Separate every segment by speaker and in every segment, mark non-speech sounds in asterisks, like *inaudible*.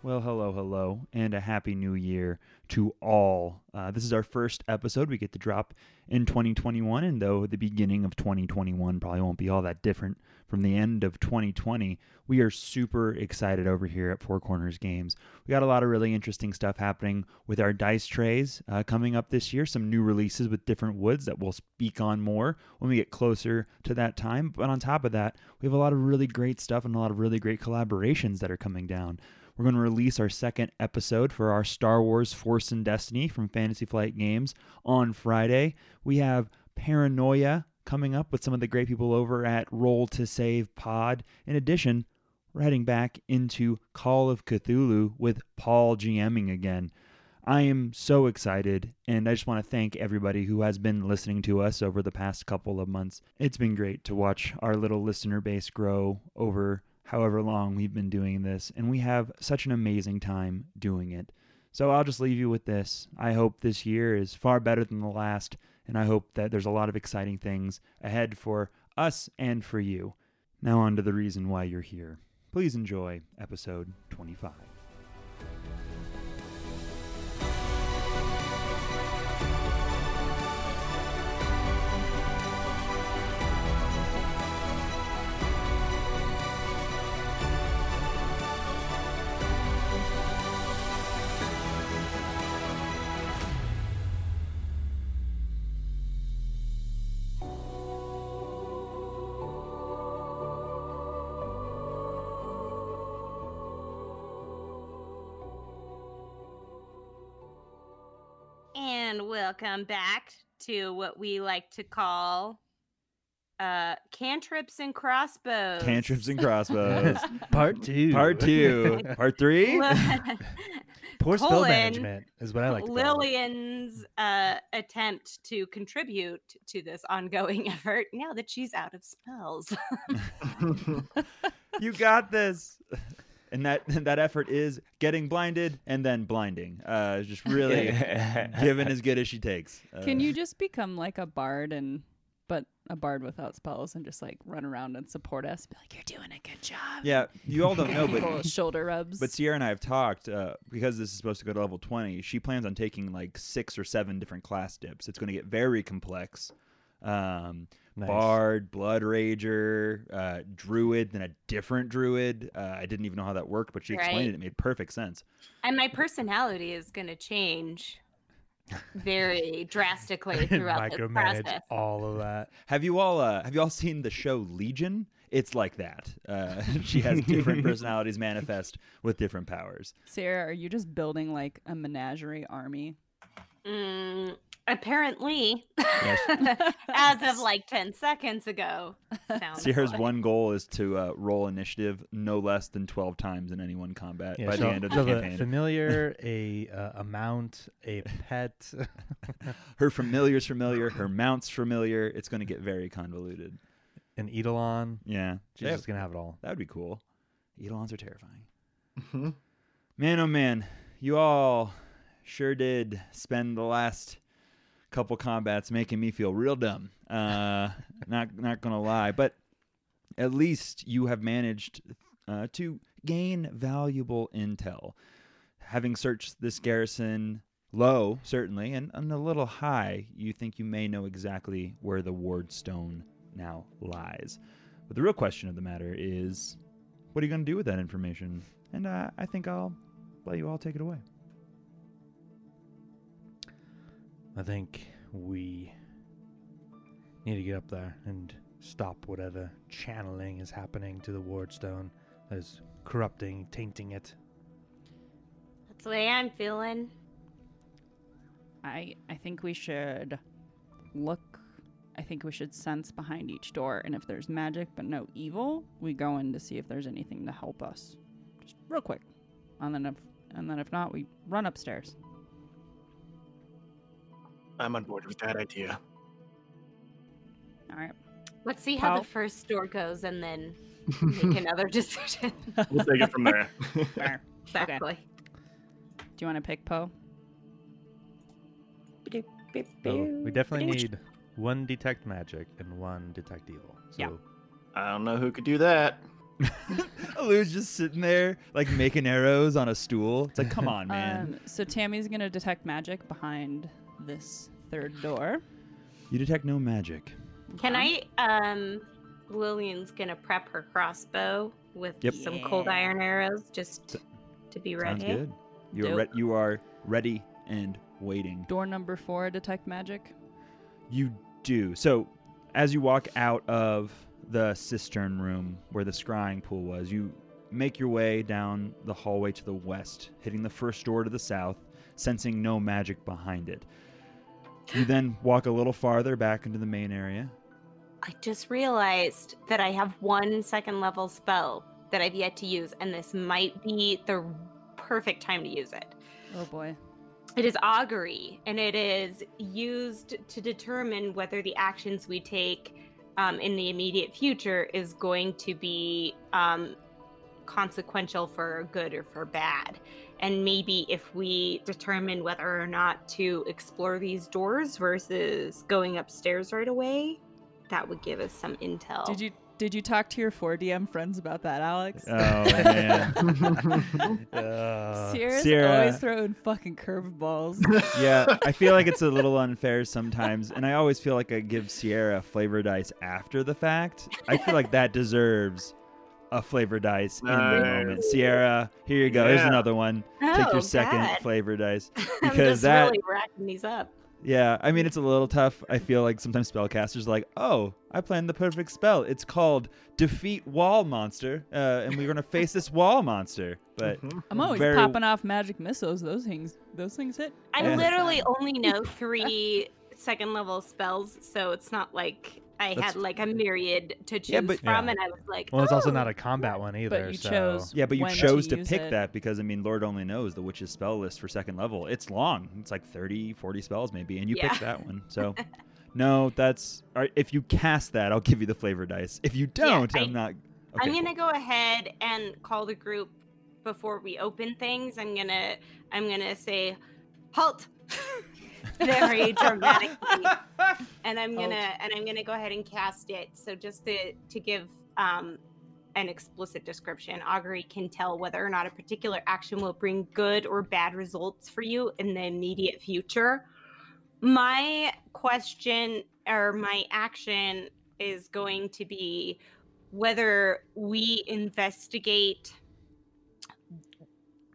Speaker 1: Well, hello, hello, and a happy new year to all. Uh, this is our first episode we get to drop in 2021, and though the beginning of 2021 probably won't be all that different from the end of 2020, we are super excited over here at Four Corners Games. We got a lot of really interesting stuff happening with our dice trays uh, coming up this year, some new releases with different woods that we'll speak on more when we get closer to that time. But on top of that, we have a lot of really great stuff and a lot of really great collaborations that are coming down. We're going to release our second episode for our Star Wars Force and Destiny from Fantasy Flight Games on Friday. We have Paranoia coming up with some of the great people over at Roll to Save Pod. In addition, we're heading back into Call of Cthulhu with Paul GMing again. I am so excited, and I just want to thank everybody who has been listening to us over the past couple of months. It's been great to watch our little listener base grow over however long we've been doing this, and we have such an amazing time doing it. So I'll just leave you with this. I hope this year is far better than the last, and I hope that there's a lot of exciting things ahead for us and for you. Now, on to the reason why you're here. Please enjoy episode 25.
Speaker 2: And welcome back to what we like to call uh cantrips and crossbows.
Speaker 1: Cantrips and crossbows.
Speaker 3: *laughs* Part two.
Speaker 1: Part two. Part
Speaker 4: *laughs*
Speaker 3: *laughs*
Speaker 1: three.
Speaker 2: Li-
Speaker 3: Poor spell
Speaker 2: Colon,
Speaker 3: management is what I like to call it.
Speaker 2: Lillian's uh attempt to contribute to this ongoing *laughs* effort now that she's out of spells. *laughs*
Speaker 1: you got this. *laughs* And that that effort is getting blinded and then blinding. Uh, just
Speaker 3: *laughs*
Speaker 1: really giving as good as she takes. Uh,
Speaker 4: Can you just become like a bard and but a bard without spells and just like run around and support us? Be like, you're doing a good job.
Speaker 1: Yeah, you all don't
Speaker 4: Give
Speaker 1: know,
Speaker 4: people
Speaker 2: *laughs*
Speaker 1: but
Speaker 4: shoulder rubs.
Speaker 1: but Sierra and I have talked uh, because this is supposed to go to level twenty. She plans on taking like six or seven different class dips. It's going to get very complex. Um,
Speaker 3: Nice.
Speaker 1: Bard, Blood Rager, uh, Druid, then a different Druid. Uh, I didn't even know how that worked, but she explained
Speaker 2: Right.
Speaker 1: it. It made perfect sense.
Speaker 2: and my personality is gonna change
Speaker 3: *laughs*
Speaker 2: very drastically throughout the
Speaker 3: Micromanage
Speaker 2: process.
Speaker 3: all of that.
Speaker 1: Have you all uh, have you all seen the show Legion? It's like that. Uh, *laughs* she has
Speaker 3: *laughs*
Speaker 1: different personalities manifest with different powers.
Speaker 4: Sarah, are you just building like a menagerie army?
Speaker 2: Mm,
Speaker 3: *laughs*
Speaker 2: apparently, *laughs*
Speaker 1: Yes.
Speaker 2: as of like 10 seconds ago.
Speaker 3: *laughs*
Speaker 2: sounds
Speaker 1: Sierra's
Speaker 2: like.
Speaker 1: one goal is to uh, roll initiative no less than twelve times in any one combat
Speaker 3: Yeah,
Speaker 1: by
Speaker 3: she'll-
Speaker 1: the end of the
Speaker 3: she'll have a
Speaker 1: campaign. *laughs*
Speaker 3: familiar, a uh, amount, a pet.
Speaker 1: her familiar's familiar. Her mount's familiar. It's going to get very convoluted.
Speaker 3: an Eidolon.
Speaker 1: Yeah,
Speaker 3: She's just gonna have it all.
Speaker 1: that would be cool. Eidolons are terrifying.
Speaker 3: Mm-hmm.
Speaker 5: Mhm.
Speaker 1: Man, oh man, you all sure did spend the last couple combats making me feel real dumb. Uh, *laughs* not not gonna lie, but at least you have managed uh, to gain valuable intel, having searched this garrison low certainly and, and a little high. You think you may know exactly where the ward stone now lies, but the real question of the matter is, what are you gonna do with that information? And uh, I think I'll let you all take it away.
Speaker 3: I think we need to get up there and stop whatever channeling is happening to the Wardstone that is corrupting, tainting it.
Speaker 2: That's the way I'm feeling.
Speaker 4: I I think we should look. I think we should sense behind each door, and if there's magic but no evil, we go in to see if there's anything to help us, just real quick, and then if and then if not, we run upstairs.
Speaker 5: I'm on board with that idea.
Speaker 4: All right.
Speaker 2: Let's see how
Speaker 4: Well-
Speaker 2: the first store goes
Speaker 5: *laughs*
Speaker 2: and then make another decision.
Speaker 5: We'll take it from
Speaker 4: *laughs*
Speaker 5: there.
Speaker 4: Fair.
Speaker 2: exactly.
Speaker 4: Do you want to pick Poe?
Speaker 3: So we definitely need one detect magic and one detect evil. So
Speaker 4: Yeah.
Speaker 1: Uh,
Speaker 5: I don't know who could do that.
Speaker 1: *laughs* Lou's just sitting there, like making arrows on a stool.
Speaker 4: *laughs*
Speaker 1: It's like, come on, man.
Speaker 4: Um, so Tammy's gonna detect magic behind this third door.
Speaker 1: you detect no magic.
Speaker 2: Can
Speaker 4: Okay.
Speaker 2: I? Um, Lillian's gonna prep her crossbow with
Speaker 1: Yep.
Speaker 2: some cold
Speaker 4: Yeah.
Speaker 2: iron arrows just to be ready.
Speaker 1: Sounds good. You are, re-
Speaker 4: Dope.
Speaker 1: you are ready and waiting.
Speaker 4: Door number four, detect magic.
Speaker 1: You do. So, as you walk out of the cistern room where the scrying pool was, you make your way down the hallway to the west, hitting the first door to the south, sensing no magic behind it. You then walk a little farther back into the main area.
Speaker 2: I just realized that I have one second level spell that I've yet to use, and this might be the perfect time to use it.
Speaker 4: Oh boy.
Speaker 2: It is augury, and it is used to determine whether the actions we take um, in the immediate future is going to be um, consequential for good or for bad. And maybe if we determine whether or not to explore these doors versus going upstairs right away, that would give us some intel.
Speaker 4: Did you did you talk to your 4DM friends about that, Alex?
Speaker 1: Oh, man. *laughs*
Speaker 3: Uh,
Speaker 4: Sierra's
Speaker 1: Sierra.
Speaker 4: always throwing fucking curveballs.
Speaker 1: *laughs*
Speaker 5: *laughs*
Speaker 1: yeah, I feel like it's a little unfair sometimes, and I always feel like I give Sierra flavor dice after the fact. I feel like that deserves a flavor dice in the
Speaker 5: Nice.
Speaker 1: moment. Sierra, here you go. Here's
Speaker 5: Yeah.
Speaker 1: another one. Take
Speaker 2: Oh,
Speaker 1: your second
Speaker 2: God.
Speaker 1: flavor dice.
Speaker 2: *laughs* I'm
Speaker 1: because
Speaker 2: just
Speaker 1: that-
Speaker 2: really racking these up.
Speaker 1: Yeah, I mean it's a little tough. I feel like sometimes spellcasters are like, oh, I planned the perfect spell. It's called defeat wall monster, uh, and we're gonna face this wall monster. But
Speaker 5: Mhm.
Speaker 4: I'm always
Speaker 1: Very-
Speaker 4: popping off magic missiles. Those things those things hit.
Speaker 2: I
Speaker 1: Yeah.
Speaker 2: literally only know three second level spells, so it's not like I
Speaker 1: That's-
Speaker 2: had like a myriad to choose
Speaker 1: Yeah, but-
Speaker 2: from,
Speaker 3: Yeah.
Speaker 2: and I was like,
Speaker 3: well, it's also
Speaker 2: "Oh,
Speaker 3: not a combat one either.
Speaker 4: you
Speaker 3: so.
Speaker 4: chose-
Speaker 1: Yeah, but you
Speaker 4: when to
Speaker 1: chose to,
Speaker 4: use
Speaker 1: pick
Speaker 4: it.
Speaker 1: that because, I mean, Lord only knows the witch's spell list for second level. It's long. It's like 30, 40 spells maybe, and you
Speaker 2: Yeah.
Speaker 1: picked that one.
Speaker 2: *laughs*
Speaker 1: So, no, that's. all right, If you cast that, I'll give you the flavor dice. If you don't,
Speaker 2: I-
Speaker 1: I'm not. Okay,
Speaker 2: I'm gonna go ahead and call the group before we open things. I'm gonna I'm gonna say halt *laughs* very dramatically. And I'm
Speaker 4: Halt.
Speaker 2: gonna and I'm gonna go ahead and cast it. So just to to give um an explicit description, augury can tell whether or not a particular action will bring good or bad results for you in the immediate future. My question or my action is going to be whether we investigate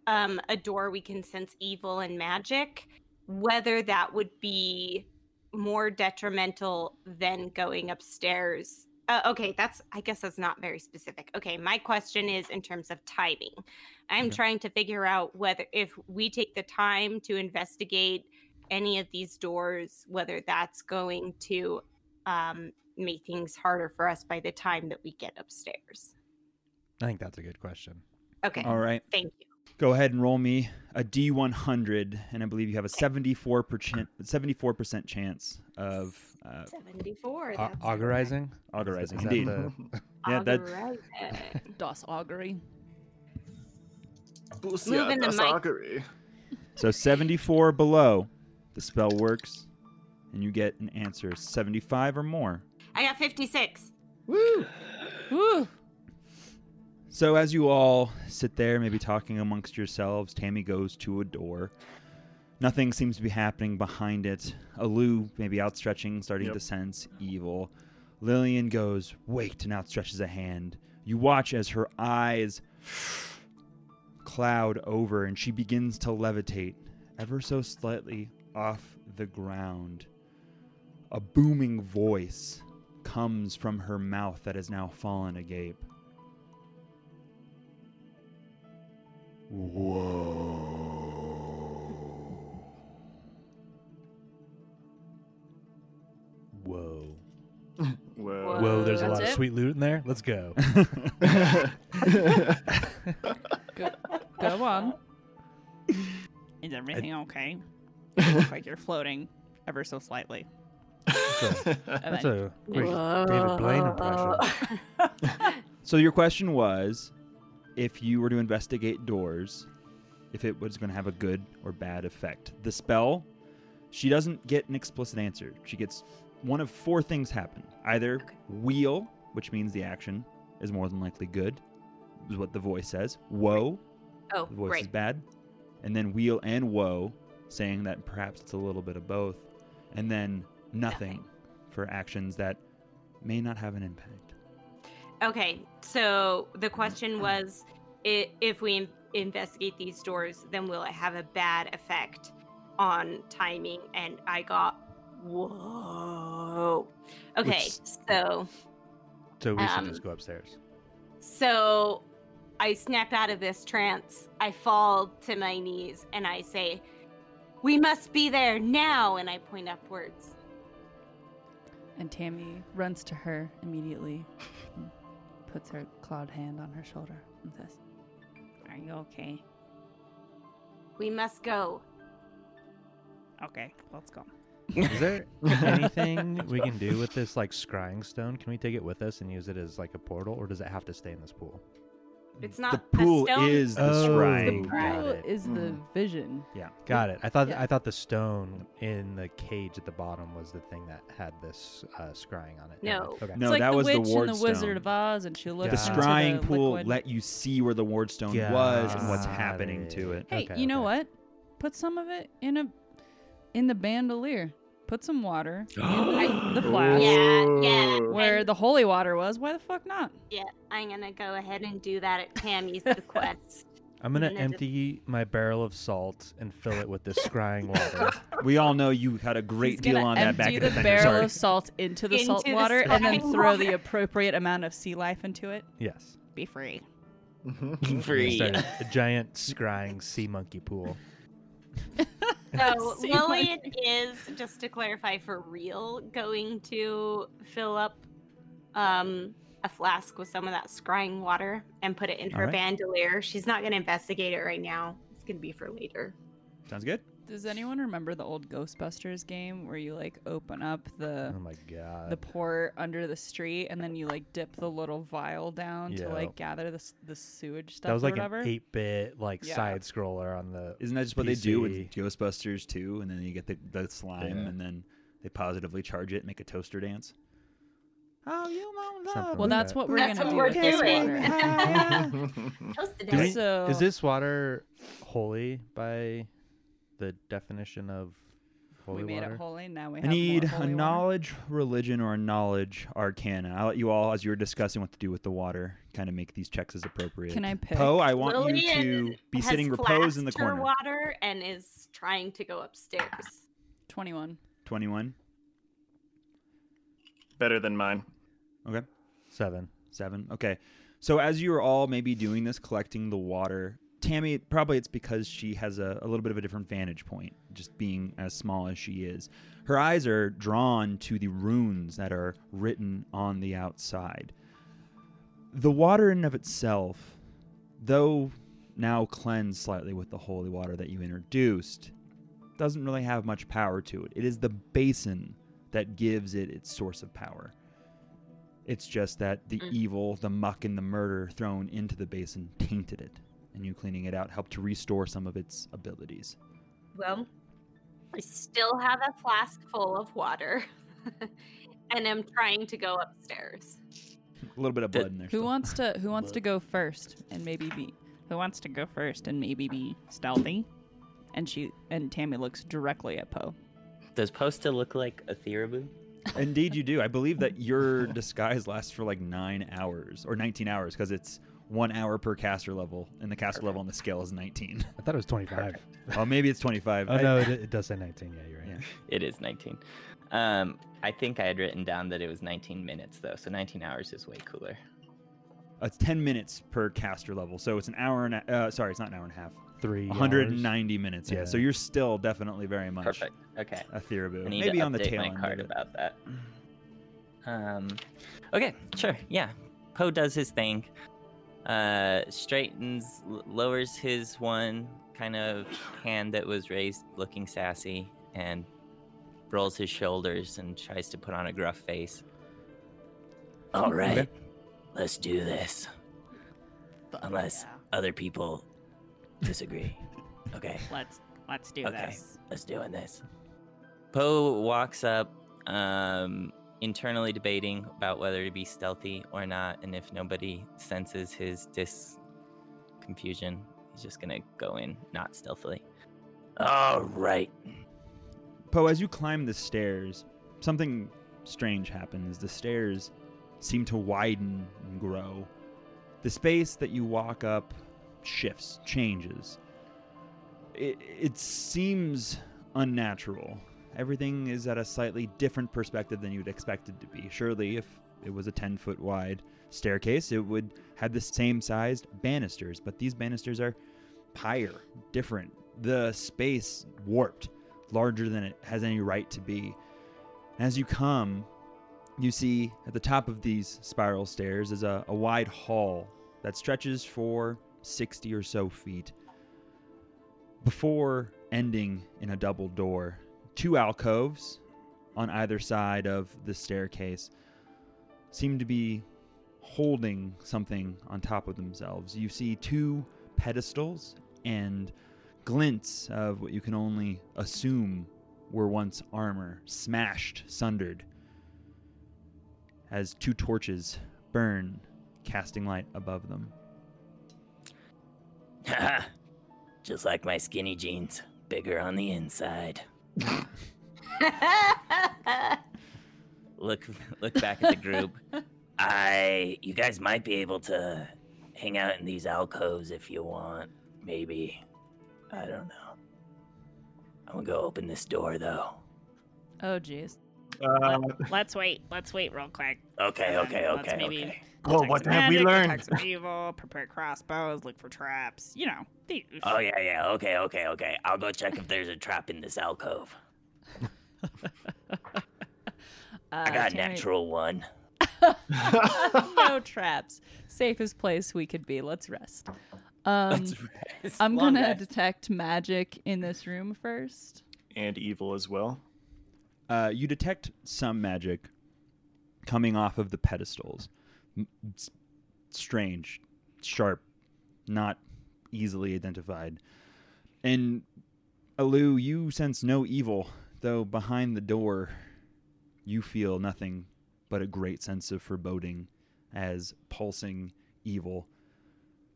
Speaker 2: um, a door we can sense evil and magic, whether that would be more detrimental than going upstairs. Uh, okay, that's, I guess that's not very specific. Okay, my question is in terms of timing. I'm
Speaker 1: Okay.
Speaker 2: trying to figure out whether if we take the time to investigate any of these doors, whether that's going to um, make things harder for us by the time that we get upstairs.
Speaker 3: I think that's a good question.
Speaker 2: Okay,
Speaker 1: All right.
Speaker 2: thank you.
Speaker 1: Go ahead and roll me a D100, and I believe you have a 74%, 74% chance of uh,
Speaker 2: 74.
Speaker 3: Au- augurizing?
Speaker 1: augurizing.
Speaker 3: Is that
Speaker 1: Indeed.
Speaker 3: the-
Speaker 1: *laughs* Yeah,
Speaker 4: *laughs*
Speaker 1: that-
Speaker 4: DOS augury.
Speaker 5: Boost,
Speaker 2: Move in the
Speaker 5: that's
Speaker 2: mic.
Speaker 5: augury.
Speaker 1: So 74 below, the spell works, and you get an answer 75 or more.
Speaker 2: I got 56.
Speaker 5: Woo!
Speaker 4: Woo!
Speaker 1: So as you all sit there, maybe talking amongst yourselves, Tammy goes to a door. Nothing seems to be happening behind it. Alu maybe outstretching, starting
Speaker 5: Yep.
Speaker 1: to sense evil. Lillian goes, wait, and outstretches a hand. You watch as her eyes cloud over and she begins to levitate ever so slightly off the ground. A booming voice comes from her mouth that is now fallen agape.
Speaker 3: Whoa.
Speaker 5: Whoa.
Speaker 3: Whoa, there's a
Speaker 4: That's
Speaker 3: lot
Speaker 4: it?
Speaker 3: of sweet loot in there. Let's go. *laughs*
Speaker 4: Go, go on. *laughs* Is everything
Speaker 1: *laughs*
Speaker 4: okay? Looks like you're floating ever so slightly. And
Speaker 3: That's
Speaker 4: then-
Speaker 3: a quick David Blaine impression. *laughs*
Speaker 1: So your question was, if you were to investigate doors, if it was going to have a good or bad effect. The spell, she doesn't get an explicit answer. She gets one of four things happen: either
Speaker 2: Okay.
Speaker 1: wheel, which means the action is more than likely good, is what the voice says. Woe,
Speaker 2: Oh,
Speaker 1: the voice
Speaker 2: right.
Speaker 1: is bad. And then wheel and woe, saying that perhaps it's a little bit of both. And then nothing,
Speaker 2: Nothing.
Speaker 1: for actions that may not have an impact.
Speaker 2: Okay, so the question was i- if we in- investigate these doors, then will it have a bad effect on timing? And I got, whoa. Okay,
Speaker 1: Which-
Speaker 2: so,
Speaker 3: So we
Speaker 2: Um,
Speaker 3: should just go upstairs.
Speaker 2: so I snap out of this trance. I fall to my knees and I say, we must be there now. And I point upwards.
Speaker 4: And Tammy runs to her immediately, and puts her clawed hand on her shoulder, and says, Are you okay?
Speaker 2: We must go.
Speaker 4: Okay, let's go.
Speaker 3: Is
Speaker 1: *laughs*
Speaker 3: there *laughs* anything we can do with this like scrying stone? Can we take it with us and use it as like a portal, or does it have to stay in this pool?
Speaker 2: It's not
Speaker 1: the pool
Speaker 2: a stone.
Speaker 1: is the
Speaker 3: Oh,
Speaker 1: scrying.
Speaker 3: the pool. Got it.
Speaker 4: is the vision.
Speaker 1: Yeah.
Speaker 3: Got it. I thought
Speaker 4: Yeah.
Speaker 3: I thought the stone in the cage at the bottom was the thing that had this uh, scrying on it. Never mind.
Speaker 2: No.
Speaker 3: Okay.
Speaker 1: No,
Speaker 4: it's like
Speaker 1: that
Speaker 4: the
Speaker 1: was
Speaker 4: witch
Speaker 1: the
Speaker 4: and
Speaker 1: ward
Speaker 4: the
Speaker 1: stone.
Speaker 4: Wizard of Oz, and she looks
Speaker 1: the
Speaker 3: Yeah.
Speaker 4: into
Speaker 1: scrying
Speaker 4: the
Speaker 1: pool
Speaker 4: liquid.
Speaker 1: let you see where the ward stone was and what's
Speaker 3: Got
Speaker 1: happening to it.
Speaker 4: Hey,
Speaker 3: Okay,
Speaker 4: you know
Speaker 3: okay.
Speaker 4: what? Put some of it in a in the bandolier. Put some water in the flask
Speaker 2: Yeah, yeah.
Speaker 4: where the holy water was. Why the fuck not?
Speaker 2: I'm gonna go ahead and do that at Tammy's request.
Speaker 3: *laughs* I'm gonna
Speaker 2: Gonna just-
Speaker 3: empty my barrel of salt and fill it with this
Speaker 4: *laughs*
Speaker 3: scrying water.
Speaker 1: We all know you had a great
Speaker 4: He's
Speaker 1: deal
Speaker 4: gonna
Speaker 1: on that back
Speaker 4: empty
Speaker 1: in the
Speaker 4: the
Speaker 1: fender.
Speaker 4: barrel
Speaker 3: *laughs*
Speaker 1: Sorry.
Speaker 4: of salt into the
Speaker 2: Into
Speaker 4: salt
Speaker 2: the
Speaker 4: water and then
Speaker 2: salt
Speaker 4: throw
Speaker 2: water.
Speaker 4: the appropriate amount of sea life into it.
Speaker 3: yes.
Speaker 4: Be free.
Speaker 5: Free.
Speaker 3: Start a a giant scrying sea monkey pool. *laughs*
Speaker 2: So
Speaker 4: See what I
Speaker 2: Lillian is, just to clarify for real, going to fill up um, a flask with some of that scrying water and put it in her
Speaker 1: Alright.
Speaker 2: bandolier. She's not gonna investigate it right now. It's gonna be for later.
Speaker 1: Sounds good.
Speaker 4: Does anyone remember the old Ghostbusters game where you like open up
Speaker 3: Oh
Speaker 4: the
Speaker 3: my god.
Speaker 4: the port under the street and then you like dip the little vial down to
Speaker 3: Yeah.
Speaker 4: like gather the s- the sewage stuff
Speaker 3: that was like
Speaker 4: or whatever?
Speaker 3: an eight-bit like
Speaker 4: Yeah.
Speaker 3: side scroller on the.
Speaker 1: Isn't that just what they do with
Speaker 3: PC.
Speaker 1: Ghostbusters 2? And then you get the, the slime,
Speaker 3: Yeah.
Speaker 1: and then they positively charge it, and make a toaster dance. Oh, you won't
Speaker 3: Something
Speaker 1: love
Speaker 4: Well,
Speaker 3: like
Speaker 1: it.
Speaker 4: that's
Speaker 3: that.
Speaker 4: what we're
Speaker 2: That's
Speaker 4: gonna
Speaker 2: what
Speaker 4: do
Speaker 2: we're
Speaker 4: with this
Speaker 2: doing.
Speaker 1: *laughs*
Speaker 4: water.
Speaker 2: Toasted
Speaker 3: Do we-
Speaker 2: it.
Speaker 4: so
Speaker 3: Is this water holy by the definition of holy
Speaker 4: we made
Speaker 3: water?
Speaker 4: it holy. Now we
Speaker 1: I
Speaker 4: have
Speaker 1: need
Speaker 4: more
Speaker 1: a
Speaker 4: holy water.
Speaker 1: knowledge religion or a knowledge arcana. I'll let you all, as you were discussing what to do with the water, kind of make these checks as appropriate.
Speaker 4: Can I pick?
Speaker 1: Poe, I want
Speaker 2: Lillian
Speaker 1: you to be
Speaker 2: Has
Speaker 1: sitting repose in the
Speaker 2: flasked her
Speaker 1: corner.
Speaker 2: water and is trying to go upstairs.
Speaker 4: Twenty-one.
Speaker 1: 21,
Speaker 5: Better than mine.
Speaker 3: Seven.
Speaker 1: Seven. Okay. So as you are all maybe doing this, collecting the water, Tammy, probably it's because she has a, a little bit of a different vantage point, just being as small as she is. Her eyes are drawn to the runes that are written on the outside. The water in and of itself, though now cleansed slightly with the holy water that you introduced, doesn't really have much power to it. It is the basin that gives it its source of power. It's just that the
Speaker 2: Mm.
Speaker 1: evil, the muck, and the murder thrown into the basin tainted it, and you cleaning it out helped to restore some of its abilities.
Speaker 2: Well, I still have a flask full of water *laughs* and I'm trying to go upstairs.
Speaker 1: A little bit of blood in there.
Speaker 4: Who
Speaker 1: still.
Speaker 4: wants to Who wants to go first and maybe be Who wants to go first and maybe be stealthy? And she and Tammy looks directly at Poe.
Speaker 6: Does Posta look like a Theraboon?
Speaker 1: Indeed, you do. I believe
Speaker 4: *laughs*
Speaker 1: that your disguise lasts for like nine hours or 19 hours because it's one hour per caster level, and the caster level on the scale is *laughs* 19.
Speaker 3: I thought it was twenty-five.
Speaker 1: oh, maybe it's 25.
Speaker 3: Oh
Speaker 1: I- *laughs*
Speaker 3: no, it, it does say nineteen. Yeah, you're right.
Speaker 1: Yeah.
Speaker 6: It is 19. Um, I think I had written down that it was 19 minutes though, so 19 hours is way cooler.
Speaker 1: It's 10 minutes per caster level. So it's an hour and a, uh, sorry, it's not an hour and a half.
Speaker 3: Three. hours.
Speaker 1: 190 minutes. Yeah. So
Speaker 3: Yeah.
Speaker 1: you're still definitely very much
Speaker 6: Perfect. Okay.
Speaker 1: a Therabu.
Speaker 6: I need
Speaker 1: Maybe
Speaker 6: to
Speaker 1: on the
Speaker 6: update
Speaker 1: tail
Speaker 6: my
Speaker 1: end.
Speaker 6: card
Speaker 1: of it.
Speaker 6: about that. Um, okay, sure, yeah. Poe does his thing, uh, straightens, l- lowers his one kind of hand that was raised, looking sassy, and rolls his shoulders and tries to put on a gruff face. All right, let's do this. Unless
Speaker 4: yeah.
Speaker 6: other people disagree. okay.
Speaker 4: Let's Let's do
Speaker 6: Okay.
Speaker 4: this.
Speaker 6: Let's doing this. Poe walks up um, internally debating about whether to be stealthy or not. And if nobody senses his dis confusion, he's just gonna go in not stealthily. All right.
Speaker 1: Poe, as you climb the stairs, something strange happens. The stairs seem to widen and grow. The space that you walk up shifts, changes. It, it seems unnatural. Everything is at a slightly different perspective than you'd expect it to be. Surely, if it was a 10 foot wide staircase, it would have the same sized banisters, but these banisters are higher, different. The space warped larger than it has any right to be. As you come, you see at the top of these spiral stairs is a, a wide hall that stretches for 60 or so feet before ending in a double door. Two alcoves on either side of the staircase seem to be holding something on top of themselves. You see two pedestals and glints of what you can only assume were once armor, smashed, sundered, as two torches burn, casting light above them.
Speaker 6: *laughs* just like my skinny jeans, bigger on the inside. *laughs* Look, look back at the group. I, you guys might be able to hang out in these alcoves if you want. Maybe, I don't know. I'm gonna go open this door though.
Speaker 4: Oh, jeez.
Speaker 5: Uh,
Speaker 7: Let's wait. Let's wait real quick.
Speaker 6: Okay,
Speaker 7: Um,
Speaker 6: okay,
Speaker 7: let's
Speaker 6: okay,
Speaker 7: maybe-
Speaker 6: okay.
Speaker 5: well,
Speaker 7: Detect
Speaker 5: Oh, what
Speaker 7: some
Speaker 5: have we
Speaker 7: magic,
Speaker 5: learned?
Speaker 7: detect
Speaker 5: *laughs*
Speaker 7: some evil. Prepare crossbows. Look for traps. You know. The,
Speaker 6: Oh yeah, yeah. Okay, okay, okay. I'll go check if there's a trap in this alcove.
Speaker 4: Uh,
Speaker 7: Uh,
Speaker 6: I got a natural one.
Speaker 4: *laughs*
Speaker 6: *laughs*
Speaker 4: no traps. Safest place we could be. Let's rest. Um,
Speaker 6: Let's rest.
Speaker 4: I'm
Speaker 6: Long
Speaker 4: gonna
Speaker 6: rest.
Speaker 4: detect magic in this room first.
Speaker 5: And evil as well.
Speaker 1: Uh, you detect some magic coming off of the pedestals. M- s- strange, sharp, not easily identified. And Alu, you sense no evil, though behind the door, you feel nothing but a great sense of foreboding as pulsing evil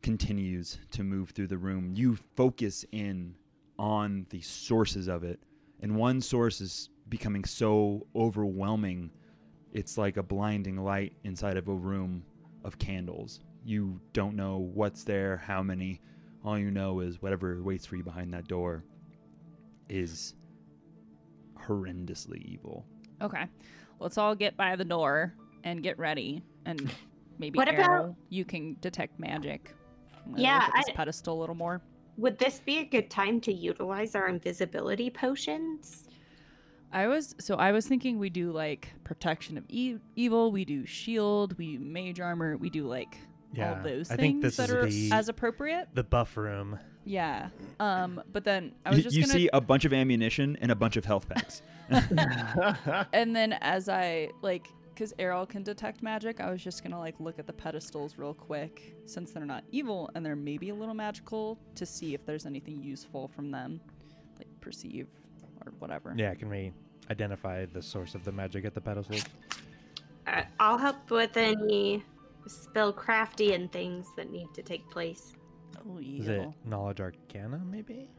Speaker 1: continues to move through the room. You focus in on the sources of it, and one source is becoming so overwhelming, it's like a blinding light inside of a room of candles. You don't know what's there, how many. All you know is whatever waits for you behind that door is horrendously evil.
Speaker 4: Okay. Let's all get by the door and get ready.
Speaker 2: *laughs*
Speaker 4: And maybe
Speaker 2: What about-
Speaker 4: Errol, you can detect magic. I'm gonna
Speaker 2: Yeah,
Speaker 4: look at this
Speaker 2: I-
Speaker 4: pedestal a little more.
Speaker 2: Would this be a good time to utilize our invisibility potions?
Speaker 4: I was so I was thinking we do like protection of e- evil, we do shield, we do mage armor, we do like all those
Speaker 3: I
Speaker 4: things
Speaker 3: think this
Speaker 4: that
Speaker 3: is
Speaker 4: are
Speaker 3: the
Speaker 4: as appropriate.
Speaker 3: the buff room.
Speaker 4: Yeah. Um. But then I was
Speaker 1: You,
Speaker 4: just
Speaker 1: you
Speaker 4: gonna
Speaker 1: see a bunch of ammunition and a bunch of health packs.
Speaker 3: *laughs*
Speaker 4: And then as I like, because Errol can detect magic, I was just gonna like look at the pedestals real quick, since they're not evil and they're maybe a little magical, to see if there's anything useful from them, like perceive or whatever.
Speaker 3: Yeah, can we identify the source of the magic at the pedestals?
Speaker 2: Uh, I'll help with any spellcrafty and things that need to take place.
Speaker 4: Oh,
Speaker 3: Is it
Speaker 4: evil.
Speaker 3: knowledge arcana, maybe?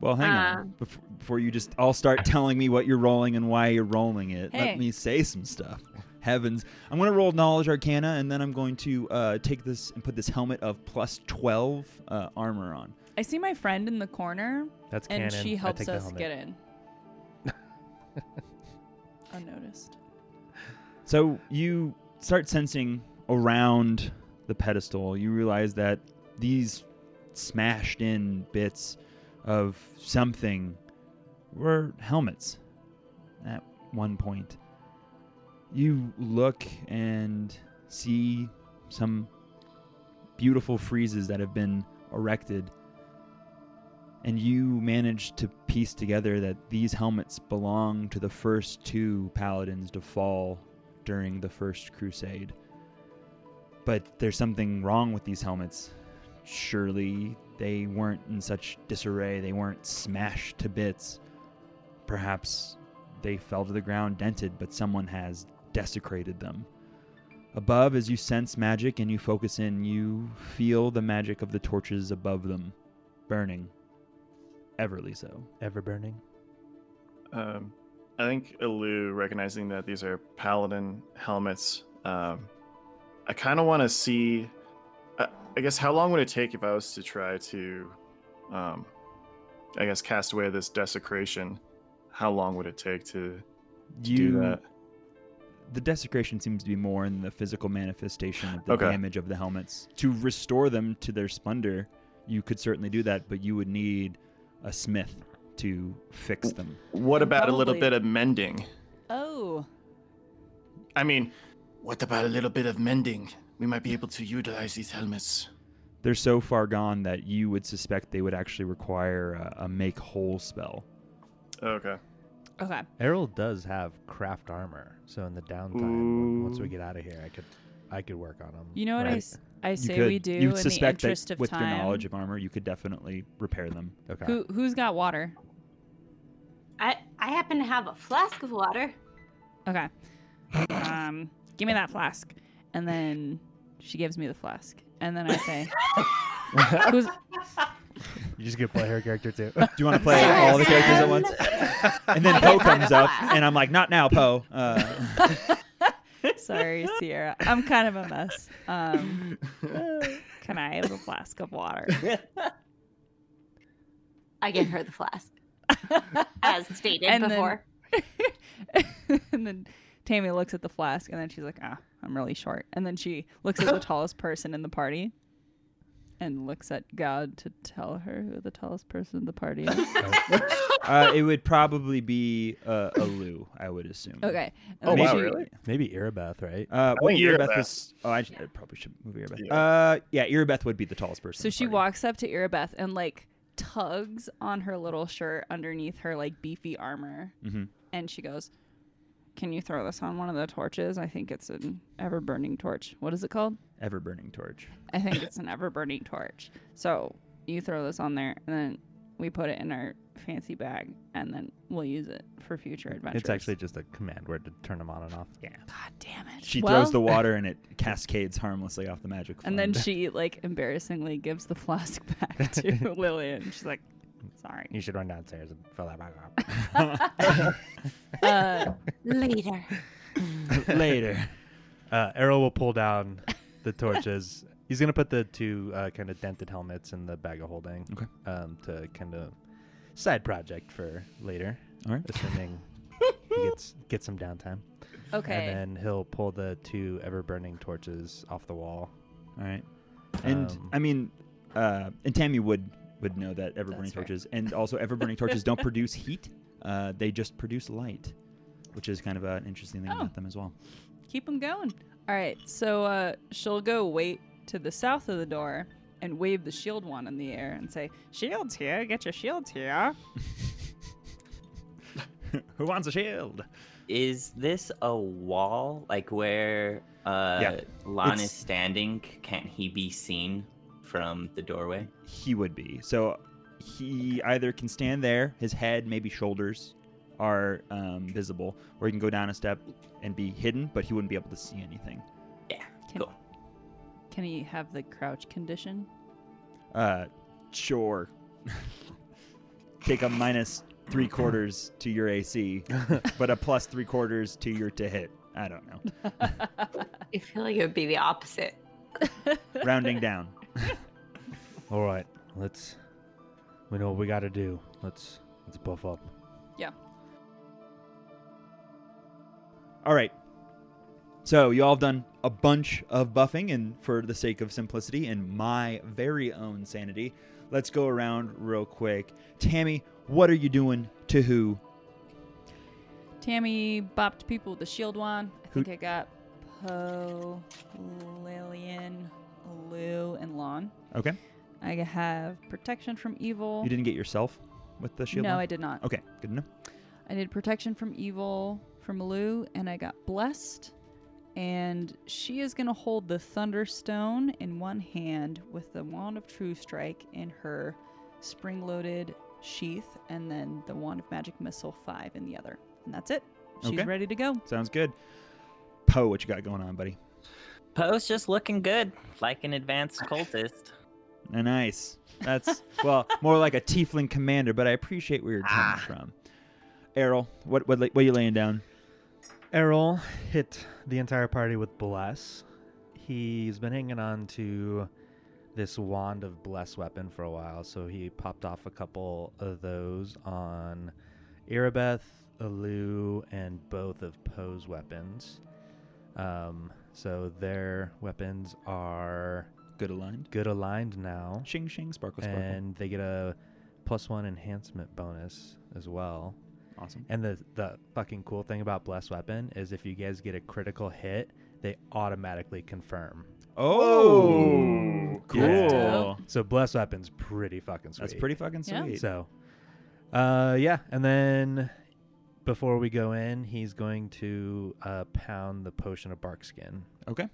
Speaker 1: Well, hang on. Bef- before you just all start telling me what you're rolling and why you're rolling it,
Speaker 4: Hey.
Speaker 1: let me say some stuff. Heavens. I'm going to roll Knowledge Arcana, and then I'm going to uh, take this and put this helmet of plus 12 uh, armor on.
Speaker 4: I see my friend in the corner,
Speaker 3: That's
Speaker 4: and
Speaker 3: canon.
Speaker 4: she
Speaker 3: I
Speaker 4: helps
Speaker 3: take the
Speaker 4: us
Speaker 3: helmet.
Speaker 4: get
Speaker 3: *laughs*
Speaker 4: in. Unnoticed.
Speaker 1: So you start sensing around the pedestal. You realize that these smashed in bits of something were helmets at one point. You look and see some beautiful friezes that have been erected. And you manage to piece together that these helmets belong to the first two paladins to fall during the First Crusade. But there's something wrong with these helmets. Surely they weren't in such disarray, they weren't smashed to bits. Perhaps They fell to the ground dented, but someone has desecrated them. Above, as you sense magic and you focus in, you feel the magic of the torches above them burning. Everly so.
Speaker 3: Ever burning?
Speaker 5: Um, I think Elu, recognizing that these are paladin helmets, um, I kind of want to see. I, I guess how long would it take if I was to try to, um, I guess, cast away this desecration? How long would it take to, to
Speaker 1: You,
Speaker 5: do that?
Speaker 1: the desecration seems to be more in the physical manifestation of the
Speaker 5: Okay.
Speaker 1: damage of the helmets. To restore them to their splendor, you could certainly do that, but you would need a smith to fix them.
Speaker 5: What about a little
Speaker 4: Probably-
Speaker 5: bit of mending?
Speaker 4: Oh,
Speaker 5: I mean, what about a little bit of mending? We might be able to utilize these helmets.
Speaker 1: They're so far gone that you would suspect they would actually require a, a make whole spell.
Speaker 5: Okay.
Speaker 4: okay.
Speaker 3: Errol does have craft armor, so in the downtime, when- once we get out of here, I could, I could work on him.
Speaker 4: You know what I
Speaker 3: right?
Speaker 4: s I I,
Speaker 1: You
Speaker 4: say
Speaker 1: could.
Speaker 4: we do
Speaker 1: You
Speaker 4: in the
Speaker 1: suspect
Speaker 4: interest
Speaker 1: that
Speaker 4: of
Speaker 1: with
Speaker 4: time.
Speaker 1: your knowledge of armor, you could definitely repair them.
Speaker 3: Okay.
Speaker 4: Who who's got water?
Speaker 2: I I happen to have a flask of water.
Speaker 4: Okay. Um, give me that flask. And then she gives me the flask. And then I say, *laughs*
Speaker 3: *laughs*
Speaker 4: who's,
Speaker 3: You just get to play her character too.
Speaker 1: *laughs* Do you want to play all the characters at once? And then Poe comes up, and I'm like, not now, Poe.
Speaker 4: *laughs*
Speaker 1: Uh,
Speaker 4: sorry, Sierra. I'm kind of a mess. Um, can I have a flask of water?
Speaker 2: I give her the flask, *laughs* as stated
Speaker 4: And then-
Speaker 2: before.
Speaker 4: and then Tammy looks at the flask and then she's like, ah, I'm really short. And then she looks at the tallest person in the party and looks at God to tell her who the tallest person in the party is.
Speaker 1: uh, it would probably be uh, a Lou, I would assume.
Speaker 4: Okay. And
Speaker 5: Oh,
Speaker 4: then
Speaker 5: wow,
Speaker 4: she-
Speaker 5: really?
Speaker 3: Maybe Erebeth, right?
Speaker 1: Uh, well,
Speaker 5: think
Speaker 1: Irabeth
Speaker 5: Irabeth.
Speaker 1: is. Oh, I, should- I probably should move Irabeth.
Speaker 5: Yeah.
Speaker 1: Uh, yeah, Irabeth would be the tallest person.
Speaker 4: So
Speaker 1: in the
Speaker 4: she
Speaker 1: party.
Speaker 4: walks up to Irabeth and like tugs on her little shirt underneath her like beefy armor,
Speaker 3: Mm-hmm.
Speaker 1: Mhm.
Speaker 4: and she goes, "Can you throw this on one of the torches? I think it's an ever burning torch. What is it called?
Speaker 1: Ever burning torch.
Speaker 4: I think it's an ever burning torch. So you throw this on there, and then we put it in our fancy bag, and then we'll use it for future adventures.
Speaker 3: It's actually just a command word to turn them on and off. Yeah.
Speaker 4: God damn it.
Speaker 1: She
Speaker 4: Well-
Speaker 1: throws the water and it cascades harmlessly off the magic.
Speaker 4: And then
Speaker 1: wand.
Speaker 4: she like embarrassingly gives the flask *laughs* back to
Speaker 3: *laughs*
Speaker 4: Lillian. She's like, "Sorry." *laughs*
Speaker 3: You should run downstairs and fill that back up.
Speaker 4: *laughs* Uh,
Speaker 3: *laughs*
Speaker 2: Later.
Speaker 1: *laughs* later.
Speaker 3: uh, Errol will pull down the torches. *laughs* He's gonna put the two uh, kind of dented helmets in the bag of holding.
Speaker 1: Okay.
Speaker 3: Um, to kind of side project for later,
Speaker 1: All right. *laughs*
Speaker 3: assuming he gets gets some downtime.
Speaker 4: okay.
Speaker 3: And then he'll pull the two ever burning torches off the wall.
Speaker 1: All right. And
Speaker 3: Um,
Speaker 1: I mean, uh, and Tammy would would know that ever burning
Speaker 4: That's fair.
Speaker 1: torches and also ever
Speaker 4: *laughs*
Speaker 1: burning torches don't produce heat. Uh, they just produce light, which is kind of uh, an interesting thing
Speaker 4: Oh.
Speaker 1: about them as well.
Speaker 4: keep them going. All right, so uh, she'll go wait to the south of the door and wave the shield wand in the air and say, "Shields here, get your shields here."
Speaker 1: Who wants a shield?
Speaker 6: Is this a wall? Like where uh
Speaker 1: Yeah,
Speaker 6: Lon
Speaker 1: it's-
Speaker 6: is standing? Can't he be seen from the doorway?
Speaker 1: He would be. So he either can stand there, his head, maybe shoulders are um, visible, or he can go down a step and be hidden, but he wouldn't be able to see anything.
Speaker 4: Can,
Speaker 6: Cool.
Speaker 4: Can he have the crouch condition?
Speaker 1: Uh, sure. *laughs* Take a minus three quarters to your AC,
Speaker 4: *laughs*
Speaker 1: but a plus three quarters to your to hit. I don't know.
Speaker 2: I feel like it would be the opposite.
Speaker 1: Rounding down.
Speaker 3: *laughs* All right, let's. We know what we got to do. Let's let's buff up.
Speaker 1: All right. So you all have done a bunch of buffing, and for the sake of simplicity and my very own sanity, let's go around real quick. Tammy, what are you doing to who?
Speaker 4: Tammy bopped people with the shield wand. I
Speaker 1: Who-
Speaker 4: think I got Poe, Lillian, Lou, and Lon.
Speaker 1: Okay.
Speaker 4: I have protection from evil.
Speaker 1: You didn't get yourself with the shield.
Speaker 4: no,
Speaker 1: one?
Speaker 4: I did not.
Speaker 1: Okay, good enough.
Speaker 4: I did protection from evil from Lou, and I got blessed. And she is going to hold the Thunderstone in one hand with the Wand of True Strike in her spring loaded sheath, and then the Wand of Magic Missile 5 in the other. And that's it. She's
Speaker 1: Okay.
Speaker 4: ready to go.
Speaker 1: Sounds good. Poe, what you got going on, buddy?
Speaker 6: Poe's just looking good, like an advanced cultist.
Speaker 1: Uh, Nice. That's *laughs* well, more like a tiefling commander, but I appreciate where you're coming
Speaker 6: Ah.
Speaker 1: from. Errol, what what what are you laying down?
Speaker 3: Errol hit the entire party with Bless. He's been hanging on to this wand of Bless weapon for a while, so he popped off a couple of those on Erebeth, Alu, and both of Poe's weapons. Um, so their weapons are
Speaker 1: Good aligned.
Speaker 3: good aligned now,
Speaker 1: Shing shing, sparkle sparkle.
Speaker 3: and they get a plus one enhancement bonus as well.
Speaker 1: awesome.
Speaker 3: And the the fucking cool thing about blessed weapon is if you guys get a critical hit, they automatically confirm.
Speaker 1: Oh, cool.
Speaker 3: Yeah. So blessed weapon's pretty fucking sweet.
Speaker 1: That's pretty fucking
Speaker 4: Yeah.
Speaker 1: sweet.
Speaker 3: So, uh, yeah, and then before we go in, he's going to uh, pound the potion of bark skin.
Speaker 1: Okay.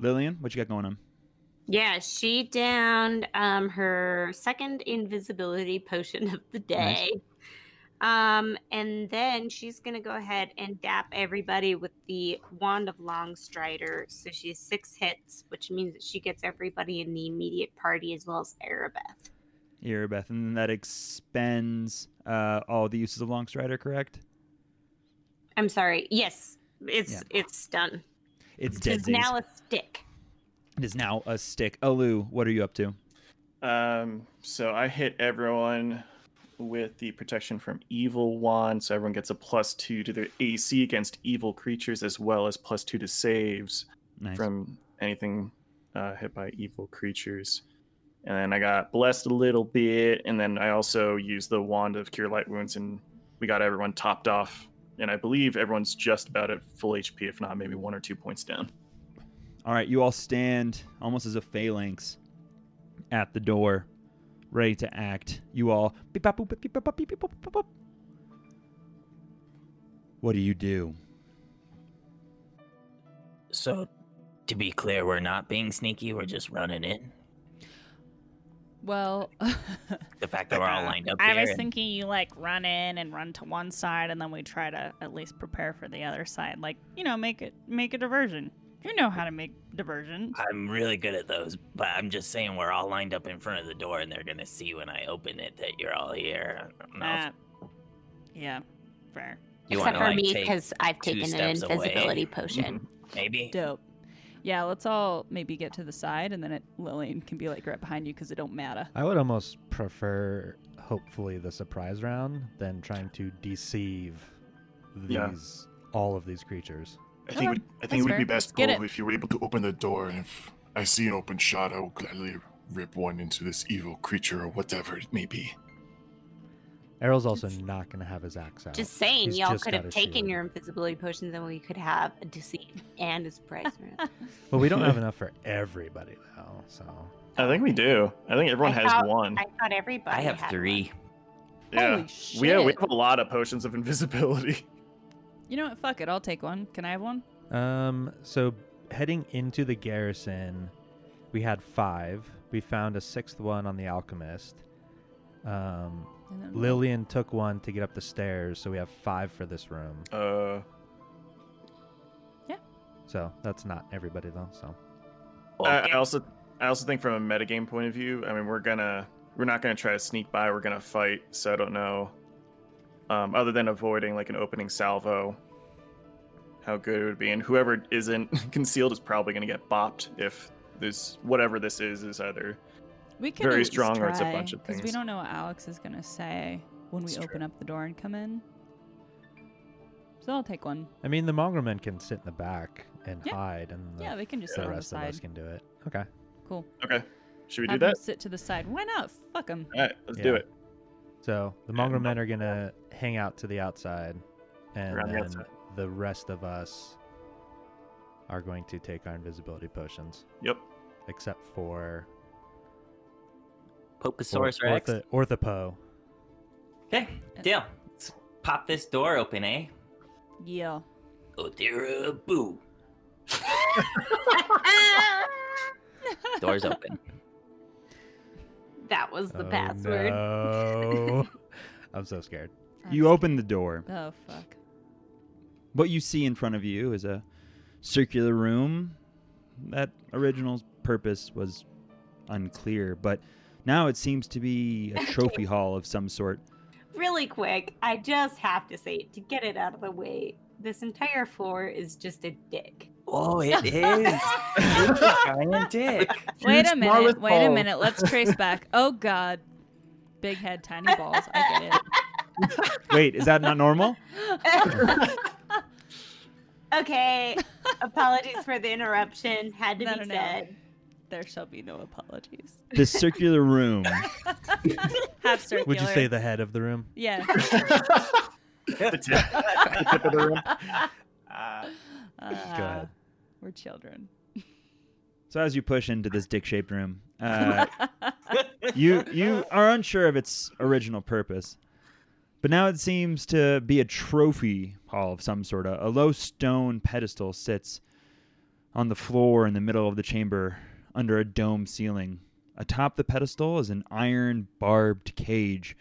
Speaker 1: Lillian, what you got going on?
Speaker 2: Yeah, she downed um, her second invisibility potion of the day. Um, and then she's going to go ahead and dap everybody with the Wand of Long Strider. So she has six hits, which means that she gets everybody in the immediate party as well as Erebeth.
Speaker 1: Erebeth, and then that expends uh, all the uses of Longstrider, correct?
Speaker 2: I'm sorry. Yes, it's it's done.
Speaker 1: It's dead.
Speaker 2: It's now a stick.
Speaker 1: it is now a stick. Alu, what are you up to?
Speaker 5: Um, so I hit everyone with the protection from evil wand, so everyone gets a plus two to their AC against evil creatures, as well as plus two to saves
Speaker 1: Nice.
Speaker 5: from anything uh, hit by evil creatures. And then I got blessed a little bit, and then I also used the wand of cure light wounds, and we got everyone topped off. And I believe everyone's just about at full HP, if not maybe one or two points down.
Speaker 1: All right, you all stand almost as a phalanx at the door, ready to act. You all. beep, bop, boop, beep, bop, bop, beep, beep, bop, bop, bop. What do you do?
Speaker 6: So, to be clear, we're not being sneaky. We're just running in.
Speaker 4: Well,
Speaker 6: The fact that
Speaker 7: *laughs*
Speaker 6: we're all *laughs* lined up
Speaker 7: I
Speaker 6: here
Speaker 7: was
Speaker 6: and-
Speaker 7: thinking you like run in and run to one side, and then we try to at least prepare for the other side. Like you know, make it make a diversion. You know how to make diversions.
Speaker 6: I'm really good at those, but I'm just saying we're all lined up in front of the door, and they're gonna see when I open it that you're all here. I don't know if
Speaker 7: Uh, yeah, fair.
Speaker 6: you
Speaker 2: Except
Speaker 6: wanna,
Speaker 2: for
Speaker 6: like,
Speaker 2: me,
Speaker 6: take-
Speaker 2: because I've
Speaker 6: two
Speaker 2: taken an
Speaker 6: steps away. *laughs* Mm-hmm.
Speaker 2: invisibility potion.
Speaker 6: maybe.
Speaker 4: dope. Yeah, let's all maybe get to the side, and then it, Lillian can be like right behind you because it don't matter.
Speaker 3: I would almost prefer, hopefully, the surprise round than trying to deceive these
Speaker 5: Yeah.
Speaker 3: all of these creatures.
Speaker 8: I
Speaker 4: Okay,
Speaker 8: think would, I
Speaker 4: that's
Speaker 8: think it would be
Speaker 4: fair.
Speaker 8: best
Speaker 4: Get it.
Speaker 8: probably Oh, if you were able to open the door, and if I see an open shot, I will gladly rip one into this evil creature or whatever it may be.
Speaker 3: Errol's also not going to have his axe out.
Speaker 2: Just saying,
Speaker 3: He's
Speaker 2: y'all
Speaker 3: just
Speaker 2: could
Speaker 3: got
Speaker 2: have
Speaker 3: a
Speaker 2: taken
Speaker 3: shield.
Speaker 2: your invisibility potions and we could have a deceit and a surprise
Speaker 6: *laughs*
Speaker 2: round.
Speaker 3: But we don't
Speaker 8: *laughs*
Speaker 3: have enough for everybody now, so
Speaker 5: I think we do. I think everyone
Speaker 2: I
Speaker 5: has
Speaker 2: thought-
Speaker 5: one.
Speaker 2: I thought everybody.
Speaker 6: I
Speaker 2: *laughs*
Speaker 6: have
Speaker 2: had
Speaker 6: three.
Speaker 5: yeah.
Speaker 4: Holy shit!
Speaker 5: We have, we have a lot of potions of invisibility. *laughs*
Speaker 4: You know what? Fuck it. I'll take one. Can I have one?
Speaker 3: Um, so heading into the garrison, we had five. We found a sixth one on the alchemist. Um,
Speaker 4: And then-
Speaker 3: Lillian took one to get up the stairs, so we have five for this room.
Speaker 5: Uh,
Speaker 3: So that's not everybody though. So
Speaker 5: I,
Speaker 6: Okay.
Speaker 5: I also I also think from a metagame point of view, I mean we're gonna we're not gonna try to sneak by, we're gonna fight, so I don't know. Um, other than avoiding like an opening salvo, how good it would be. And whoever isn't *laughs* concealed is probably gonna get bopped if there's whatever this is is either
Speaker 4: we can
Speaker 5: very
Speaker 4: at least
Speaker 5: strong or it's a
Speaker 4: try,
Speaker 5: bunch of
Speaker 4: 'cause We
Speaker 5: things.
Speaker 4: don't know what Alex is gonna say when we
Speaker 5: It's
Speaker 4: open up the door and come in. So I'll take one.
Speaker 3: I mean, the mongrelmen can sit in the back and
Speaker 4: Yeah.
Speaker 3: hide, and the,
Speaker 4: Yeah, they can just
Speaker 3: the
Speaker 4: sit on the
Speaker 3: rest of us
Speaker 4: side.
Speaker 3: can do it. Okay.
Speaker 4: Cool.
Speaker 5: Okay. Should we do
Speaker 4: Have them
Speaker 5: that?
Speaker 4: sit to the side. Why not? Fuck them.
Speaker 5: Alright, let's do
Speaker 3: Yeah.
Speaker 5: it.
Speaker 3: So the
Speaker 5: Yeah,
Speaker 3: mongrelmen are gonna hang out to the outside, and
Speaker 5: Around the
Speaker 3: then
Speaker 5: outside.
Speaker 3: the rest of us are going to take our invisibility potions.
Speaker 5: Yep.
Speaker 3: except for or-
Speaker 6: Poposaurus Rex.
Speaker 3: ortho- orthopo.
Speaker 6: Okay, deal. Let's pop this door open, eh?
Speaker 5: *laughs*
Speaker 4: Yeah. *laughs*
Speaker 6: Oh dear, uh, boo. Door's open.
Speaker 2: That was the
Speaker 3: Oh,
Speaker 2: password. *laughs*
Speaker 1: Oh,
Speaker 3: No. I'm so scared.
Speaker 1: You open the door.
Speaker 4: Oh fuck.
Speaker 1: What you see in front of you is a circular room. That original purpose was unclear, but now it seems to be a trophy hall of some sort.
Speaker 2: Really quick, I just have to say, to get it out of the way, this entire floor is just a dick. *laughs*
Speaker 6: Oh, it
Speaker 4: *laughs*
Speaker 6: is. It's a giant dick.
Speaker 4: Wait
Speaker 5: Huge
Speaker 4: a minute.
Speaker 5: Marlith
Speaker 4: Wait a
Speaker 5: ball.
Speaker 4: minute. Let's
Speaker 3: *laughs*
Speaker 6: *laughs*
Speaker 4: trace back. Oh god. Big head, tiny balls. I get
Speaker 1: Wait, is that not normal?
Speaker 4: it.
Speaker 2: Okay, apologies for the interruption. Had to
Speaker 4: No,
Speaker 2: be
Speaker 4: no, no.
Speaker 2: said.
Speaker 4: there shall be no apologies.
Speaker 1: This circular room.
Speaker 4: *laughs* Half circular.
Speaker 3: *laughs* Would you say the head of the room?
Speaker 6: *laughs*
Speaker 4: Yeah.
Speaker 5: the tip, the tip of the room.
Speaker 4: Uh,
Speaker 3: ahead.
Speaker 4: We're children.
Speaker 1: So as you push into this dick-shaped room, uh, you you are unsure of its original purpose, but now it seems to be a trophy hall of some sort. A, a low stone pedestal sits on the floor in the middle of the chamber under a dome ceiling. Atop the pedestal is an iron barbed cage.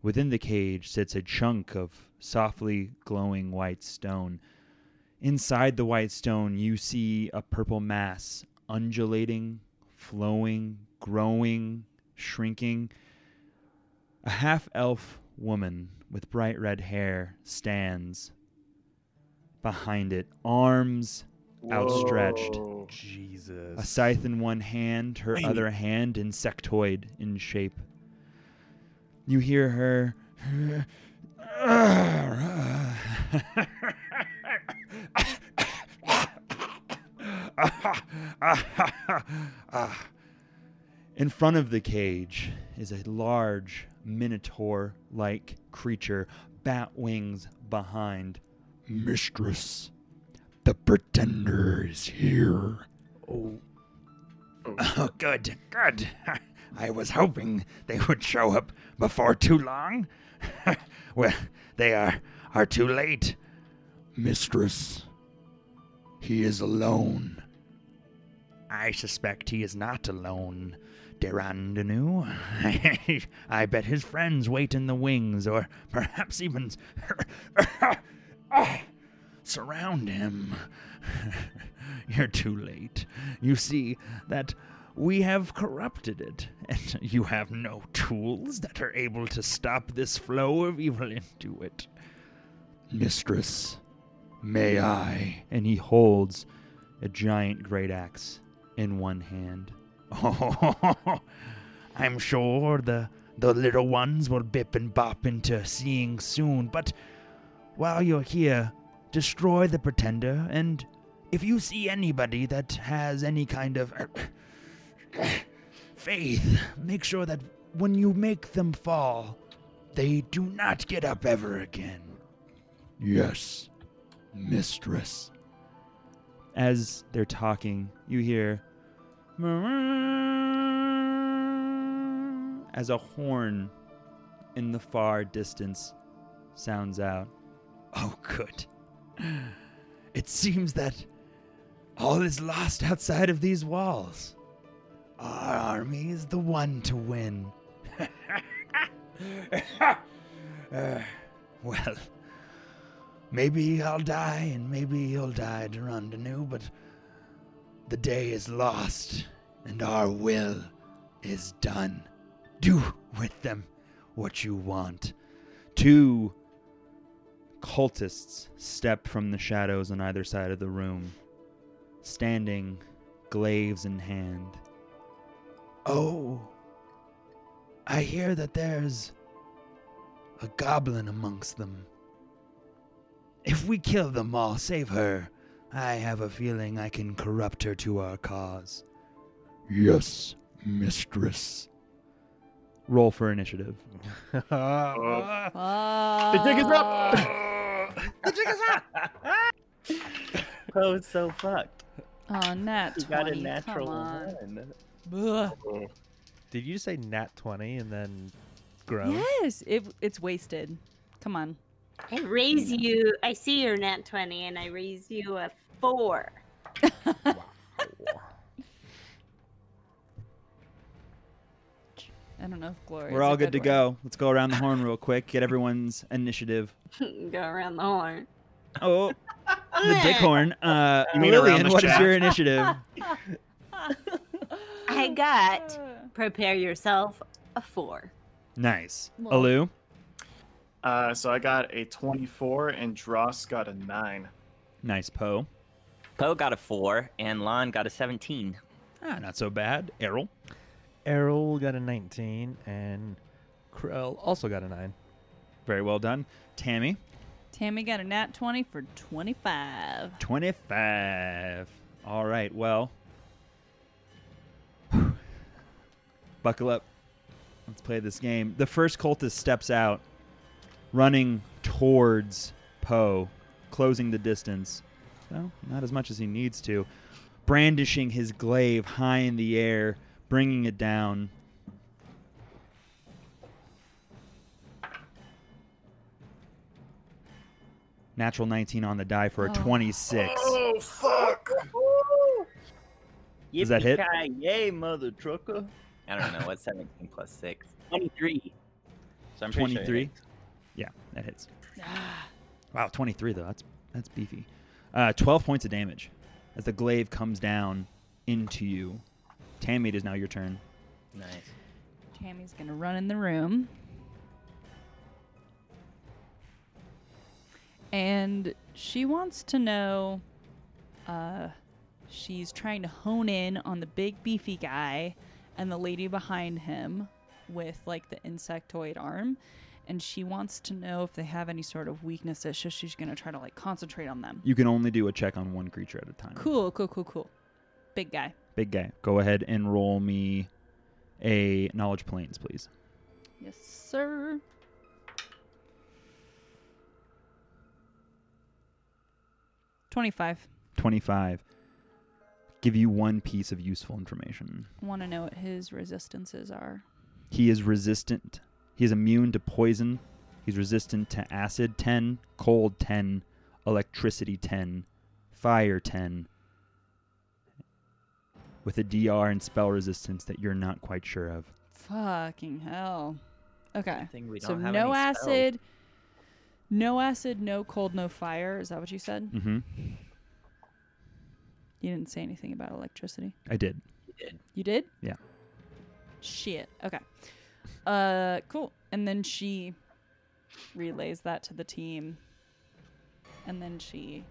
Speaker 1: Within the cage sits a chunk of softly glowing white stone. Inside the white stone, you see a purple mass undulating, flowing, growing, shrinking. A half elf woman with bright red hair stands behind it, arms outstretched,
Speaker 5: Whoa.
Speaker 3: Jesus.
Speaker 1: a scythe in one hand, her other hand insectoid in shape. You hear her. In front of the cage is a large minotaur like creature, bat wings behind. Mistress, the pretender is here. Oh, *laughs* good, good. I was hoping they would show up before too long. well, they are are too late. Mistress, he is alone. I suspect he is not alone, Durandanu. *laughs* I bet his friends wait in the wings, or perhaps even *laughs* surround him. *laughs* You're too late. You see that we have corrupted it, and you have no tools that are able to stop this flow of evil into it. Mistress, may I? And he holds a giant great axe in one hand. Oh, *laughs* I'm sure the the little ones will bip and bop into seeing soon, but while you're here, destroy the pretender, and if you see anybody that has any kind of *coughs* faith, make sure that when you make them fall, they do not get up ever again. Yes, mistress. As they're talking, you hear as a horn in the far distance sounds out. Oh, good. It seems that all is lost outside of these walls. Our army is the one to win. Uh, *sighs* well, maybe I'll die, and maybe you'll die, Durandanu, but the day is lost, and our will is done. Do with them what you want. Two cultists step from the shadows on either side of the room, standing, glaives in hand. Oh, I hear that there's a goblin amongst them. If we kill them all, save her, I have a feeling I can corrupt her to our cause. Yes, mistress. Roll for initiative.
Speaker 5: Oh.
Speaker 4: Oh.
Speaker 5: The jig is up.
Speaker 6: Oh, it's so fucked.
Speaker 4: Oh, nat
Speaker 6: You
Speaker 4: 20.
Speaker 6: got a natural
Speaker 4: Come on.
Speaker 6: one.
Speaker 4: Ugh.
Speaker 3: Did you say nat 20 and then groan?
Speaker 1: Oh.
Speaker 4: Yes, it, it's wasted. Come on.
Speaker 2: I raise you. I see your net twenty, and I raise you a four.
Speaker 4: I don't crown of glory.
Speaker 1: We're
Speaker 4: is a
Speaker 1: all good to
Speaker 4: word.
Speaker 1: go. Let's go around the horn real quick. Get everyone's initiative.
Speaker 2: *laughs* Go around the horn.
Speaker 5: *laughs*
Speaker 1: Oh, the dick horn. Uh,
Speaker 5: You mean around
Speaker 1: Lillian,
Speaker 5: the
Speaker 1: what is
Speaker 5: shaft?
Speaker 1: your *laughs* initiative?
Speaker 2: *laughs* I got prepare yourself a four.
Speaker 1: Nice.
Speaker 4: Well-
Speaker 1: Alu,
Speaker 5: Uh, so I got a 24 and Dross got a 9.
Speaker 1: nice. Poe,
Speaker 6: Poe got a four, and Lon got a 17.
Speaker 1: ah, not so bad. Errol,
Speaker 3: Errol got a 19, and Krell also got a 9.
Speaker 1: very well done. Tammy,
Speaker 4: Tammy got a nat 20 for 25.
Speaker 1: 25. All right, well. Buckle up. Let's play this game. The first cultist steps out, running towards Poe, closing the distance. Well, not as much as he needs to. Brandishing his glaive high in the air, bringing it down. Natural 19 on the die for a
Speaker 4: Oh.
Speaker 1: 26.
Speaker 8: Oh, fuck.
Speaker 1: Does that hit?
Speaker 9: Yay, mother trucker.
Speaker 6: I don't know what's 17 plus 6. 23. So I'm pretty sure it
Speaker 1: 23.
Speaker 6: hits.
Speaker 1: yeah, that hits. Wow, 23 though. That's that's beefy. Uh, 12 points of damage as the glaive comes down into you. Tammy, it is now your turn.
Speaker 6: Nice.
Speaker 4: Tammy's gonna run in the room. And she wants to know uh she's trying to hone in on the big beefy guy and the lady behind him with like the insectoid arm and she wants to know if they have any sort of weaknesses so she's going to try to like concentrate on them.
Speaker 1: You can only do a check on one creature at a time.
Speaker 4: Cool, cool, cool, cool. Big guy.
Speaker 1: Big guy, go ahead and roll me a knowledge planes, please.
Speaker 4: Yes, sir. Twenty-five.
Speaker 1: 25. Give you one piece of useful information.
Speaker 4: Want to know what his resistances are?
Speaker 1: He is resistant. He is immune to poison. He's resistant to acid 10, cold 10, electricity 10, fire 10. With a DR and spell resistance that you're not quite sure of.
Speaker 4: Fucking hell. Okay.
Speaker 6: Thing we
Speaker 4: So
Speaker 6: don't have any
Speaker 4: no
Speaker 6: spells.
Speaker 4: acid. No acid. No cold. No fire. Is that what you said?
Speaker 1: Mm hmm.
Speaker 4: You didn't say anything about electricity.
Speaker 1: I did.
Speaker 4: You did?
Speaker 1: Yeah.
Speaker 4: Shit. Okay. Uh cool. And then she relays that to the team. And then she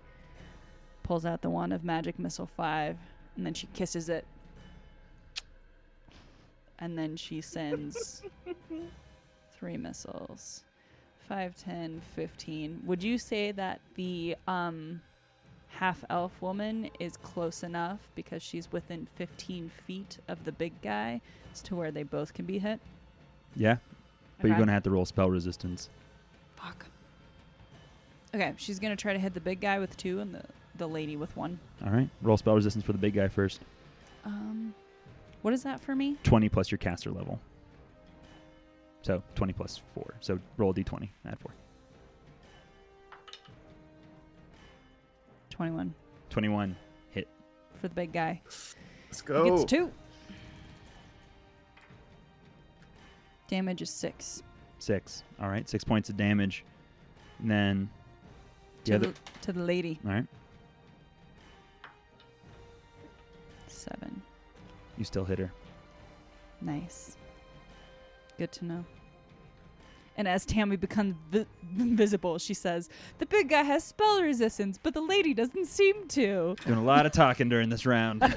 Speaker 4: pulls out the wand of magic missile 5 and then she kisses it. And then she sends three missiles. 5 10 15. Would you say that the um half elf woman is close enough because she's within 15 feet of the big guy as to where they both can be hit.
Speaker 1: Yeah. But you're
Speaker 4: Okay.
Speaker 1: going to have to roll spell resistance.
Speaker 4: Fuck. Okay, she's gonna try to hit the big guy with two and the, the lady with one.
Speaker 1: All right. Roll spell resistance for the big guy first.
Speaker 4: Um, what is that for me?
Speaker 1: 20 plus your caster level. So 20 plus 4. So roll a d20. Add 4.
Speaker 4: 21
Speaker 1: 21.
Speaker 4: for the big guy.
Speaker 5: Let's
Speaker 4: He
Speaker 5: go.
Speaker 4: gets two. Damage is six.
Speaker 1: Six. All right, six points of damage. And then the
Speaker 4: To,
Speaker 1: other.
Speaker 4: the, to the lady.
Speaker 1: All right,
Speaker 4: Seven.
Speaker 1: you still hit her.
Speaker 4: Nice. Good to know. And as Tammy becomes vi- visible, she says, The big guy has spell resistance, but the lady doesn't seem to.
Speaker 1: Doing a lot of talking during this round.
Speaker 4: *laughs*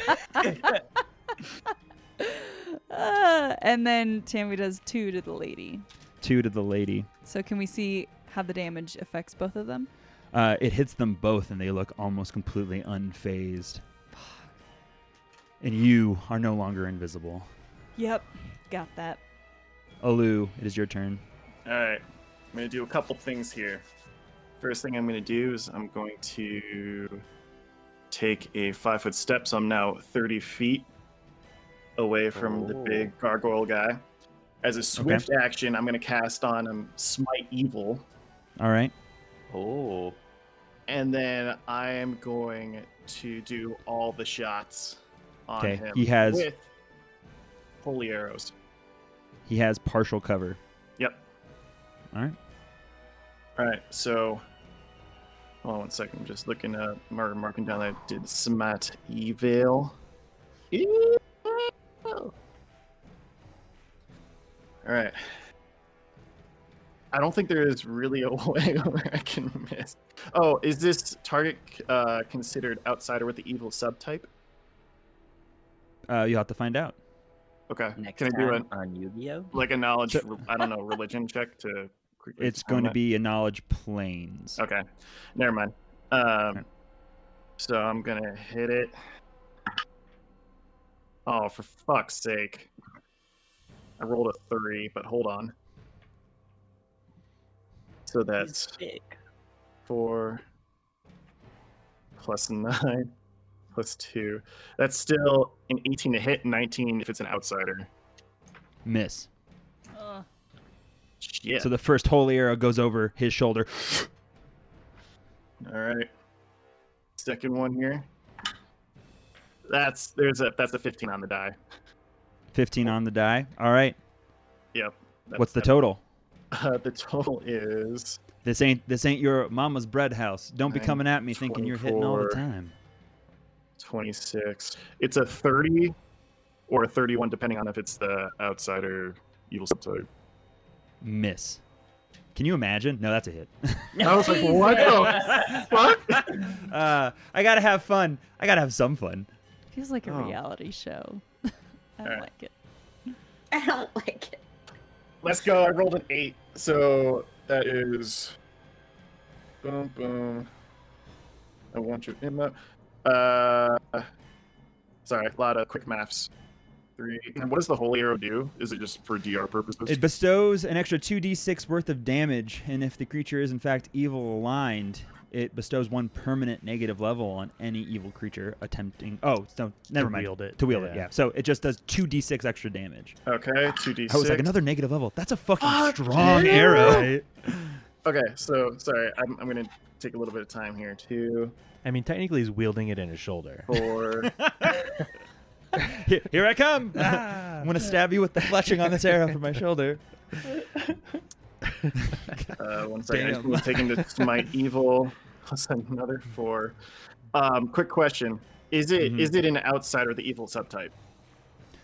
Speaker 4: Ah, and then Tammy does two to the lady.
Speaker 1: Two to the lady.
Speaker 4: So can we see how the damage affects both of them?
Speaker 1: Uh, it hits them both, and they look almost completely unfazed. And you are no longer invisible.
Speaker 4: Yep. Got that.
Speaker 1: Alu, it is your turn.
Speaker 5: All right. I'm going to do a couple things here. First thing I'm going to do is I'm going to take a five foot step. So I'm now 30 feet away from the big gargoyle guy. As a swift action, I'm going to cast on him Smite Evil.
Speaker 1: All right.
Speaker 9: Oh.
Speaker 5: And then I am going to do all the shots on
Speaker 1: Okay,
Speaker 5: him.
Speaker 1: he has-
Speaker 5: With holy arrows.
Speaker 1: He has partial cover.
Speaker 5: Yep.
Speaker 1: All right.
Speaker 5: All right, so hold on one second. I'm just looking at mar- marking down that I did smite evil. Evil. All right. I don't think there is really a *laughs* way where I can miss. Oh, is this target uh, considered outsider with the evil subtype?
Speaker 1: Uh, you'll have to find out.
Speaker 5: Okay.
Speaker 6: Next
Speaker 5: can I do
Speaker 6: time
Speaker 5: a
Speaker 6: on Yu-Gi-Oh.
Speaker 5: like a knowledge?
Speaker 1: So-
Speaker 5: I don't know religion check
Speaker 1: *laughs*
Speaker 5: to. quickly
Speaker 1: It's
Speaker 5: determine
Speaker 1: going to
Speaker 5: it?
Speaker 1: be a knowledge planes.
Speaker 5: Okay, never mind. Um,
Speaker 1: Okay.
Speaker 5: so I'm gonna hit it. Oh, for fuck's sake! I rolled a three, but hold on. So that's four plus nine *laughs* plus two. That's still an 18 to hit, 19 if it's an outsider.
Speaker 1: Miss.
Speaker 7: Ugh.
Speaker 5: Shit.
Speaker 1: So the first holy arrow goes over his shoulder.
Speaker 5: All right. Second one here. That's there's a that's a 15 on the die.
Speaker 1: 15 on the die. All right.
Speaker 5: Yep. That's
Speaker 1: What's the
Speaker 5: that.
Speaker 1: total?
Speaker 5: *laughs* Uh, the total is
Speaker 1: This ain't this ain't your mama's bread house. Don't be
Speaker 5: Nine,
Speaker 1: coming at me thinking you're hitting all the
Speaker 5: 24.
Speaker 1: time.
Speaker 5: 26. It's a 30 or a 31, depending on if it's the outsider evil subtype.
Speaker 1: Miss. Can you imagine? No, that's a hit.
Speaker 5: I was like, what the fuck?
Speaker 1: *laughs* uh, I gotta have fun. I gotta have some fun.
Speaker 4: Feels like a
Speaker 5: Oh.
Speaker 4: reality show. *laughs* I
Speaker 5: Alright.
Speaker 4: like it.
Speaker 2: I don't like it.
Speaker 5: Let's go. I rolled an eight.
Speaker 8: So that is. Boom, boom.
Speaker 5: I want your inlet. Uh, sorry, a lot of quick maths. Three. And what does the holy arrow do? Is it just for DR purposes?
Speaker 1: It bestows an extra 2d6 worth of damage, and if the creature is in fact evil aligned, it bestows one permanent negative level on any evil creature attempting. Oh, no, never mind.
Speaker 3: wield it,
Speaker 1: To wield it,
Speaker 3: yeah.
Speaker 1: yeah. So it just does 2d6 extra damage.
Speaker 5: okay, two Ah. d6.
Speaker 1: I was like, another negative level. That's a fucking
Speaker 5: Fuck
Speaker 1: strong
Speaker 5: yeah!
Speaker 4: *laughs*
Speaker 1: arrow.
Speaker 5: *laughs* Okay, so sorry, I'm, I'm gonna take a little bit of time here. Two,
Speaker 3: I mean, technically, he's wielding it in his shoulder. *laughs*
Speaker 5: four.
Speaker 1: Here, here I come. *laughs* I'm going to stab you with the *laughs* fletching on this arrow from my shoulder.
Speaker 5: Uh, one second. I just
Speaker 1: Damn.
Speaker 5: need to take him to smite evil. Plus another four. Um, quick question: Is it is
Speaker 1: Mhm.
Speaker 5: it an outsider the evil subtype?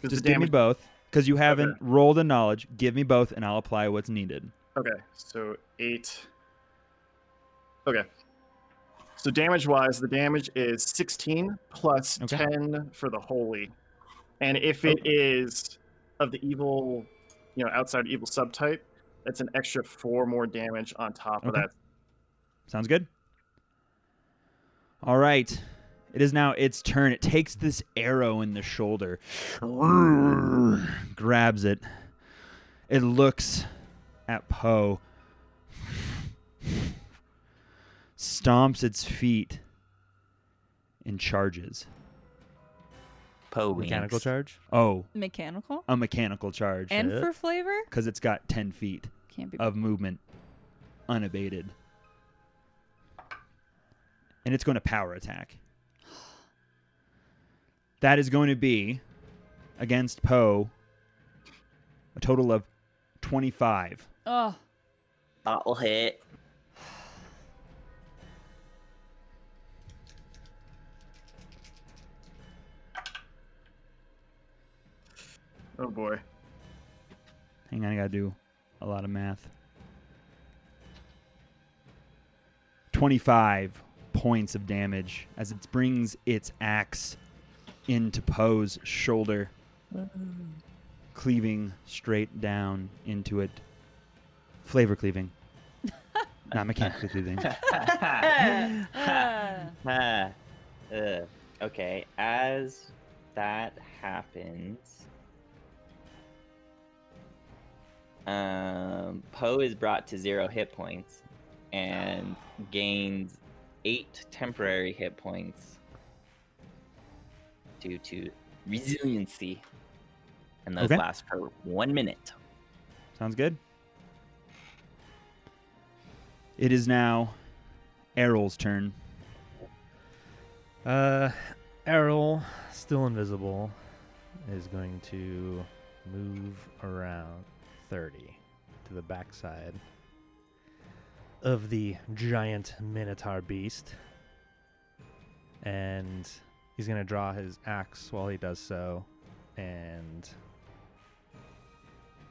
Speaker 5: 'Cause
Speaker 1: Just
Speaker 5: the
Speaker 1: give me
Speaker 5: damage.
Speaker 1: both, because you haven't
Speaker 5: Okay.
Speaker 1: rolled a knowledge. Give me both, and I'll apply what's needed.
Speaker 5: Okay, so eight. Okay. So damage wise, the damage is sixteen plus
Speaker 1: Okay.
Speaker 5: ten for the holy, and if it is of the evil, you know, outside evil subtype, that's an extra four more damage on top of
Speaker 1: Okay.
Speaker 5: that.
Speaker 1: Sounds good. All right. It is now its turn. It takes this arrow in the shoulder, grabs it. It looks at Poe, stomps its feet, and charges.
Speaker 6: Poe
Speaker 3: Mechanical
Speaker 6: winks.
Speaker 3: charge.
Speaker 1: Oh,
Speaker 4: Mechanical
Speaker 1: a mechanical charge.
Speaker 4: and
Speaker 3: Shit.
Speaker 4: for flavor
Speaker 1: Because it's got 10 feet
Speaker 4: can't be.
Speaker 1: of movement unabated. And it's going to power attack. That is going to be against Poe a total of 25.
Speaker 4: Oh,
Speaker 6: That'll hit.
Speaker 5: Oh boy.
Speaker 1: Hang on, I got to do a lot of math. 25 points of damage as it brings its axe into Poe's shoulder, cleaving straight down into it. Flavor cleaving. Not mechanically
Speaker 6: *laughs*
Speaker 1: cleaving.
Speaker 4: uh,
Speaker 6: Ah, ugh. okay, as that happens, um, Poe is brought to zero hit points and gains eight temporary hit points due to resiliency, and those
Speaker 1: Okay.
Speaker 6: last for one minute.
Speaker 1: Sounds good. It is now Errol's turn.
Speaker 3: Uh, Errol, still invisible, is going to move around 30 to the backside of the giant minotaur beast. And he's going to draw his axe while he does so. And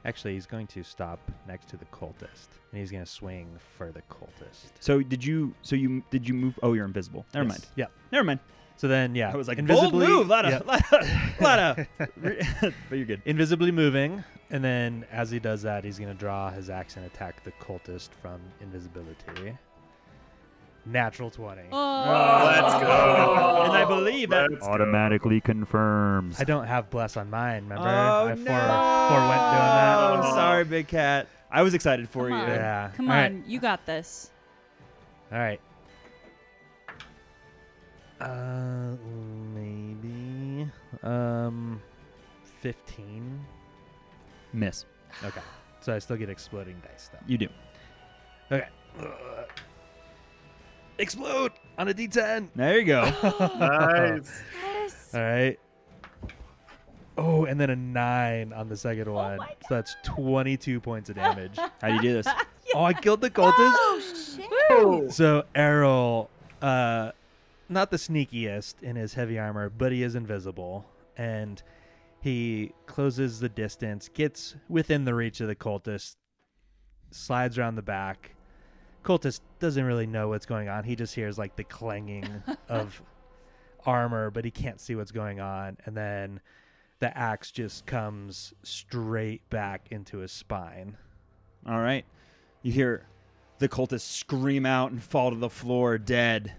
Speaker 3: actually, he's going to stop next to the cultist. And he's going to swing for the cultist.
Speaker 1: So did you? So you did you move? Oh, you're invisible. Never mind.
Speaker 3: Yeah.
Speaker 1: Never mind.
Speaker 3: So then, yeah.
Speaker 1: I was like,
Speaker 3: invisibly.
Speaker 1: bold move, lot of,
Speaker 3: yeah.
Speaker 1: lot
Speaker 3: *laughs*
Speaker 1: of, lot of. *laughs* but you're good.
Speaker 3: invisibly moving, and then as he does that, he's gonna draw his axe and attack the cultist from invisibility. Natural twenty.
Speaker 7: Oh.
Speaker 5: Oh, Let's
Speaker 3: *laughs*
Speaker 5: go.
Speaker 1: Oh, and I believe that
Speaker 5: Let's go.
Speaker 1: automatically confirms.
Speaker 3: I don't have bless on mine. Remember, I
Speaker 1: Oh, no.
Speaker 3: fore- forewent doing that.
Speaker 1: Oh, sorry, big cat. I was excited for
Speaker 7: Come
Speaker 1: you.
Speaker 7: on.
Speaker 3: Yeah.
Speaker 7: Come
Speaker 3: All right.
Speaker 7: on, you got this.
Speaker 3: All right. Uh, maybe um, fifteen.
Speaker 1: Miss.
Speaker 3: Okay, so I still get exploding dice though.
Speaker 1: You do.
Speaker 3: Okay. Ugh. Uh, Explode on a D10.
Speaker 1: There
Speaker 3: *laughs*
Speaker 1: you go. *laughs*
Speaker 5: Nice.
Speaker 7: Yes.
Speaker 3: All right. Oh, and then a nine on the second one.
Speaker 7: Oh my
Speaker 3: so that's 22 points of
Speaker 7: *laughs*
Speaker 3: damage.
Speaker 1: How do you do this?
Speaker 3: oh, I killed the cultist.
Speaker 7: Oh, Woo!
Speaker 3: So Errol, uh, not the sneakiest in his heavy armor, but he is invisible, and he closes the distance, gets within the reach of the cultist, slides around the back. Cultist doesn't really know what's going on. He just hears like
Speaker 6: *laughs*
Speaker 3: the clanging of armor, but he can't see what's going on. And then the axe just comes straight back into his spine.
Speaker 1: All right. You hear the cultists scream out and fall to the floor dead.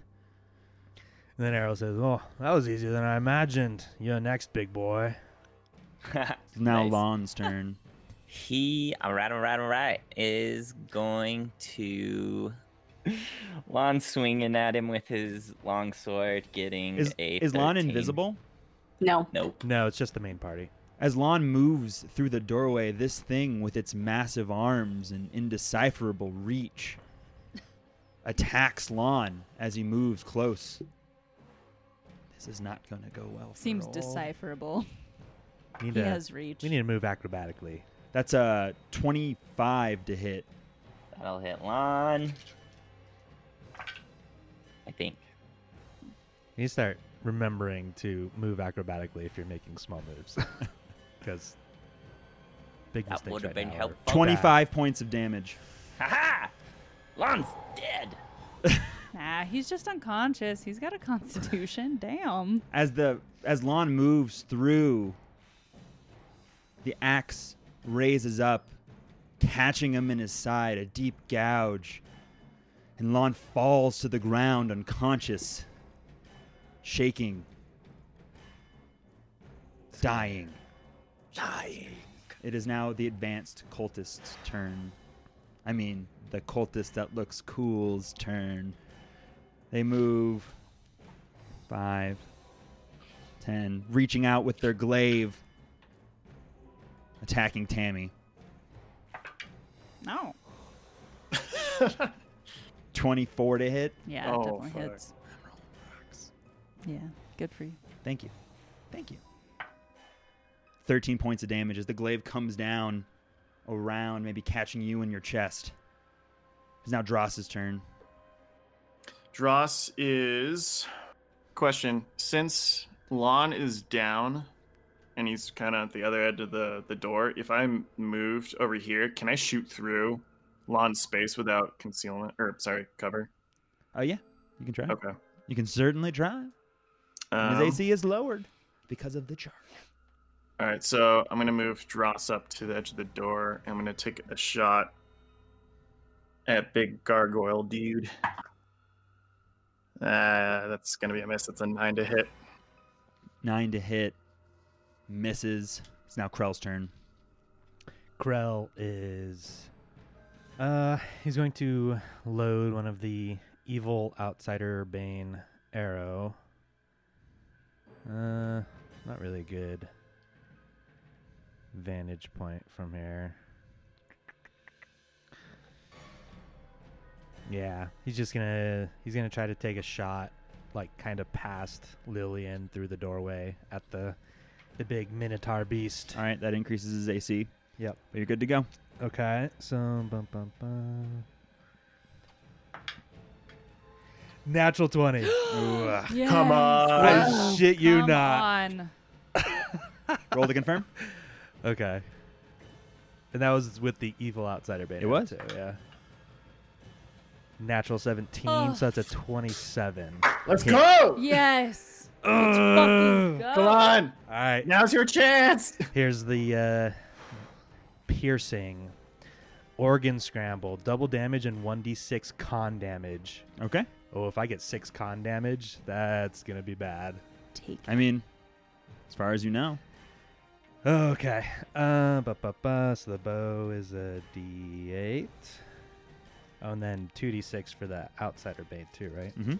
Speaker 3: And then Errol says, "Oh, that was easier than I imagined. You're next, big boy."
Speaker 1: Now
Speaker 6: Nice.
Speaker 1: Lon's turn.
Speaker 6: He, all right, all right, all right, is going to Lon swinging at him with his long sword, getting
Speaker 1: Is,
Speaker 6: a.
Speaker 1: is Lon
Speaker 6: 13.
Speaker 1: invisible?
Speaker 2: No.
Speaker 6: Nope.
Speaker 3: No, it's just the main party.
Speaker 1: As Lon moves through the doorway, this thing with its massive arms and indecipherable reach attacks Lon as he moves close. This is not going to go well. For
Speaker 4: Seems
Speaker 1: Ol.
Speaker 4: decipherable.
Speaker 3: We need
Speaker 4: He
Speaker 3: to,
Speaker 4: has reach.
Speaker 3: we need to move acrobatically.
Speaker 1: That's a 25 to hit.
Speaker 6: That'll hit Lon. I think.
Speaker 3: You need to start remembering to move acrobatically if you're making small moves, *laughs* because big
Speaker 6: That
Speaker 3: mistakes
Speaker 6: would've
Speaker 3: right
Speaker 6: been
Speaker 3: now are
Speaker 6: helpful.
Speaker 3: bad.
Speaker 1: 25 points of damage.
Speaker 6: Haha! Lon's dead!
Speaker 4: *laughs*
Speaker 7: Nah, he's just unconscious. He's got a constitution. Damn.
Speaker 1: as the as Lon moves through, the axe raises up, catching him in his side, a deep gouge, and Lon falls to the ground unconscious, shaking, dying. Dying. It is now the advanced cultist's turn. I mean, the cultist that looks cool's turn. They move five, 10, reaching out with their glaive, attacking Tammy.
Speaker 7: No.
Speaker 1: 24 to hit.
Speaker 7: Yeah, that
Speaker 5: Oh,
Speaker 7: definitely
Speaker 5: fuck.
Speaker 7: hits. Yeah, good for you.
Speaker 1: Thank you. Thank you. 13 points of damage as the glaive comes down around, maybe catching you in your chest. It's now Dross's turn.
Speaker 5: Dross is. Question: Since Lon is down, and he's kind of at the other end of the the door, if I'm moved over here, can I shoot through Lon's space without concealment or sorry, cover?
Speaker 1: Oh, yeah. You can try.
Speaker 5: Okay.
Speaker 1: You can certainly try. And
Speaker 5: Um,
Speaker 1: his AC is lowered because of the charge.
Speaker 5: All right, so I'm gonna move Dross up to the edge of the door. I'm gonna take a shot at big gargoyle dude. Uh, that's gonna be a miss. That's a nine to hit.
Speaker 1: Nine to hit. Misses. It's now Krell's turn.
Speaker 3: Krell is. Uh, he's going to load one of the evil outsider bane arrow. Uh, not really a good vantage point from here. Yeah, he's just gonna he's gonna try to take a shot, like kind of past Lillian through the doorway at the the big minotaur beast.
Speaker 1: All right, that increases his AC.
Speaker 3: Yep.
Speaker 1: But you're good to go.
Speaker 3: Okay, so bum, bum, bum.
Speaker 4: *gasps*
Speaker 3: natural twenty. Ugh.
Speaker 5: Come on.
Speaker 3: I shit you
Speaker 4: Oh, Come
Speaker 3: not.
Speaker 4: on.
Speaker 1: Roll to confirm.
Speaker 3: Okay. And that was with the evil outsider beta.
Speaker 1: It was?
Speaker 3: too, yeah. Natural 17,
Speaker 4: Oh.
Speaker 3: so that's a 27.
Speaker 5: Let's go.
Speaker 4: Yes.
Speaker 3: Let's
Speaker 4: Fucking go.
Speaker 5: Come on.
Speaker 3: All right,
Speaker 5: Now's your chance.
Speaker 3: here's the uh, piercing, organ scramble, double damage, and 1d6 con damage.
Speaker 1: Okay.
Speaker 3: Oh, if I get six con damage, that's going to be bad.
Speaker 4: Take
Speaker 1: I mean, as far as you know,
Speaker 3: Okay. Uh, ba, ba, ba. So the bow is a d8. Oh, and then 2d6 for the outsider bait, too, right?
Speaker 1: Mhm.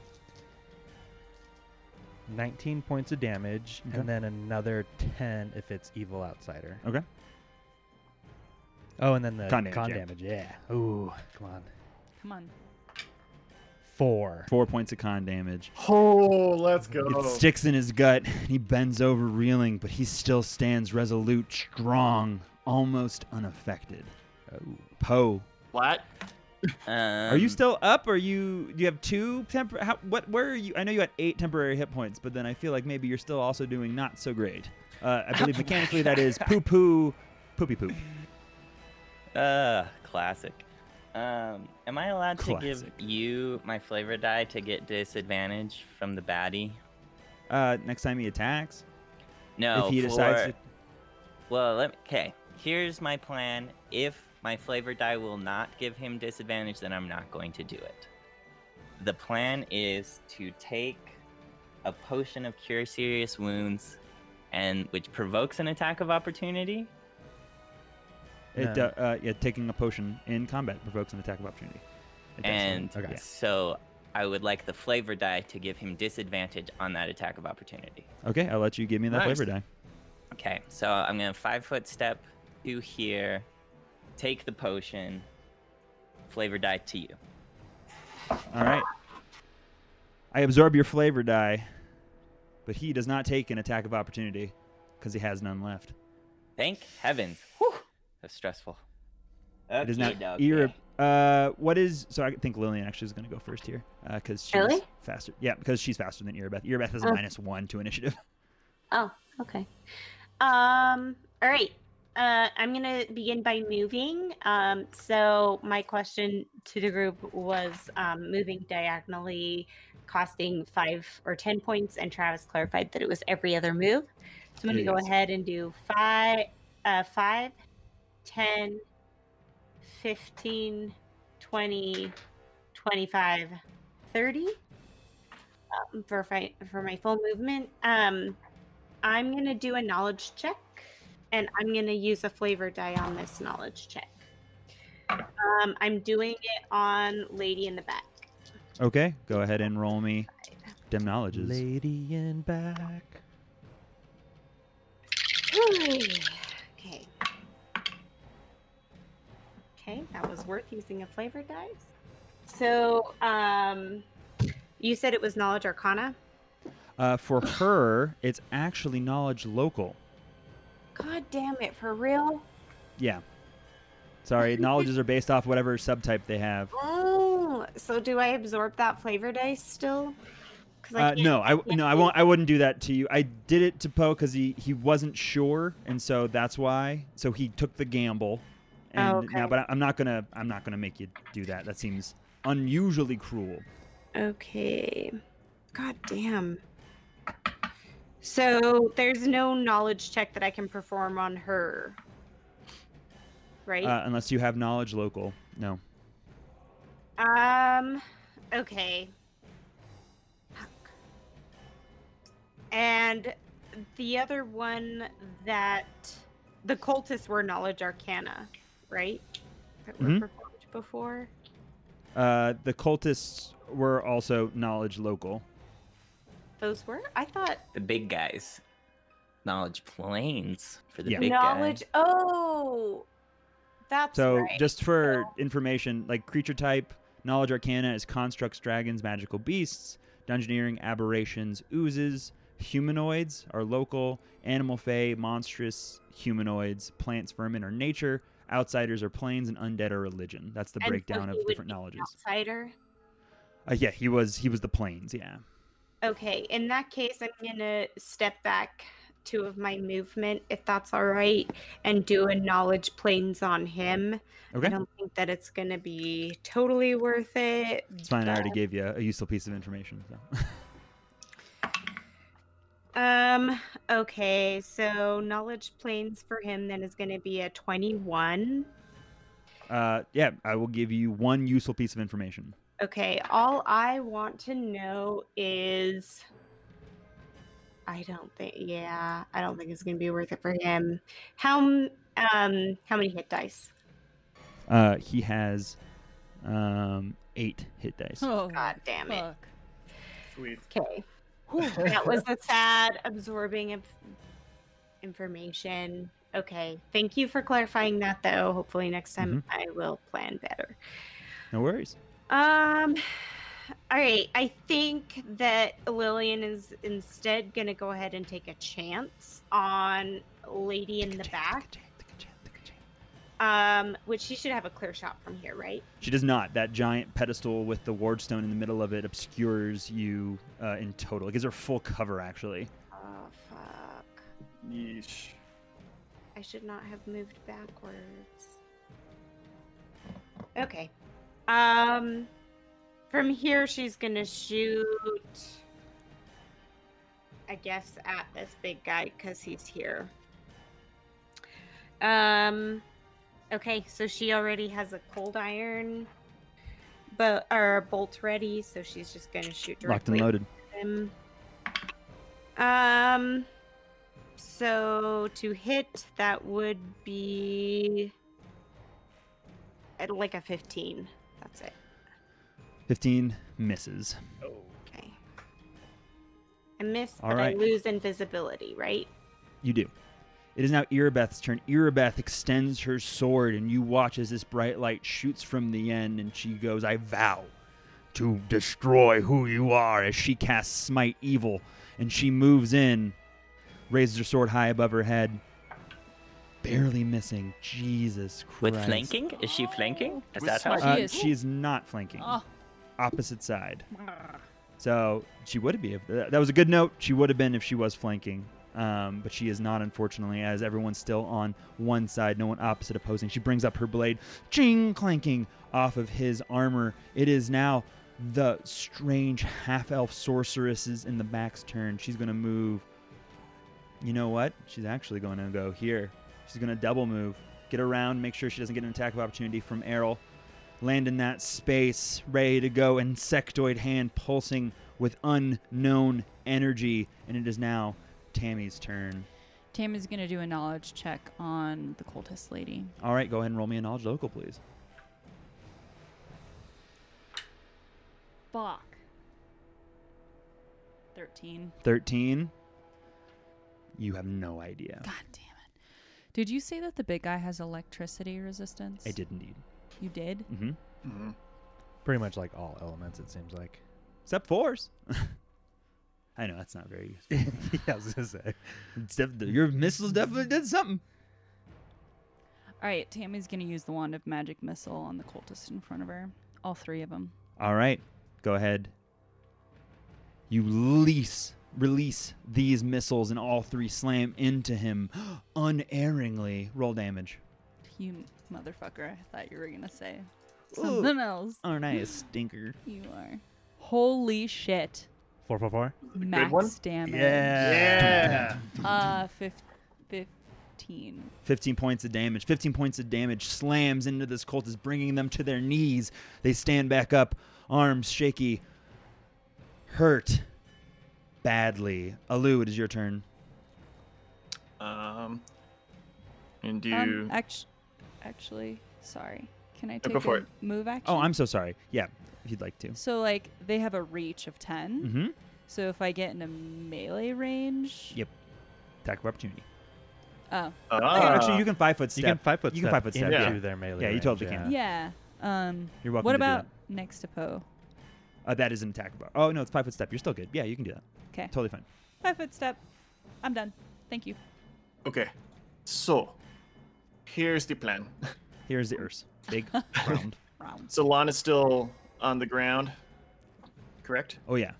Speaker 3: 19 points of damage,
Speaker 1: Okay.
Speaker 3: and then another 10 if it's evil outsider.
Speaker 1: Okay.
Speaker 3: Oh, and then the
Speaker 1: Con
Speaker 3: con
Speaker 1: damage,
Speaker 3: damage.
Speaker 1: yeah.
Speaker 3: yeah. Ooh, come on.
Speaker 4: Come on.
Speaker 3: Four.
Speaker 1: four points of con damage.
Speaker 5: Oh, let's go.
Speaker 1: It sticks in his gut, and he bends over, reeling, but he still stands resolute, strong, almost unaffected.
Speaker 3: Oh.
Speaker 1: Poe,
Speaker 5: Flat.
Speaker 6: Um,
Speaker 1: are you still up? Or you you have two temp? How, what? Where are you? I know you had eight temporary hit points, but then I feel like maybe you're still also doing not so great. Uh, I believe mechanically
Speaker 6: *laughs*
Speaker 1: that is poo poo, poopy poop.
Speaker 6: Uh, classic. Um, am I allowed to give
Speaker 1: Classic. you
Speaker 6: you my flavor die to get disadvantage from the baddie?
Speaker 1: Uh, next time he attacks,
Speaker 6: No.
Speaker 1: if he
Speaker 6: for-
Speaker 1: decides to
Speaker 6: Well, let me. Okay, here's my plan. If my flavor die will not give him disadvantage, then I'm not going to do it. The plan is to take a potion of cure serious wounds, and which provokes an attack of opportunity.
Speaker 1: It,
Speaker 3: No.
Speaker 1: uh, uh, yeah, taking a potion in combat provokes an attack of opportunity. It does.
Speaker 6: And
Speaker 3: Okay.
Speaker 6: so I would like the flavor die to give him disadvantage on that attack of opportunity.
Speaker 1: okay, I'll let you give me that
Speaker 5: Nice.
Speaker 1: flavor die.
Speaker 6: Okay, so I'm gonna five foot step to here, take the potion, flavor die to you.
Speaker 1: All right. I absorb your flavor die, but he does not take an attack of opportunity because he has none left.
Speaker 6: Thank heavens. Whew, that's stressful. Okay,
Speaker 1: It is not irre- uh, what is so? I think Lillian actually is going to go first here because she's
Speaker 2: Really?
Speaker 1: faster. Yeah, because she's faster than Irabeth. Irabeth has a
Speaker 2: Oh.
Speaker 1: minus one to initiative. *laughs*
Speaker 2: Oh, okay. Um, all right. Uh, I'm gonna begin by moving. Um, so my question to the group was um, moving diagonally, costing five or ten points, and Travis clarified that it was every other move. So I'm gonna
Speaker 1: It
Speaker 2: go
Speaker 1: is.
Speaker 2: ahead and do five, uh, five, ten, fifteen, twenty, twenty-five, thirty um, for fi- for my full movement. Um, I'm gonna do a knowledge check, and I'm gonna use a flavor die on this knowledge check. Um, I'm doing it on Lady in the Back.
Speaker 1: Okay, go ahead and roll me dim knowledges.
Speaker 3: Lady in back.
Speaker 2: okay. Okay, that was worth using a flavor die. So, um, you said it was knowledge arcana.
Speaker 1: Uh, for her, it's actually knowledge local.
Speaker 2: God damn it, for real?
Speaker 1: Yeah. Sorry, knowledges are based off whatever subtype they have.
Speaker 2: Oh, so do I absorb that flavor dice still? 'Cause I
Speaker 1: Uh,
Speaker 2: can't-
Speaker 1: no, I
Speaker 2: can't
Speaker 1: no, I
Speaker 2: do-
Speaker 1: won't. I wouldn't do that to you. I did it to Poe because he he wasn't sure, and so that's why. So he took the gamble. And
Speaker 2: Oh,
Speaker 1: now,
Speaker 2: okay.
Speaker 1: but I, I'm not gonna. I'm not gonna make you do that. That seems unusually cruel.
Speaker 2: Okay. God damn. So there's no knowledge check that I can perform on her. Right?
Speaker 1: Uh, unless you have knowledge local. No.
Speaker 2: um okay. Fuck. And the other one that the cultists were knowledge arcana, right? That were
Speaker 1: Mhm.
Speaker 2: performed before.
Speaker 1: Uh, the cultists were also knowledge local.
Speaker 2: Those were? I thought
Speaker 6: The big guys. Knowledge planes for the
Speaker 1: Yeah.
Speaker 6: big
Speaker 2: knowledge. Oh, that's
Speaker 1: So
Speaker 2: right.
Speaker 1: just for information, like creature type, knowledge arcana is constructs, dragons, magical beasts, dungeoneering, aberrations, oozes. Humanoids are local, animal fae, monstrous humanoids, plants, vermin are nature, outsiders are planes, and undead are religion. That's the
Speaker 2: And so
Speaker 1: breakdown
Speaker 2: he
Speaker 1: of
Speaker 2: would
Speaker 1: different
Speaker 2: be an
Speaker 1: knowledges.
Speaker 2: Outsider.
Speaker 1: Uh, yeah, he was he was the planes, yeah.
Speaker 2: Okay, in that case, I'm gonna step back two of my movement, if that's all right, and do a knowledge planes on him.
Speaker 1: Okay.
Speaker 2: I don't think that it's gonna be totally worth it.
Speaker 1: It's fine, I already gave you a, a useful piece of information. So. *laughs*
Speaker 2: Um. Okay, so knowledge planes for him then is gonna be a twenty-one.
Speaker 1: Uh, yeah, I will give you one useful piece of information.
Speaker 2: Okay, all I want to know is I don't think yeah, I don't think it's going to be worth it for him. How m- um how many hit dice?
Speaker 1: Uh, he has um, eight hit dice.
Speaker 4: Oh,
Speaker 2: God damn it.
Speaker 4: fuck.
Speaker 5: Sweet.
Speaker 2: Okay. That was
Speaker 4: *laughs*
Speaker 2: a sad absorbing of information. Okay. Thank you for clarifying that though. Hopefully next time I will plan better.
Speaker 1: No worries.
Speaker 2: Um all right, I think that Lillian is instead going to go ahead and take a chance on Lady in the back. Um which she should have a clear shot from here, right?
Speaker 1: She does not. That giant pedestal with the wardstone in the middle of it obscures you uh, in total. It gives her full cover, actually.
Speaker 2: Oh fuck.
Speaker 5: Yeesh.
Speaker 2: I should not have moved backwards. Okay. Um from here she's going to shoot I guess at this big guy cuz he's here. Um okay, so she already has a cold iron but or a bolt ready, so she's just going to shoot
Speaker 1: Locked and
Speaker 2: directly
Speaker 1: loaded.
Speaker 2: him. Um, so to hit, that would be at like a 15. That's it.
Speaker 1: 15 misses.
Speaker 2: Okay. I miss,
Speaker 1: All
Speaker 2: but
Speaker 1: right.
Speaker 2: I lose invisibility, right?
Speaker 1: You do. It is now Erebeth's turn. Erebeth extends her sword, and you watch as this bright light shoots from the end, and she goes, I vow to destroy who you are, as she casts Smite Evil. And she moves in, raises her sword high above her head, barely missing. Jesus Christ.
Speaker 6: With flanking? Is she flanking? Is
Speaker 8: With
Speaker 6: that how?
Speaker 8: smite.
Speaker 1: Uh,
Speaker 4: She is-
Speaker 1: she is not flanking.
Speaker 4: Oh.
Speaker 1: Opposite side. So she would be. If, that was a good note. She would have been if she was flanking. Um, but she is not, unfortunately, as everyone's still on one side, no one opposite opposing. She brings up her blade, ching, clanking off of his armor. It is now the strange half elf sorceresses in the back's turn. She's going to move. You know what? She's actually going to go here. She's going to double move, get around, make sure she doesn't get an attack of opportunity from Errol land in that space, ready to go, insectoid hand pulsing with unknown energy. And it is now Tammy's turn.
Speaker 4: Tam is gonna do a knowledge check on the cultist lady.
Speaker 1: All right, go ahead and roll me a knowledge local, please.
Speaker 4: Fuck. Thirteen.
Speaker 1: 13. You have no idea. *laughs*
Speaker 4: God damn it. Did you say that the big guy has electricity resistance?
Speaker 1: I did indeed.
Speaker 4: You did?
Speaker 1: Mm-hmm.
Speaker 5: Mhm.
Speaker 3: Pretty much like all elements, it seems like.
Speaker 1: Except force. *laughs* I know, that's not very useful.
Speaker 3: *laughs* yeah, I was gonna say.
Speaker 1: It's def- your missiles definitely did something.
Speaker 4: All right, Tammy's gonna use the wand of magic missile on the cultist in front of her. All three of them.
Speaker 1: All right, go ahead. You lease, release these missiles, and all three slam into him unerringly. Roll damage.
Speaker 4: You motherfucker! I thought you were gonna say
Speaker 1: Ooh.
Speaker 4: something else. *laughs*
Speaker 1: Aren't I a stinker?
Speaker 4: You are. Holy shit!
Speaker 3: Four four four.
Speaker 4: Max
Speaker 5: one?
Speaker 4: damage.
Speaker 5: Yeah.
Speaker 4: Uh, fif- fifteen.
Speaker 1: 15 points of damage. 15 points of damage slams into this cultist, bringing them to their knees. They stand back up, arms shaky, hurt badly. Alu, it is your turn.
Speaker 5: Um. And do
Speaker 4: Um, act- actually, sorry. Can I take
Speaker 5: go for
Speaker 4: a
Speaker 5: it.
Speaker 4: move action?
Speaker 1: Oh, I'm so sorry. Yeah, if you'd like to.
Speaker 4: So like they have a reach of 10
Speaker 1: Mm hmm.
Speaker 4: So if I get in a melee range,
Speaker 1: Yep. Attack of opportunity.
Speaker 4: oh
Speaker 5: Ah,
Speaker 1: Actually, you can five foot step.
Speaker 3: You can five foot.
Speaker 1: You can
Speaker 3: step
Speaker 1: five foot step.
Speaker 3: into
Speaker 1: Yeah.
Speaker 3: their melee.
Speaker 1: Yeah, you
Speaker 3: range,
Speaker 1: totally can.
Speaker 4: yeah. Um,
Speaker 1: You're welcome
Speaker 4: what
Speaker 1: to do
Speaker 4: about
Speaker 1: that.
Speaker 4: next to Poe?
Speaker 1: Uh, that is an attack. bar. Oh no, it's five foot step. You're still good. Yeah, you can do that.
Speaker 4: Okay.
Speaker 1: Totally fine.
Speaker 10: Five foot step. I'm done. Thank you.
Speaker 5: Okay, so here's the plan. *laughs*
Speaker 1: Here's the Urs.
Speaker 2: *laughs*
Speaker 1: Big round.
Speaker 4: Round.
Speaker 5: So Lana's still on the ground, correct?
Speaker 1: Oh yeah.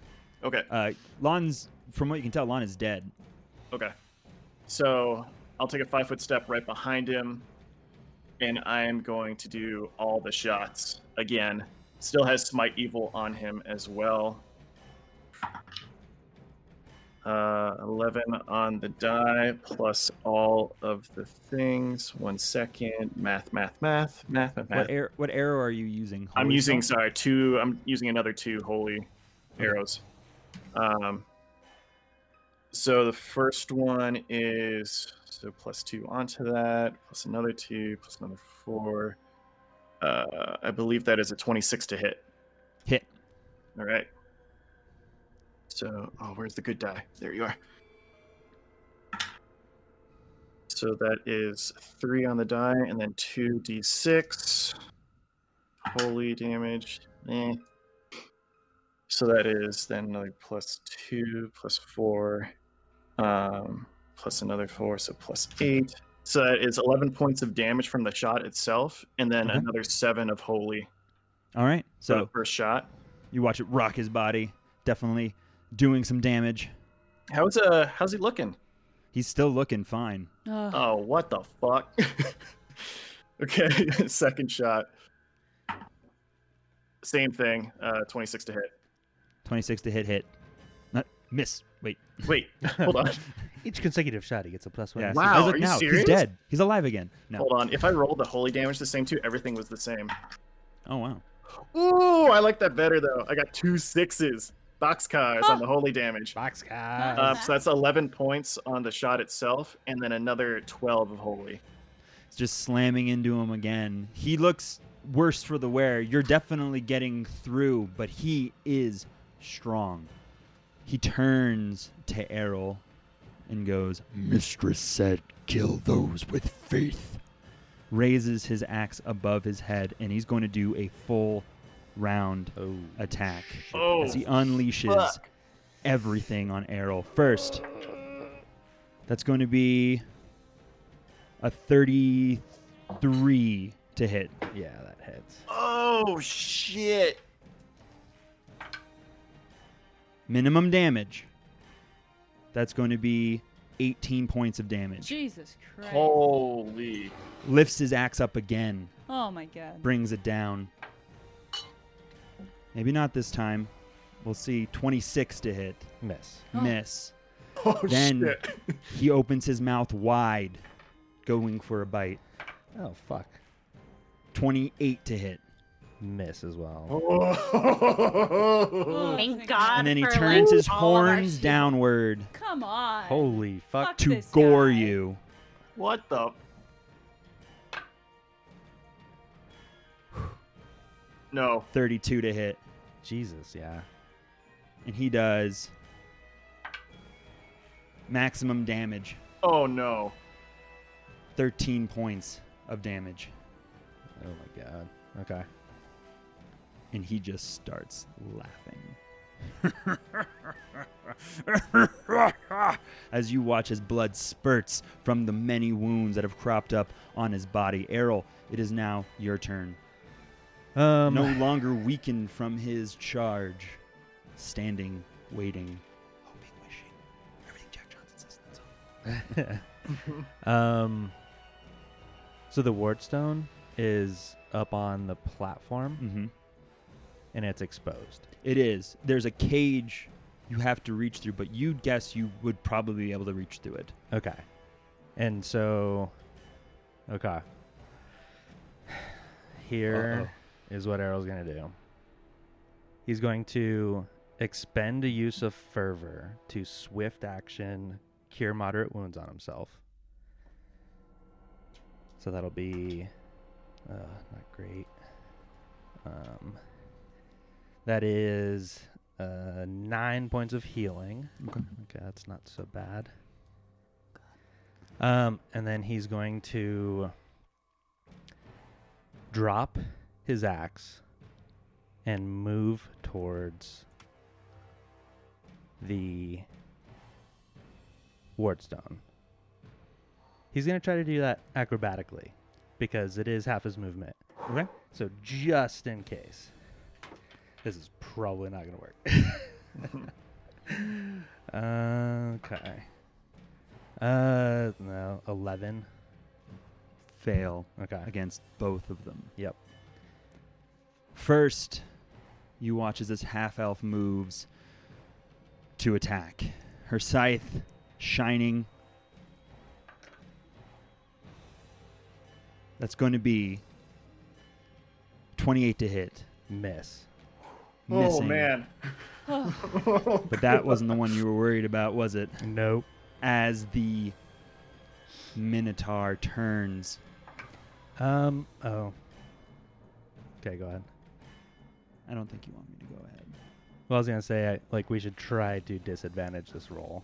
Speaker 5: Okay,
Speaker 1: Uh, Lon's from what you can tell, Lon is dead.
Speaker 5: okay. So I'll take a five foot step right behind him, and I am going to do all the shots again. Still has Smite Evil on him as well. Uh, 11 on the die plus all of the things. One second. Math, math, math, math, math, math.
Speaker 1: What, ar- what arrow are you using?
Speaker 5: I'm
Speaker 1: Holy
Speaker 5: using
Speaker 1: stuff?
Speaker 5: sorry two. I'm using another two holy arrows. Um, so the first one is so plus two onto that, plus another two, plus another four. Uh, I believe that is a 26 to hit.
Speaker 1: hit.
Speaker 5: All right. So, oh, where's the good die? There you are. So that is three on the die, and then two d6. Holy damage. Eh. So that is then another plus two, plus four, um, plus another four, so plus eight. So that is 11 points of damage from the shot itself, and then
Speaker 1: Okay.
Speaker 5: another seven of holy
Speaker 1: All right.
Speaker 5: so,
Speaker 1: Uh-huh. So
Speaker 5: first shot.
Speaker 1: you watch it rock his body, definitely doing some damage.
Speaker 5: How's uh how's he looking?
Speaker 1: He's still looking fine.
Speaker 5: Oh, what the fuck? *laughs* okay, *laughs* second shot. Same thing. Uh, 26 to hit.
Speaker 1: 26 to hit, hit. Not, miss. Wait. *laughs*
Speaker 5: Wait, hold on,
Speaker 3: Each consecutive shot, he gets a plus one.
Speaker 1: Yeah,
Speaker 3: AC.
Speaker 1: see,
Speaker 5: Wow,
Speaker 1: as of
Speaker 5: are you
Speaker 1: now,
Speaker 5: serious?
Speaker 1: He's dead. He's alive again. No.
Speaker 5: hold on. If I rolled the holy damage the same too, everything was the same.
Speaker 1: Oh wow.
Speaker 5: Ooh, I like that better though. I got two sixes. Boxcars on the holy damage.
Speaker 3: Box
Speaker 5: Uh,
Speaker 3: guy.
Speaker 5: so that's 11 points on the shot itself, and then another 12 of holy.
Speaker 1: It's just slamming into him again. He looks worse for the wear. You're definitely getting through, but he is strong. He turns to Errol and goes, Mistress said, kill those with faith. Raises his axe above his head, and he's going to do a full round
Speaker 3: Oh.
Speaker 1: attack
Speaker 5: Oh,
Speaker 1: as he unleashes everything on Errol. First, that's going to be a 33 to hit.
Speaker 3: Yeah, that hits.
Speaker 5: Oh shit!
Speaker 1: Minimum damage. That's going to be 18 points of damage.
Speaker 7: Jesus Christ.
Speaker 5: Oh. Holy.
Speaker 1: Lifts his axe up again,
Speaker 7: Oh my god.
Speaker 1: brings it down. Maybe not this time. We'll see. 26 to hit.
Speaker 3: Miss.
Speaker 1: Miss.
Speaker 5: Oh
Speaker 1: Then-
Speaker 5: shit!
Speaker 1: He opens his mouth wide, going for a bite.
Speaker 3: Oh fuck.
Speaker 1: 28 to hit.
Speaker 3: Miss as well.
Speaker 5: Oh.
Speaker 2: Thank God.
Speaker 1: and then he
Speaker 2: for,
Speaker 1: turns
Speaker 2: like,
Speaker 1: his
Speaker 2: all of our
Speaker 1: horns
Speaker 2: shit.
Speaker 1: down
Speaker 7: Come on.
Speaker 3: Holy fuck.
Speaker 7: Fuck.
Speaker 1: to
Speaker 7: This
Speaker 1: gore
Speaker 7: guy.
Speaker 1: you.
Speaker 5: What the? No.
Speaker 1: 32 to hit.
Speaker 3: Jesus, yeah.
Speaker 1: And he does maximum damage.
Speaker 5: Oh no.
Speaker 1: 13 points of damage.
Speaker 3: Oh my god. Okay.
Speaker 1: And he just starts laughing.
Speaker 3: *laughs*
Speaker 1: As you watch as blood spurts from the many wounds that have cropped up on his body. Errol, it is now your turn.
Speaker 3: Um
Speaker 1: *laughs* no
Speaker 3: *laughs*
Speaker 1: longer weakened from his charge, standing, waiting, hoping, wishing. Everything Jack Johnson says in that song.
Speaker 3: um So the wardstone is up on the platform
Speaker 1: Mm-hmm.
Speaker 3: and it's exposed.
Speaker 1: It is. There's a cage you have to reach through, but you'd guess you would probably be able to reach through it.
Speaker 3: Okay. And so Okay. Here is what Errol's gonna do. He's going to expend a use of fervor to swift action cure moderate wounds on himself. So that'll be uh, not great. Um, that is uh, nine points of healing.
Speaker 1: Okay.
Speaker 3: Okay, that's not so bad. Um, and then he's going to drop his axe and move towards the Wardstone. He's going to try to do that acrobatically because it is half his movement. Okay. So just in case, this is probably not going to work. *laughs* okay. Uh, no, 11.
Speaker 1: Fail
Speaker 3: Okay.
Speaker 1: against both of them.
Speaker 3: Yep.
Speaker 1: First, you watch as this half elf moves to attack. Her scythe shining. That's going to be 28 to hit.
Speaker 3: Miss.
Speaker 5: Oh
Speaker 1: missing.
Speaker 5: man.
Speaker 1: *laughs* But that *laughs* wasn't the one you were worried about, was it?
Speaker 3: Nope.
Speaker 1: As the Minotaur turns
Speaker 3: Um, oh. Okay, go ahead.
Speaker 1: I don't think you want me to go ahead.
Speaker 3: Well, I was going to say, I, like, we should try to disadvantage this roll.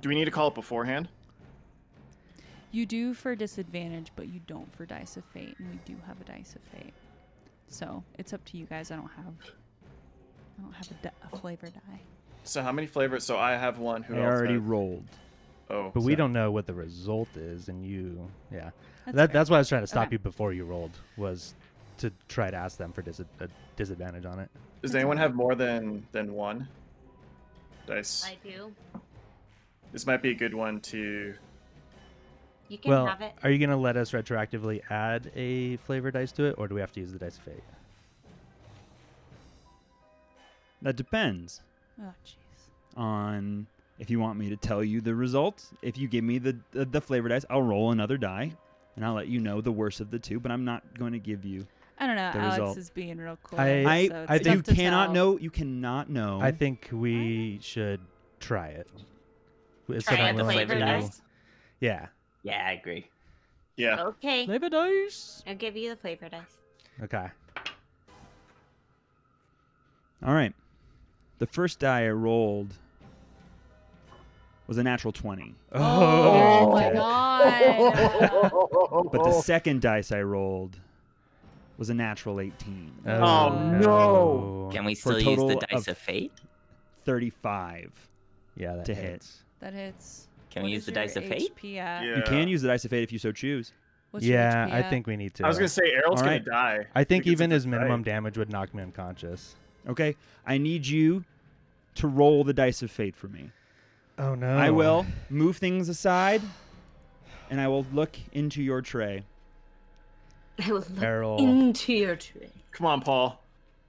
Speaker 5: Do we need to call it beforehand?
Speaker 10: You do for disadvantage, but you don't for dice of fate, and we do have a dice of fate. So it's up to you guys. I don't have, I don't have a, di- a flavor die.
Speaker 5: So how many flavors? So I have one. Who
Speaker 1: I
Speaker 5: else
Speaker 1: already
Speaker 5: has-
Speaker 1: rolled.
Speaker 5: Oh,
Speaker 3: But we
Speaker 5: so-
Speaker 3: don't know what the result is, and you, yeah.
Speaker 10: That's
Speaker 3: that,
Speaker 10: fair.
Speaker 3: that's why I was trying to stop
Speaker 10: Okay.
Speaker 3: you before you rolled, was to try to ask them for dis- a disadvantage on it.
Speaker 5: Does anyone have more than than one dice?
Speaker 2: I do.
Speaker 5: This might be a good one to.
Speaker 2: You can
Speaker 3: well,
Speaker 2: have it.
Speaker 3: are you going to let us retroactively add a flavor dice to it, or do we have to use the dice of fate?
Speaker 1: That depends
Speaker 10: Oh jeez.
Speaker 1: on if you want me to tell you the result. If you give me the the, the flavor dice, I'll roll another die, and I'll let you know the worst of the two. But I'm not going to give you.
Speaker 10: I don't know.
Speaker 1: The
Speaker 10: Alex
Speaker 1: result.
Speaker 10: is being real cool.
Speaker 3: I-
Speaker 1: I
Speaker 10: so it's
Speaker 1: I think you
Speaker 10: tough to
Speaker 1: cannot
Speaker 10: tell.
Speaker 1: know. You cannot know.
Speaker 3: I think we should try it. It's
Speaker 2: Try
Speaker 3: something
Speaker 2: it, the
Speaker 3: we'll have
Speaker 2: flavor
Speaker 3: to do.
Speaker 2: dice?
Speaker 3: Yeah.
Speaker 6: Yeah, I agree.
Speaker 5: Yeah.
Speaker 2: Okay.
Speaker 4: Flavor dice.
Speaker 2: I'll give you the flavor dice.
Speaker 3: Okay.
Speaker 1: All right. The first die I rolled was a natural twenty,
Speaker 3: Oh, *laughs*
Speaker 10: my god. *laughs*
Speaker 1: but the second dice I rolled was a natural eighteen.
Speaker 3: Oh, no.
Speaker 6: Can we
Speaker 1: For a
Speaker 6: still use the
Speaker 1: total
Speaker 6: dice
Speaker 1: of-
Speaker 6: of fate?
Speaker 1: Thirty-five.
Speaker 3: Yeah, that
Speaker 1: to hit.
Speaker 3: hits.
Speaker 10: that hits.
Speaker 6: Can
Speaker 10: What
Speaker 6: we use
Speaker 10: is
Speaker 6: the
Speaker 10: your
Speaker 6: dice of fate?
Speaker 10: HP at?
Speaker 5: Yeah.
Speaker 1: You can use the dice of fate if you so choose.
Speaker 10: What's your
Speaker 3: yeah,
Speaker 10: HP
Speaker 3: I
Speaker 10: at?
Speaker 3: think we need to.
Speaker 5: I was gonna say Errol's
Speaker 1: Alright.
Speaker 5: gonna die.
Speaker 3: I think
Speaker 5: because
Speaker 3: even
Speaker 5: of
Speaker 3: his
Speaker 5: the
Speaker 3: minimum
Speaker 5: dice.
Speaker 3: damage would knock me unconscious.
Speaker 1: Okay, I need you to roll the dice of fate for me.
Speaker 3: Oh no.
Speaker 1: I will move things aside, and I will look into your tray.
Speaker 2: I will look
Speaker 3: Errol
Speaker 2: into your tree.
Speaker 5: Come on, Paul.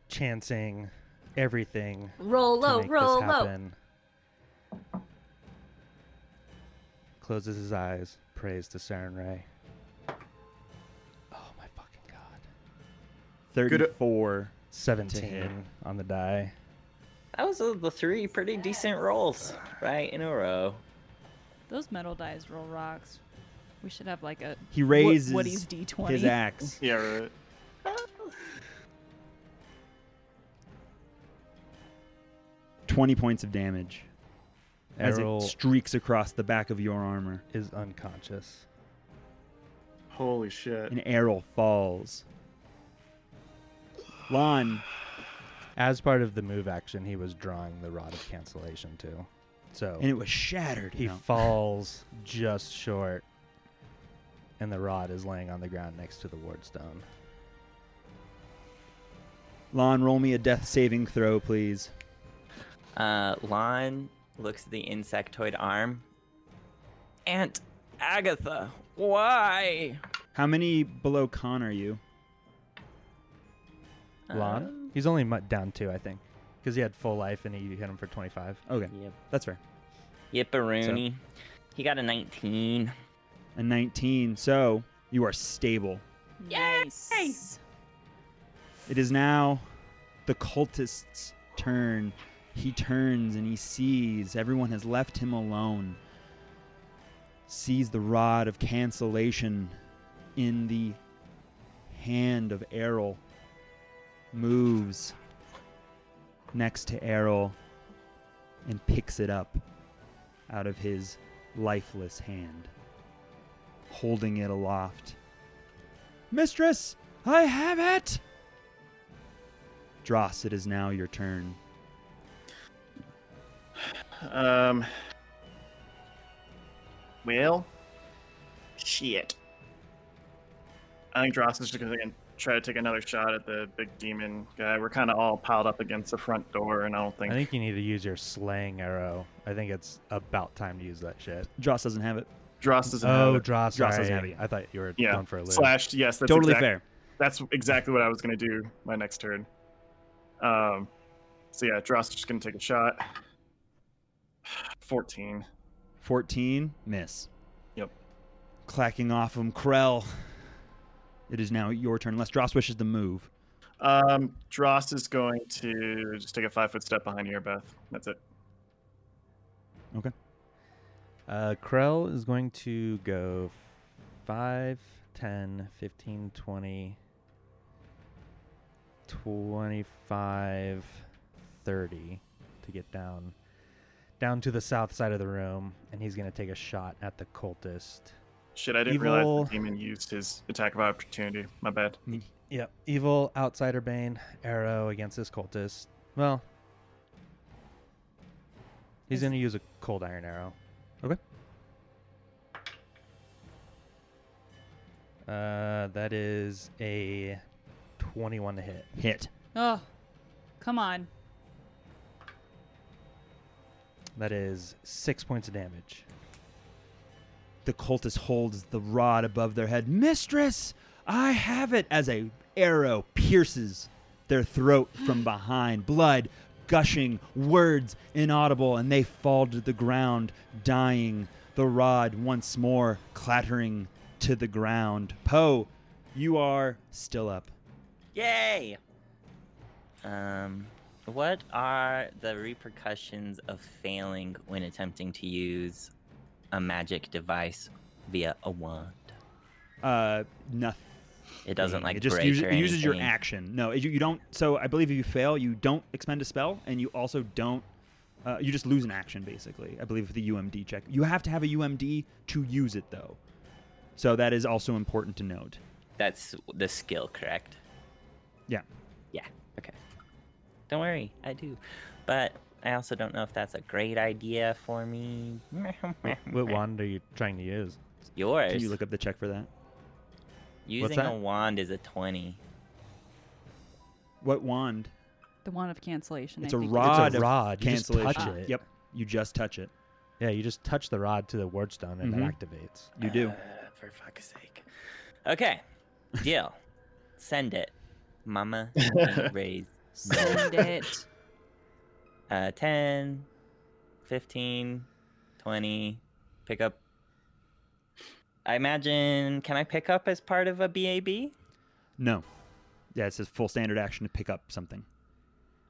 Speaker 3: chancing everything
Speaker 2: Roll
Speaker 3: to
Speaker 2: low,
Speaker 3: make
Speaker 2: roll
Speaker 3: this
Speaker 2: low.
Speaker 3: happen. Closes his eyes, prays to Saren Ray. Oh my fucking god.
Speaker 1: Thirty-four.
Speaker 3: 17 on the die.
Speaker 6: That was uh, the three pretty decent rolls, right in a row.
Speaker 10: Those metal dice roll rocks. We should have like a
Speaker 1: He raises
Speaker 10: Woody's D20.
Speaker 1: his axe.
Speaker 5: *laughs* Yeah. Right.
Speaker 1: Twenty points of damage
Speaker 3: Errol
Speaker 1: as it streaks across the back of your armor.
Speaker 3: is unconscious.
Speaker 5: Holy shit.
Speaker 1: An arrow falls. Lon,
Speaker 3: As part of the move action, he was drawing the rod of cancellation too. So
Speaker 1: and it was shattered.
Speaker 3: he
Speaker 1: now.
Speaker 3: falls just short, and the rod is laying on the ground next to the wardstone.
Speaker 1: Lon, roll me a death saving throw, please.
Speaker 6: Uh, Lon looks at the insectoid arm. Aunt Agatha, why?
Speaker 1: How many below con are you?
Speaker 3: Lon,
Speaker 6: Um,
Speaker 3: he's only mu- down two, I think, because he had full life and he hit him for twenty-five.
Speaker 1: Okay,
Speaker 6: Yep.
Speaker 1: that's fair.
Speaker 6: Yipperoonie. He got a 19.
Speaker 1: A 19. So you are stable.
Speaker 10: *laughs* Nice.
Speaker 1: It is now the cultist's turn. He turns and he sees everyone has left him alone. Sees the rod of cancellation in the hand of Errol. Moves next to Errol and picks it up out of his lifeless hand, holding it aloft. Mistress, I
Speaker 5: *laughs*
Speaker 1: have it! Dross, it is now your turn.
Speaker 5: Um, Well, shit. I think Dross is just going to try to take another shot at the big demon guy. We're kind of all piled up against the front door, and I don't think.
Speaker 3: I think you need to use your slaying arrow. I think it's about time to use that shit.
Speaker 1: Joss doesn't have it.
Speaker 5: Dross doesn't have
Speaker 3: Oh,
Speaker 5: it.
Speaker 3: draw.
Speaker 1: Dross
Speaker 3: Sorry.
Speaker 1: doesn't have it yet.
Speaker 3: I thought you were
Speaker 5: Yeah.
Speaker 3: going for a loop.
Speaker 5: Slashed. Yes, that's
Speaker 1: totally
Speaker 5: exact-
Speaker 1: fair.
Speaker 5: That's exactly what I was going to do my next turn. Um, so yeah, Dross is just going to take a shot. 14.
Speaker 1: 14, miss.
Speaker 5: Yep.
Speaker 1: Clacking off him, Krell. It is now your turn, unless Dross wishes to move.
Speaker 5: Um, Dross is going to just take a five foot step behind here, Beth. That's it.
Speaker 3: Uh, Krell is going to go f- 5, 10, 15, 20, 25, 30 to get down down to the south side of the room, and he's going to take a shot at the cultist.
Speaker 5: Shit, I didn't
Speaker 3: Evil.
Speaker 5: realize the demon used his attack of opportunity. My bad.
Speaker 1: Mm.
Speaker 3: Yep, evil outsider bane arrow against this cultist. Well, he's
Speaker 4: Is-
Speaker 3: going to use a cold iron arrow. Okay. Uh, that is a 21 to hit.
Speaker 1: Hit.
Speaker 10: Oh, come on.
Speaker 3: That is six points of damage.
Speaker 1: The cultist holds the rod above their head. Mistress, I have it! As a arrow pierces their throat from behind, blood gushing, words inaudible, and they fall to the ground, dying. The rod once more clattering to the ground. Poe, you are still up.
Speaker 6: Yay! Um, what are the repercussions of failing when attempting to use a magic device via a wand?
Speaker 1: Uh, nothing.
Speaker 6: It doesn't like
Speaker 1: it just
Speaker 6: break
Speaker 1: uses,
Speaker 6: or
Speaker 1: it uses your
Speaker 6: anything.
Speaker 1: action. No, you, you don't. So I believe if you fail, you don't expend a spell, and you also don't. Uh, you just lose an action basically. I believe with the UMD check, you have to have a UMD to use it though. So that is also important to note.
Speaker 6: That's the skill, correct?
Speaker 1: Yeah.
Speaker 6: Yeah. Okay. Don't worry, I do. But I also don't know if that's a great idea for me.
Speaker 1: *laughs*
Speaker 3: What wand are you trying to use?
Speaker 1: Can
Speaker 6: Yours.
Speaker 1: you look up the check for that?
Speaker 6: Using
Speaker 3: that?
Speaker 6: a wand is a 20.
Speaker 1: What wand?
Speaker 4: The wand of cancellation.
Speaker 1: It's
Speaker 4: I
Speaker 1: a
Speaker 4: think
Speaker 1: rod. of
Speaker 3: rod. You just
Speaker 1: Cancellation.
Speaker 3: touch it.
Speaker 1: Yep. You just touch it.
Speaker 3: Yeah, you just touch the rod to the word stone and
Speaker 1: Mhm.
Speaker 3: it activates.
Speaker 1: You do.
Speaker 6: Uh, for fuck's sake. Okay. Deal. Send it. Mama ain't raised. *laughs*
Speaker 4: Send it.
Speaker 6: Uh, 10, 15, 20. Pick up. I imagine. Can I pick up as part of a BAB?
Speaker 1: No. Yeah, it says full standard action to pick up something.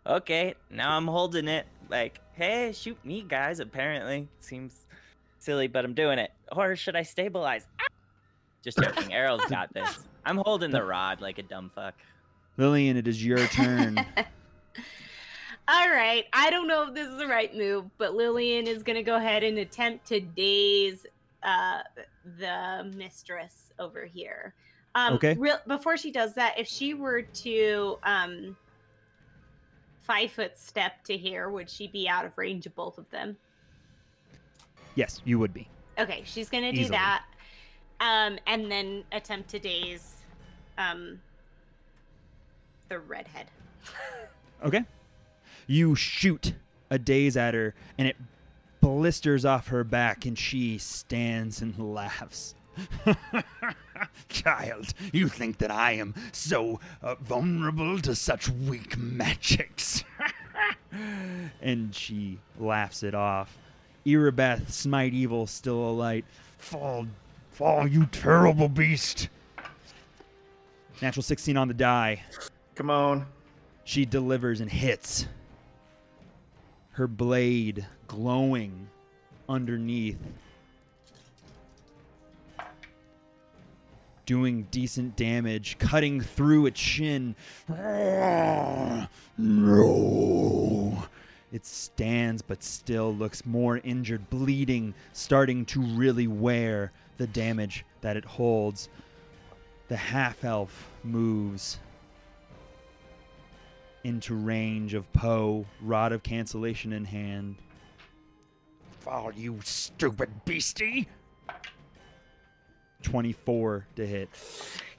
Speaker 6: okay, now I'm holding it. Like, hey, shoot me, guys. Apparently, seems silly, but I'm doing it. Or should I stabilize? Ah! Just joking. Errol's got this. I'm holding the rod like a dumb fuck.
Speaker 1: Lillian, it is your turn.
Speaker 2: All right. I don't know if this is the right move, but Lillian is going to go ahead and attempt to daze uh, the mistress over here. Um,
Speaker 1: Okay.
Speaker 2: Real, before she does that, if she were to um, five foot step to here, would she be out of range of both of them?
Speaker 1: yes, you would be.
Speaker 2: Okay, she's gonna do
Speaker 1: Easily.
Speaker 2: that, um, and then attempt to daze um, the redhead.
Speaker 1: Okay. You shoot a daze at her, and it blisters off her back, and she stands and laughs. *laughs* Child, you think that I am so uh, vulnerable to such weak magics? *laughs* and she laughs it off. Erebeth, smite evil, still alight. Fall, fall, you terrible beast! Natural 16 on the die.
Speaker 5: Come on.
Speaker 1: She delivers and hits. Her blade glowing underneath. Doing decent damage, cutting through its shin. No. It stands but still looks more injured, bleeding, starting to really wear the damage that it holds. The half elf moves into range of Poe, Rod of Cancellation in hand. Fall, you stupid beastie! 24 to hit.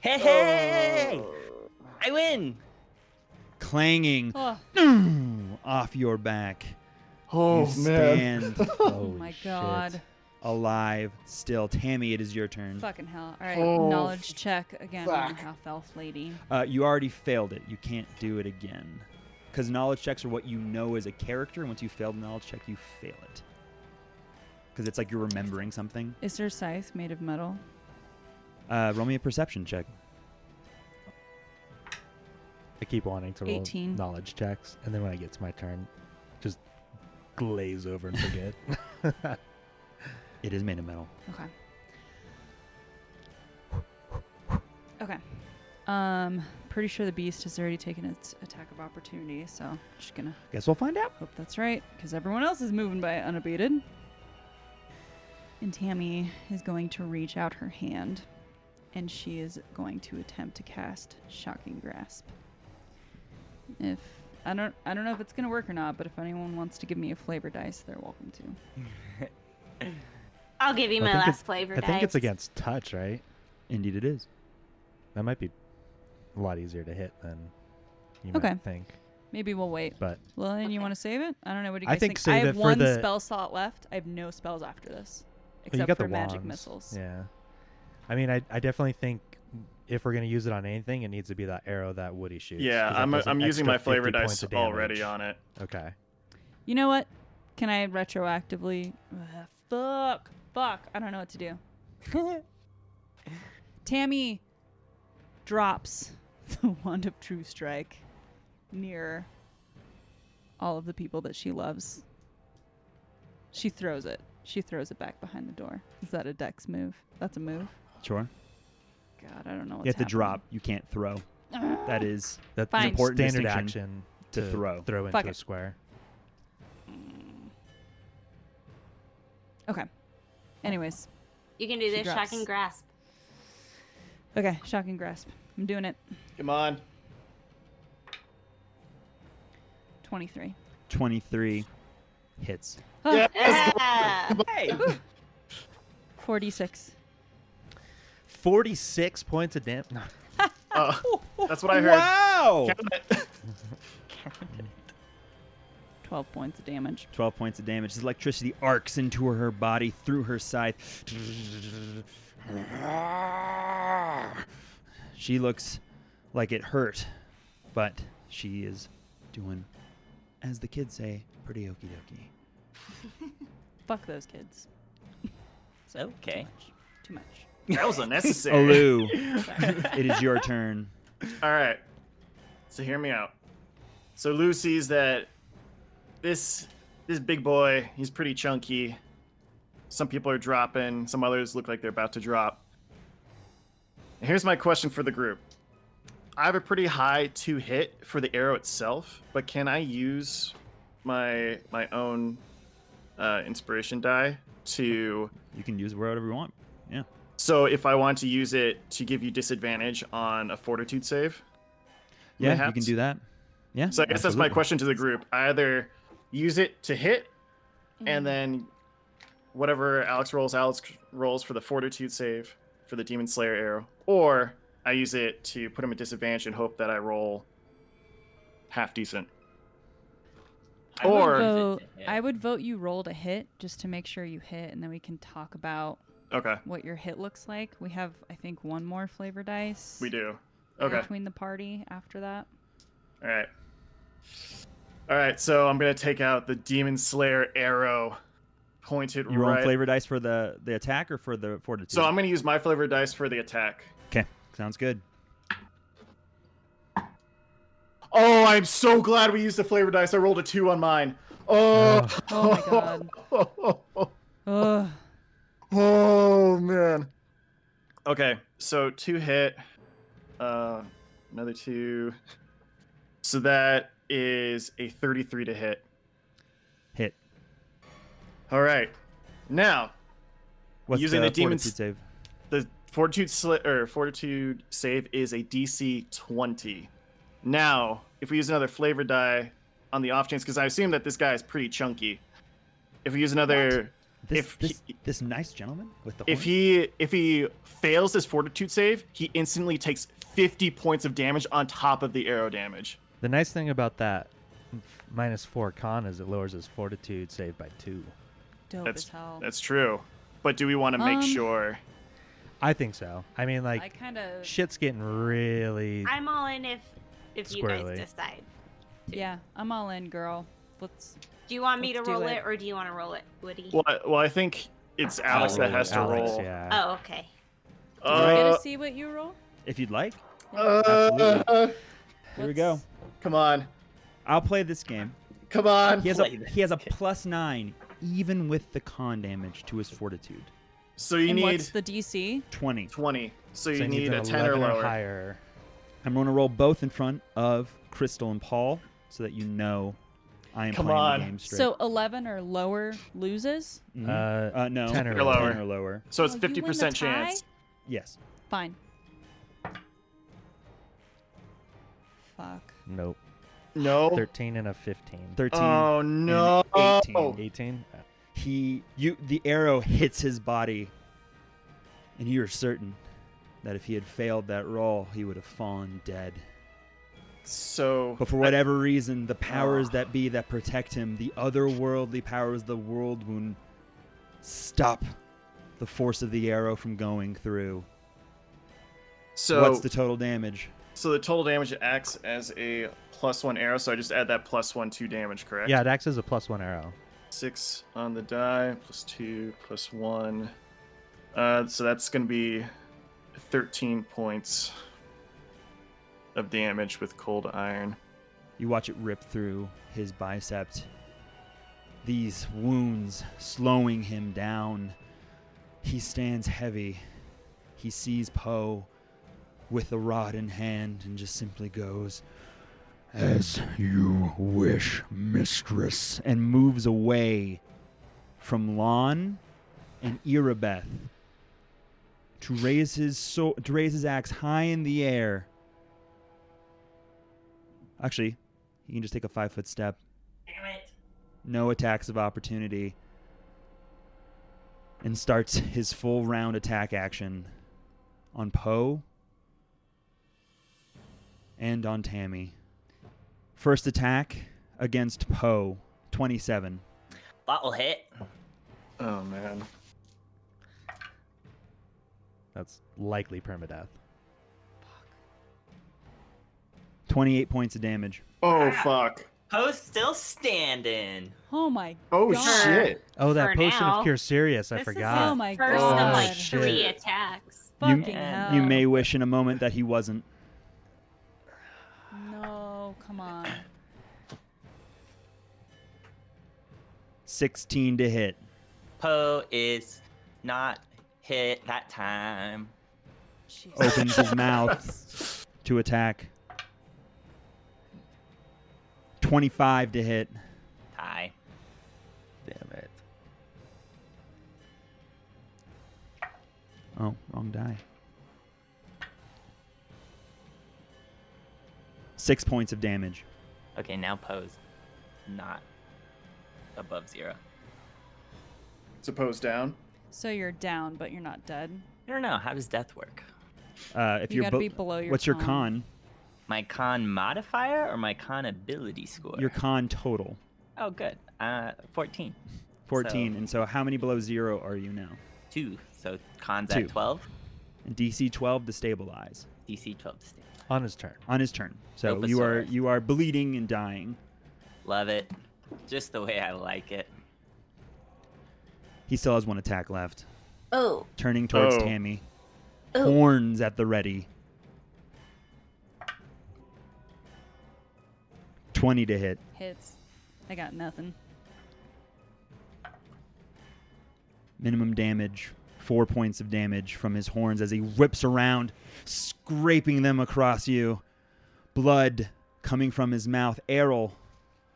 Speaker 6: Hey, hey! I win!
Speaker 1: Clanging
Speaker 4: Oh,
Speaker 1: *clears throat* off your back.
Speaker 5: Oh
Speaker 1: you
Speaker 5: man.
Speaker 3: *laughs*
Speaker 1: stand *laughs*
Speaker 4: oh my god.
Speaker 1: alive still. Tammy, it is your turn.
Speaker 4: *laughs* Fucking hell. All right.
Speaker 5: Oh,
Speaker 4: knowledge check again on
Speaker 5: fuck.
Speaker 4: how fell lady.
Speaker 1: Uh, you already failed it. You can't do it again. Because knowledge checks are what you know as a character, and once you fail the knowledge check, you fail it. Because it's like you're remembering something.
Speaker 4: Is there scythe made of metal?
Speaker 1: Uh, roll me a perception check.
Speaker 3: I keep wanting to roll
Speaker 4: 18.
Speaker 3: knowledge checks, and then when I get to my turn, just glaze over and forget.
Speaker 4: *laughs*
Speaker 1: It is made of metal.
Speaker 4: Okay. Okay. Um, pretty sure the beast has already taken its attack of opportunity, so just gonna
Speaker 1: Guess we'll find out.
Speaker 4: hope that's right, because everyone else is moving by unabated. And Tammy is going to reach out her hand, and she is going to attempt to cast Shocking Grasp. If I don't, I don't know if it's gonna work or not, but if anyone wants to give me a flavor dice, they're welcome to.
Speaker 2: I'll give you
Speaker 3: I
Speaker 2: my
Speaker 3: think
Speaker 2: last
Speaker 3: it's-
Speaker 2: flavor
Speaker 3: I think it's
Speaker 2: dice.
Speaker 3: against touch, right?
Speaker 1: Indeed, it is.
Speaker 3: That might be a lot easier to hit than you
Speaker 4: Okay.
Speaker 3: might think.
Speaker 4: Maybe we'll wait.
Speaker 3: But
Speaker 4: Well, and you
Speaker 2: Okay.
Speaker 4: want to save it? I don't know. What do you
Speaker 3: I
Speaker 4: guys
Speaker 3: think
Speaker 4: think?
Speaker 3: save
Speaker 4: I
Speaker 3: it
Speaker 4: have
Speaker 3: for
Speaker 4: one
Speaker 3: the-
Speaker 4: spell slot left. I have no spells after this,
Speaker 3: Well,
Speaker 4: except
Speaker 3: you got
Speaker 4: for
Speaker 3: the
Speaker 4: magic
Speaker 3: wands.
Speaker 4: missiles.
Speaker 3: Yeah. I mean, I, I definitely think if we're gonna use it on anything, it needs to be that arrow that Woody shoots.
Speaker 5: Yeah,
Speaker 3: 'cause that
Speaker 5: I'm
Speaker 3: does an
Speaker 5: I'm using my
Speaker 3: extra 50
Speaker 5: flavor
Speaker 3: points
Speaker 5: dice
Speaker 3: of
Speaker 5: already
Speaker 3: damage.
Speaker 5: on it.
Speaker 3: Okay.
Speaker 4: You know what? Can I retroactively? Ugh, fuck, fuck! I don't know what to do. Tammy drops *laughs* the wand of True Strike near all of the people that she loves. She throws it. She throws it back behind the door. Is that a Dex move? That's a move.
Speaker 1: Sure.
Speaker 4: God, I don't know. What's
Speaker 1: you have to
Speaker 4: Oh, happening.
Speaker 1: drop. You can't throw. That is.
Speaker 3: That's
Speaker 4: Fine.
Speaker 3: an important standard
Speaker 1: distinction
Speaker 3: action
Speaker 1: to throw.
Speaker 3: throw
Speaker 4: Fuck
Speaker 3: into a
Speaker 4: it.
Speaker 3: square.
Speaker 4: Okay. Anyways,
Speaker 2: You can do
Speaker 4: She
Speaker 2: this
Speaker 4: drops.
Speaker 2: shocking grasp.
Speaker 4: okay, shocking grasp. I'm doing it.
Speaker 5: Come on.
Speaker 4: 23.
Speaker 1: 23 hits.
Speaker 4: Ah,
Speaker 1: *laughs*
Speaker 2: Yeah.
Speaker 6: Hey!
Speaker 4: 46.
Speaker 3: Forty-six points of damage.
Speaker 5: Uh, that's what I heard.
Speaker 1: Wow!
Speaker 4: 12 points of damage.
Speaker 1: 12 points of damage. This electricity arcs into her body through her side. She looks like it hurt, but she is doing, as the kids say, pretty okie dokie.
Speaker 4: Fuck those kids.
Speaker 6: Okay.
Speaker 4: Too much.
Speaker 5: That
Speaker 3: *laughs*
Speaker 5: was
Speaker 1: *laughs*
Speaker 5: unnecessary. *laughs*
Speaker 1: Alu, it is your turn.
Speaker 5: All right. So hear me out. So Lou sees that this this big boy, he's pretty chunky. Some people are dropping, some others look like they're about to drop. And here's my question for the group. I have a pretty high two hit for the arrow itself, but can I use my my own uh, inspiration die to
Speaker 1: You can use whatever you want. Yeah.
Speaker 5: so if I want to use it to give you disadvantage on a fortitude save?
Speaker 1: Yeah, you
Speaker 5: Mayhaps?
Speaker 1: can do that. Yeah.
Speaker 5: So I guess that's my
Speaker 1: absolutely.
Speaker 5: question to the group. I either use it to hit,
Speaker 6: Mm-hmm.
Speaker 5: and then whatever Alex rolls, Alex rolls for the fortitude save for the demon slayer arrow, or I use it to put him at disadvantage and hope that I roll half decent.
Speaker 6: I would
Speaker 5: Or-
Speaker 6: use it to
Speaker 4: Vote,
Speaker 6: hit.
Speaker 4: I would vote you roll to hit just to make sure you hit, and then we can talk about
Speaker 5: Okay,
Speaker 4: what your hit looks like. We have, I think, one more flavor dice.
Speaker 5: we do. Okay,
Speaker 4: Between the party after that.
Speaker 5: all right, all right. So I'm gonna take out the demon slayer arrow, pointed
Speaker 1: You roll
Speaker 5: right.
Speaker 1: flavor dice for the, the attack or for the fortitude?
Speaker 5: So I'm gonna use my flavor dice for the attack.
Speaker 1: Okay, sounds good.
Speaker 5: Oh, I'm so glad we used the flavor dice. I rolled a two on mine. Oh,
Speaker 4: Oh my god.
Speaker 5: *laughs*
Speaker 4: Ugh.
Speaker 5: Oh man. Okay, so two hit, uh, another two. So that is a 33 to hit.
Speaker 1: Hit.
Speaker 5: All right. Now
Speaker 1: What's
Speaker 5: Using
Speaker 1: the
Speaker 5: the demon's-
Speaker 1: fortitude save?
Speaker 5: the fortitude sli- or fortitude save is a DC 20. Now, if we use another flavor die on the off chance, because I assume that this guy is pretty chunky. If we use another
Speaker 1: This,
Speaker 5: If
Speaker 1: this,
Speaker 5: he-
Speaker 1: this nice gentleman with the
Speaker 5: If
Speaker 1: horn?
Speaker 5: he if he fails his fortitude save, he instantly takes 50 points of damage on top of the arrow damage.
Speaker 3: *laughs* The nice thing about that f- minus four con is it lowers his fortitude save by two.
Speaker 10: Dope
Speaker 5: That's
Speaker 10: as hell.
Speaker 5: that's true. But do we want to make
Speaker 10: Um,
Speaker 5: sure?
Speaker 3: I think so. I mean, like
Speaker 10: I kind of.
Speaker 3: shit's getting really.
Speaker 2: I'm all in if if you
Speaker 3: Squarely.
Speaker 2: guys decide.
Speaker 10: Yeah, I'm all in, girl. Let's.
Speaker 2: Do you want me
Speaker 10: Let's
Speaker 2: to
Speaker 10: do
Speaker 2: roll it.
Speaker 10: it.
Speaker 2: or do you want to roll it, Woody?
Speaker 5: Well, I, well, I think it's Alex that
Speaker 6: roll
Speaker 5: has
Speaker 6: it.
Speaker 5: to
Speaker 3: Alex,
Speaker 5: roll.
Speaker 3: yeah.
Speaker 2: Oh, okay.
Speaker 10: I get
Speaker 5: Uh,
Speaker 10: to see what you roll.
Speaker 1: if you'd like,
Speaker 5: uh, uh,
Speaker 1: here we go.
Speaker 10: What's-
Speaker 5: come on,
Speaker 1: I'll play this game.
Speaker 5: come on.
Speaker 1: He has a
Speaker 6: Play this
Speaker 1: he has a plus nine, even with the con damage to his fortitude.
Speaker 5: So you
Speaker 10: and
Speaker 5: need
Speaker 10: what's the DC?
Speaker 1: Twenty.
Speaker 5: 20. So you
Speaker 3: So he needs
Speaker 5: need
Speaker 3: an
Speaker 5: a 10 or
Speaker 3: 11
Speaker 5: lower.
Speaker 3: higher.
Speaker 1: I'm going to roll both in front of Crystal and Paul, so that you know I am
Speaker 5: Come
Speaker 1: playing
Speaker 5: on.
Speaker 1: the game straight.
Speaker 10: So 11 or lower loses.
Speaker 1: Mhm.
Speaker 3: Uh,
Speaker 1: uh, no,
Speaker 3: 10 or
Speaker 1: 10
Speaker 5: lower.
Speaker 1: or lower.
Speaker 5: So it's
Speaker 10: Oh, you win the
Speaker 5: 50% chance.
Speaker 10: tie?
Speaker 1: Yes.
Speaker 10: Fine. Fuck.
Speaker 3: Nope.
Speaker 5: No.
Speaker 3: Thirteen and a fifteen.
Speaker 1: 13.
Speaker 5: Oh no.
Speaker 1: 18.
Speaker 3: Eighteen.
Speaker 1: Uh, he you the arrow hits his body and you are certain that if he had failed that roll he would have fallen dead
Speaker 5: So
Speaker 1: but for whatever reason the powers that be that protect him the otherworldly powers the world wound stop the force of the arrow from going through
Speaker 5: so
Speaker 1: what's the total damage
Speaker 5: So the total damage acts as a plus one arrow, so I just add that plus one two damage, correct?
Speaker 3: Yeah, it acts as a plus one arrow.
Speaker 5: Six on the die, plus two, plus one. Uh, so that's gonna be thirteen points of damage with cold iron.
Speaker 1: You watch it rip through his bicep. These wounds slowing him down. He stands heavy. He sees Poe with the rod in hand and just simply goes, As you wish, mistress, and moves away from Lon and Erebeth to raise his so- to raise his axe high in the air. Actually, he can just take a five foot step. No attacks of opportunity. And starts his full round attack action on Poe and on Tammy. First attack against Poe, 27.
Speaker 6: That'll hit.
Speaker 5: Oh man.
Speaker 3: That's likely permadeath.
Speaker 1: 28 points of damage.
Speaker 5: Oh
Speaker 10: *laughs*
Speaker 5: fuck.
Speaker 6: Poe's still standing.
Speaker 10: Oh my.
Speaker 5: Oh
Speaker 10: God.
Speaker 5: shit.
Speaker 3: Oh, that
Speaker 2: For
Speaker 3: potion
Speaker 2: now.
Speaker 3: of cure serious. I
Speaker 10: this
Speaker 3: forgot.
Speaker 10: Is, oh my
Speaker 2: First
Speaker 10: god.
Speaker 2: of like
Speaker 3: shit.
Speaker 2: three attacks.
Speaker 10: Fucking
Speaker 6: Yeah.
Speaker 10: hell.
Speaker 1: You may wish in a moment that he wasn't.
Speaker 10: No, come on.
Speaker 1: 16 to hit.
Speaker 6: Poe is not hit that time.
Speaker 10: *laughs*
Speaker 1: opens his
Speaker 6: *laughs*
Speaker 1: mouth to attack. 25 to hit.
Speaker 6: Tie.
Speaker 9: Damn it.
Speaker 1: Oh, wrong die. Six points of damage.
Speaker 6: Okay, now Poe's not above zero.
Speaker 5: Suppose down.
Speaker 10: So you're down, but you're not dead.
Speaker 6: I don't know. How does death work?
Speaker 1: Uh, if
Speaker 10: You
Speaker 1: are
Speaker 10: gotta be below your
Speaker 1: what's your con?
Speaker 10: con.
Speaker 6: My con modifier or my con ability score?
Speaker 1: Your con total,
Speaker 6: oh, good. Uh, 14.
Speaker 1: 14.
Speaker 6: So-
Speaker 1: and so, how many below zero are you now?
Speaker 6: Two. So con's
Speaker 1: Two.
Speaker 6: at 12.
Speaker 1: And DC 12 to stabilize
Speaker 6: DC 12 to stay.
Speaker 3: On his turn.
Speaker 1: on his turn. So
Speaker 6: Nope, it's
Speaker 1: you
Speaker 6: all
Speaker 1: are
Speaker 6: right.
Speaker 1: you are bleeding and dying.
Speaker 6: Love it. Just the way I like it.
Speaker 1: He still has one attack left.
Speaker 2: Oh,
Speaker 1: Turning towards
Speaker 5: Oh.
Speaker 1: Tammy,
Speaker 2: Oh.
Speaker 1: horns at the ready. Twenty to hit.
Speaker 10: Hits. I got nothing.
Speaker 1: minimum damage, four points of damage from his horns as he whips around, scraping them across you. Blood coming from his mouth. Errol,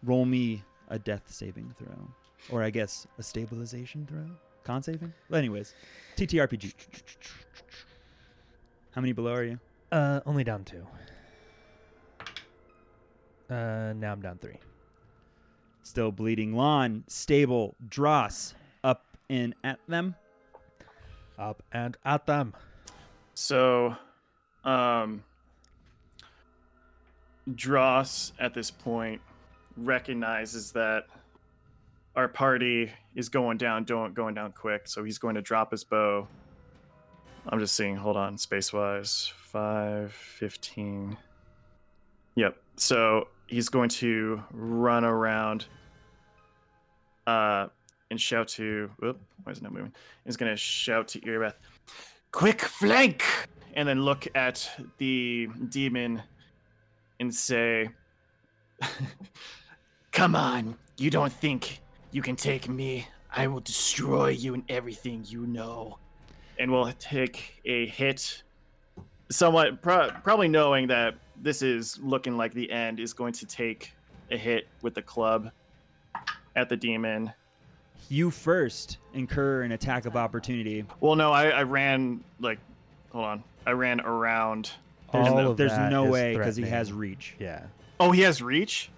Speaker 1: roll me a death saving throw. Or I guess a stabilization throw? Con saving? Well, anyways, TTRPG. How many below are you?
Speaker 3: Uh, only down two. Uh, now I'm down three.
Speaker 1: Still bleeding. Lon, stable. Dross, up and at them.
Speaker 3: Up and at them.
Speaker 5: So, um, Dross at this point recognizes that our party is going down, don't going down quick. So he's going to drop his bow. I'm just seeing. Hold on, space wise, five fifteen. Yep. So he's going to run around, uh, and shout to. Whoop, why is it not moving? He's going to shout to Earbeth, "Quick flank!" And then look at the demon and say, *laughs* Come on, you don't think you can take me. I will destroy you and everything you know. And we'll take a hit, somewhat, pro- probably knowing that this is looking like the end, is going to take a hit with the club at the demon.
Speaker 1: You first incur an attack of opportunity.
Speaker 5: Well, no, I, I ran, like, hold on. I ran around.
Speaker 1: There's,
Speaker 3: All
Speaker 1: no,
Speaker 3: of
Speaker 1: there's
Speaker 3: that
Speaker 1: no
Speaker 3: is
Speaker 1: way because he
Speaker 3: threatening.
Speaker 1: has reach.
Speaker 3: Yeah.
Speaker 5: Oh, he has reach?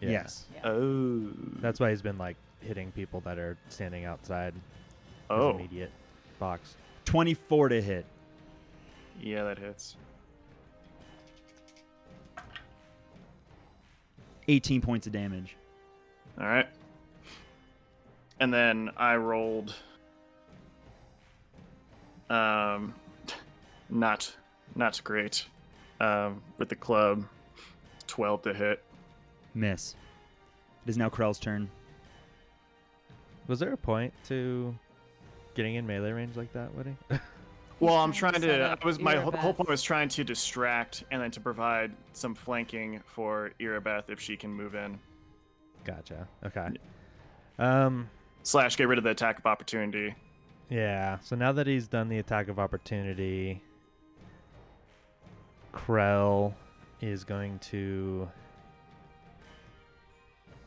Speaker 3: yeah.
Speaker 1: Yes.
Speaker 5: Oh.
Speaker 3: That's why he's been like hitting people that are standing outside his
Speaker 5: Oh.
Speaker 3: immediate box.
Speaker 1: 24 to hit.
Speaker 5: Yeah, that hits.
Speaker 1: 18 points of damage.
Speaker 5: All right. And then I rolled um *laughs* not not great um with the club 12 to hit.
Speaker 1: Miss. It is now Krell's turn.
Speaker 3: Was there a point to getting in melee range like that, Woody?
Speaker 5: Well, I'm
Speaker 10: trying to
Speaker 5: trying to
Speaker 10: set
Speaker 5: I was
Speaker 10: up
Speaker 5: my
Speaker 10: your
Speaker 5: whole, whole
Speaker 10: best.
Speaker 5: point was trying to distract and then to provide some flanking for Irabeth if she can move in
Speaker 3: gotcha. Okay. Um.
Speaker 5: slash get rid of the attack of opportunity.
Speaker 3: Yeah. So now that he's done the attack of opportunity, Krell is going to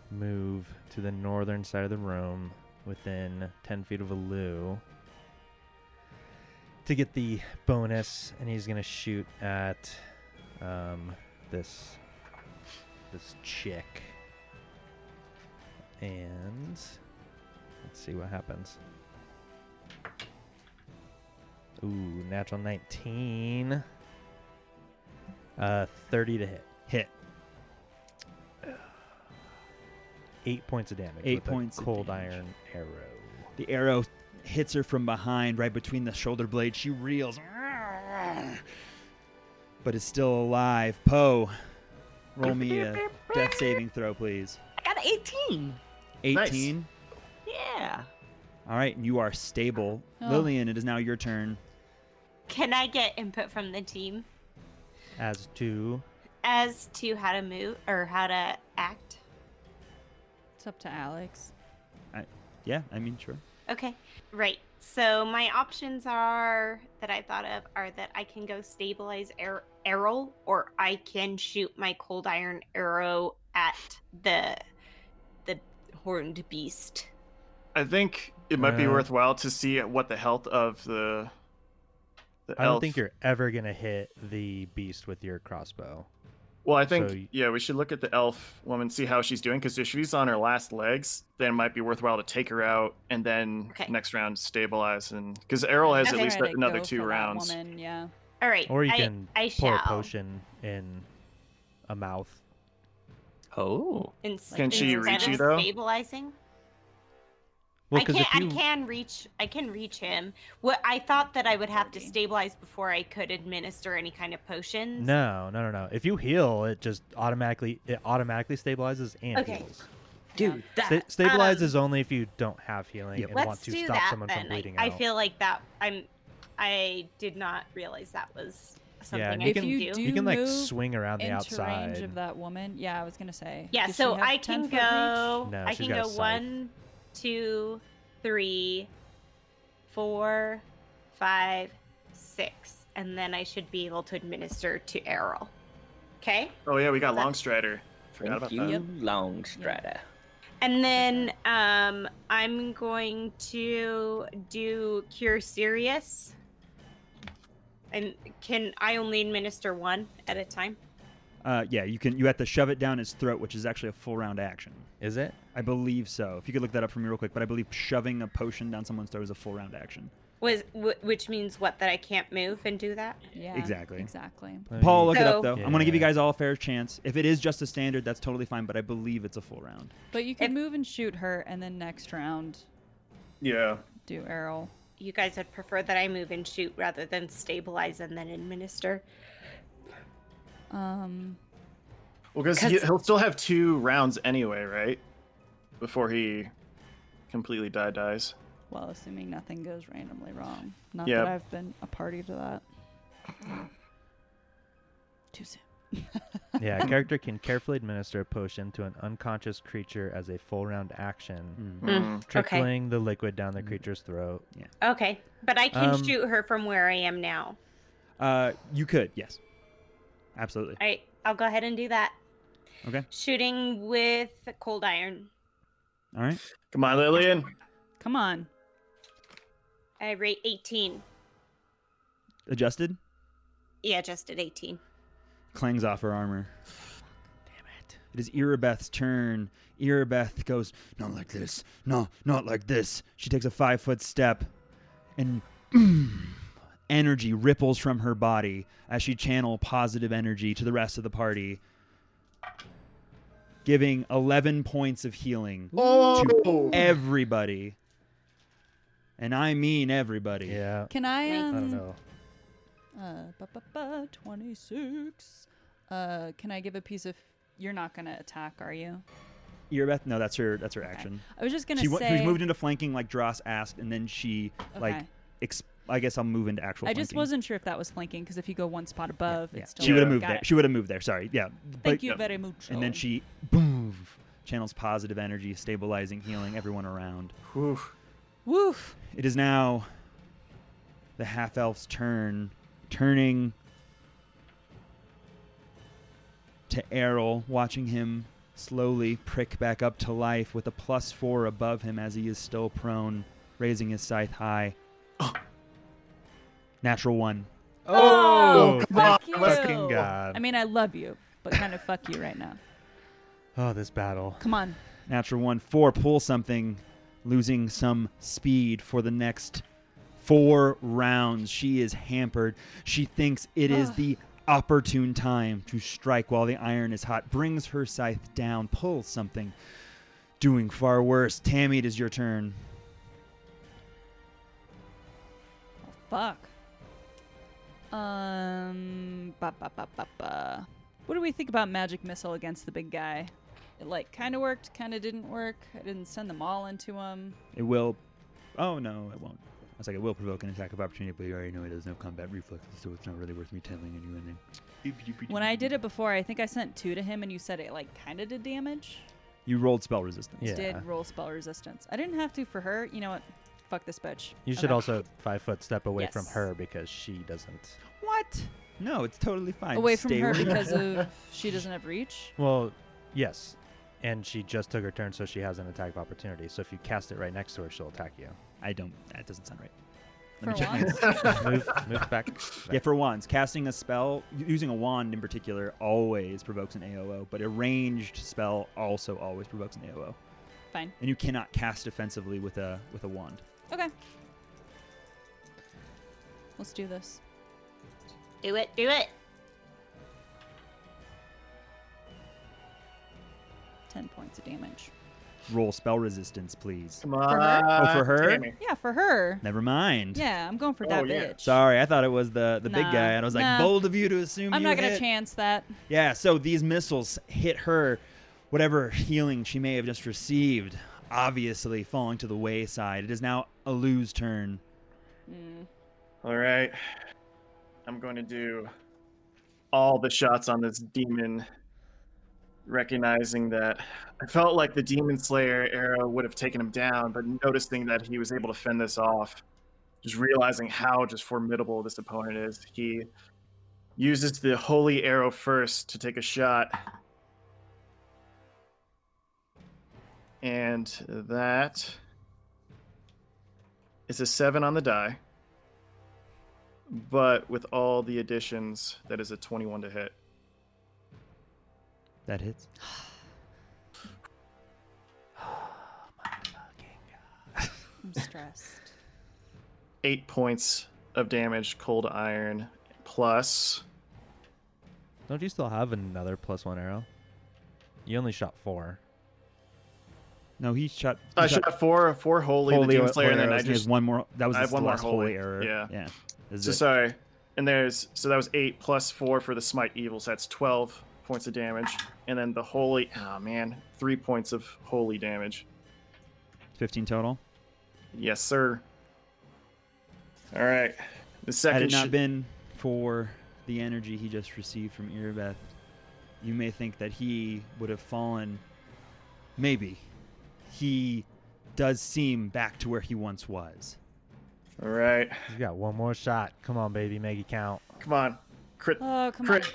Speaker 3: move to the northern side of the room within 10 feet of Alu to get the bonus, and he's going to shoot at um, this this chick. And let's see what happens. Ooh, natural 19. Uh, 30 to hit.
Speaker 1: Hit.
Speaker 3: Eight points of damage.
Speaker 1: Eight
Speaker 3: with a
Speaker 1: points of
Speaker 3: cold
Speaker 1: damage.
Speaker 3: iron arrow.
Speaker 1: The arrow hits her from behind, right between the shoulder blade. She reels. But is still alive. Poe, roll me a death saving throw, please.
Speaker 6: I got an 18.
Speaker 1: 18.
Speaker 6: Yeah.
Speaker 1: All right, and you are stable.
Speaker 4: Oh.
Speaker 1: Lillian, it is now your turn.
Speaker 2: Can I get input from the team
Speaker 3: As to
Speaker 2: as to how to move or how to act?
Speaker 10: It's up to Alex.
Speaker 1: Yeah, I mean, sure.
Speaker 2: Okay, right. So my options are that I thought of are that I can go stabilize er- Errol, or I can shoot my cold iron arrow at the the horned beast.
Speaker 5: I think it might be
Speaker 3: Uh,
Speaker 5: worthwhile to see what the health of the the
Speaker 3: I don't
Speaker 5: elf-
Speaker 3: think you're ever going to hit the beast with your crossbow.
Speaker 5: Well, I think
Speaker 3: So y-
Speaker 5: yeah, we should look at the elf woman, see how she's doing. Because if she's on her last legs, then it might be worthwhile to take her out, and then
Speaker 2: Okay.
Speaker 5: next round stabilize. And because Errol has at
Speaker 2: Okay.
Speaker 5: least
Speaker 4: Try to
Speaker 5: another
Speaker 4: go
Speaker 5: two
Speaker 4: for that
Speaker 5: rounds.
Speaker 4: Woman, yeah.
Speaker 2: All right.
Speaker 3: Or you
Speaker 2: I,
Speaker 3: can
Speaker 2: I shall.
Speaker 3: pour a potion in a mouth.
Speaker 6: Oh.
Speaker 2: Ins-
Speaker 5: Can she
Speaker 2: instead
Speaker 5: reach
Speaker 2: of
Speaker 5: you, though?
Speaker 2: Stabilizing.
Speaker 3: Well,
Speaker 2: I
Speaker 3: 'cause
Speaker 2: can.
Speaker 3: if you,
Speaker 2: I can reach. I can reach him. What I thought that I would have to
Speaker 4: Already.
Speaker 2: stabilize before I could administer any kind of potions.
Speaker 3: No, no, no, no. If you heal, it just automatically it automatically stabilizes and
Speaker 2: Okay. um,
Speaker 3: heals.
Speaker 6: Dude, that.
Speaker 3: Sta- stabilize is only if you don't have healing
Speaker 1: Yep.
Speaker 3: and
Speaker 2: Let's
Speaker 3: want to
Speaker 2: do
Speaker 3: stop
Speaker 2: that
Speaker 3: someone
Speaker 2: then.
Speaker 3: from
Speaker 2: I-
Speaker 3: bleeding
Speaker 2: I,
Speaker 3: out.
Speaker 2: feel like that. I'm. I did not realize that was
Speaker 3: Yeah,
Speaker 2: something
Speaker 3: and
Speaker 2: I
Speaker 3: you
Speaker 2: can
Speaker 3: can-
Speaker 2: do.
Speaker 3: you can like
Speaker 10: move
Speaker 3: swing around the
Speaker 10: into
Speaker 3: outside.
Speaker 10: range of that woman. Yeah, I was gonna say.
Speaker 2: yeah.
Speaker 10: Does she
Speaker 2: So
Speaker 10: have
Speaker 2: I
Speaker 10: 10
Speaker 2: can
Speaker 10: foot reach?
Speaker 2: go.
Speaker 3: No,
Speaker 2: I can
Speaker 3: she's got a
Speaker 2: go
Speaker 3: scythe.
Speaker 2: one, two, three, four, five, six, and then I should be able to administer to Errol. Okay.
Speaker 5: Oh yeah, we got Longstrider. Forgot about
Speaker 6: Thank you,
Speaker 5: that.
Speaker 6: Long Strata.
Speaker 2: And then um, I'm going to do Cure Serious. And can I only administer one at a time?
Speaker 1: Uh, yeah, you can. You have to shove it down his throat, which is actually a full round action.
Speaker 11: Is it?
Speaker 1: I believe so. If you could look that up for me real quick, but I believe shoving a potion down someone's throat is a full round action.
Speaker 2: Was w- which means what that I can't move and do that.
Speaker 4: Yeah.
Speaker 1: Exactly.
Speaker 4: Exactly.
Speaker 1: Paul, look it up though.
Speaker 2: So-
Speaker 1: I'm gonna give you
Speaker 11: Yeah.
Speaker 1: guys all a fair chance. If it is just a standard, that's totally fine. But I believe it's a full round.
Speaker 4: But you can
Speaker 2: If-
Speaker 4: move and shoot her, and then next round
Speaker 5: Yeah.
Speaker 4: do Errol.
Speaker 2: You guys would prefer that I move and shoot rather than stabilize and then administer.
Speaker 4: Um,
Speaker 5: Well, because
Speaker 2: 'Cause-
Speaker 5: he'll still have two rounds anyway, right? Before he completely die dies.
Speaker 4: well, assuming nothing goes randomly wrong. Not
Speaker 5: Yeah.
Speaker 4: that I've been a party to that. Too soon.
Speaker 3: yeah, a character can carefully administer a potion to an unconscious creature as a full round action,
Speaker 1: Mm-hmm.
Speaker 2: Mm, okay.
Speaker 3: trickling the liquid down
Speaker 1: Mm.
Speaker 3: the creature's throat.
Speaker 2: Okay. But I can
Speaker 3: Um,
Speaker 2: shoot her from where I am now.
Speaker 1: Uh, you could, yes, absolutely.
Speaker 2: All right. I'll go ahead and do that.
Speaker 1: Okay.
Speaker 2: Shooting with cold iron.
Speaker 1: All right.
Speaker 5: Come on, Lillian.
Speaker 12: Come on.
Speaker 2: I rate 18.
Speaker 1: Adjusted.
Speaker 2: Yeah, just at 18.
Speaker 1: clangs off her armor. Damn it. It is Irabeth's turn. Irabeth goes, Not like this. No, not like this. She takes a five foot step, and *clears throat* energy ripples from her body as she channel positive energy to the rest of the party, giving 11 points of healing to everybody. And I mean everybody.
Speaker 3: Yeah,
Speaker 4: Can I?
Speaker 2: Nice.
Speaker 3: I
Speaker 4: Um,
Speaker 3: don't know.
Speaker 4: Uh, ba, ba, ba, 26. Uh, can I give a piece of. You're not going to attack, are you?
Speaker 1: Irabeth, no, that's her that's her action.
Speaker 4: I was just going
Speaker 1: she
Speaker 4: to
Speaker 1: wa-
Speaker 4: say.
Speaker 1: she moved into flanking like Dross asked, and then she like
Speaker 4: Okay.
Speaker 1: exp- I guess I'll move into actual.
Speaker 4: I just
Speaker 1: flanking.
Speaker 4: wasn't sure if that was flanking because if you go one spot above,
Speaker 1: Yeah.
Speaker 4: it's still.
Speaker 1: She would have
Speaker 4: got
Speaker 1: moved there.
Speaker 4: it.
Speaker 1: She would have moved there. Sorry. Yeah.
Speaker 4: Thank
Speaker 1: but-
Speaker 4: you very much.
Speaker 1: And then she boom channels positive energy, stabilizing, healing everyone around.
Speaker 5: Whew.
Speaker 4: Woof.
Speaker 1: It is now the half elf's turn, turning to Errol, watching him slowly prick back up to life with a plus four above him as he is still prone, raising his scythe high. Natural one.
Speaker 4: Oh, fuck you.
Speaker 3: Fucking god.
Speaker 4: I mean, I love you, but kind of fuck you right now.
Speaker 3: oh, this battle.
Speaker 4: Come on.
Speaker 1: Natural one. Four. Pull something, losing some speed for the next four rounds. She is hampered. She thinks it is the opportune time to strike while the iron is hot. Brings her scythe down. Pulls something, doing far worse. Tammy, it is your turn.
Speaker 4: Fuck. Um. Ba, ba, ba, ba, ba. What do we think about magic missile against the big guy? It like kind of worked, kind of didn't work. I didn't send them all into him.
Speaker 1: It will. Oh no, it won't. I was like, it will provoke an attack of opportunity, but you already know it has no combat reflexes, so it's not really worth me telling you anything.
Speaker 4: When I did it before, I think I sent two to him, and you said it like kind of did damage.
Speaker 1: You rolled spell resistance.
Speaker 3: Yeah.
Speaker 4: Did roll spell resistance. I didn't have to for her. You know what? Fuck this bitch.
Speaker 3: You should
Speaker 4: Okay.
Speaker 3: also five foot step away from
Speaker 4: Yes.
Speaker 3: her because she doesn't.
Speaker 1: What? No, it's totally fine.
Speaker 4: away from
Speaker 1: Stay
Speaker 4: her
Speaker 1: where you
Speaker 4: because of
Speaker 1: *laughs*
Speaker 4: she doesn't have reach.
Speaker 3: Well, yes. And she just took her turn, so she has an attack of opportunity. So if you cast it right next to her, she'll attack you.
Speaker 1: I don't. That doesn't sound right.
Speaker 4: For
Speaker 1: check my
Speaker 4: once.
Speaker 3: move, move back.
Speaker 1: *laughs* Yeah, for wands, casting a spell u- using a wand in particular always provokes an AOO, but a ranged spell also always provokes an AOO.
Speaker 4: Fine.
Speaker 1: And you cannot cast defensively with a with a wand.
Speaker 4: Okay. Let's do this.
Speaker 2: Do it. Do it.
Speaker 4: Ten points of damage.
Speaker 1: Roll spell resistance, please.
Speaker 5: Come
Speaker 4: her?
Speaker 5: on.
Speaker 1: Oh, for her? Mm.
Speaker 5: Tammy.
Speaker 4: Yeah, for her.
Speaker 1: Never mind.
Speaker 4: Yeah, I'm going for
Speaker 5: Oh,
Speaker 4: that
Speaker 5: yeah.
Speaker 4: bitch.
Speaker 1: Sorry, I thought it was the the big
Speaker 4: Nah,
Speaker 1: guy, and I was like,
Speaker 4: nah.
Speaker 1: bold of you to assume.
Speaker 4: I'm
Speaker 1: you
Speaker 4: not gonna
Speaker 1: hit.
Speaker 4: chance that.
Speaker 1: Yeah, so these missiles hit her, whatever healing she may have just received, obviously falling to the wayside. It is now Alu's turn.
Speaker 5: All right. I'm going to do all the shots on this demon, recognizing that I felt like the Demon Slayer arrow would have taken him down, but noticing that he was able to fend this off, just realizing how just formidable this opponent is, he uses the holy arrow first to take a shot. And that is a seven on the die but with all the additions, that is a 21 to hit.
Speaker 1: That hits.
Speaker 10: I'm stressed.
Speaker 5: Eight points of damage, cold iron, plus.
Speaker 3: Don't you still have another plus one arrow? You only shot four.
Speaker 1: No, he shot.
Speaker 5: I
Speaker 1: he
Speaker 5: shot four, four holy, the demon slayer, and then
Speaker 1: arrows,
Speaker 5: I
Speaker 1: he has
Speaker 5: just
Speaker 1: one more. That was
Speaker 5: I
Speaker 1: his
Speaker 5: have one more
Speaker 1: last holy
Speaker 5: holy,
Speaker 1: error.
Speaker 5: yeah.
Speaker 1: yeah. This
Speaker 5: So
Speaker 1: is it.
Speaker 5: sorry. And there's so that was eight plus four for the smite evils. That's twelve points of damage, and then the holy. Oh man, three points of holy damage.
Speaker 1: Fifteen total.
Speaker 5: Yes, sir. All right. The
Speaker 1: Had
Speaker 5: second.
Speaker 1: it not
Speaker 5: sh-
Speaker 1: been for the energy he just received from Irabeth, you may think that he would have fallen. Maybe. He does seem back to where he once was.
Speaker 5: All right.
Speaker 3: You got one more shot. Come on, baby, make it count.
Speaker 5: Come on. Crit.
Speaker 10: Oh, come
Speaker 5: Crit.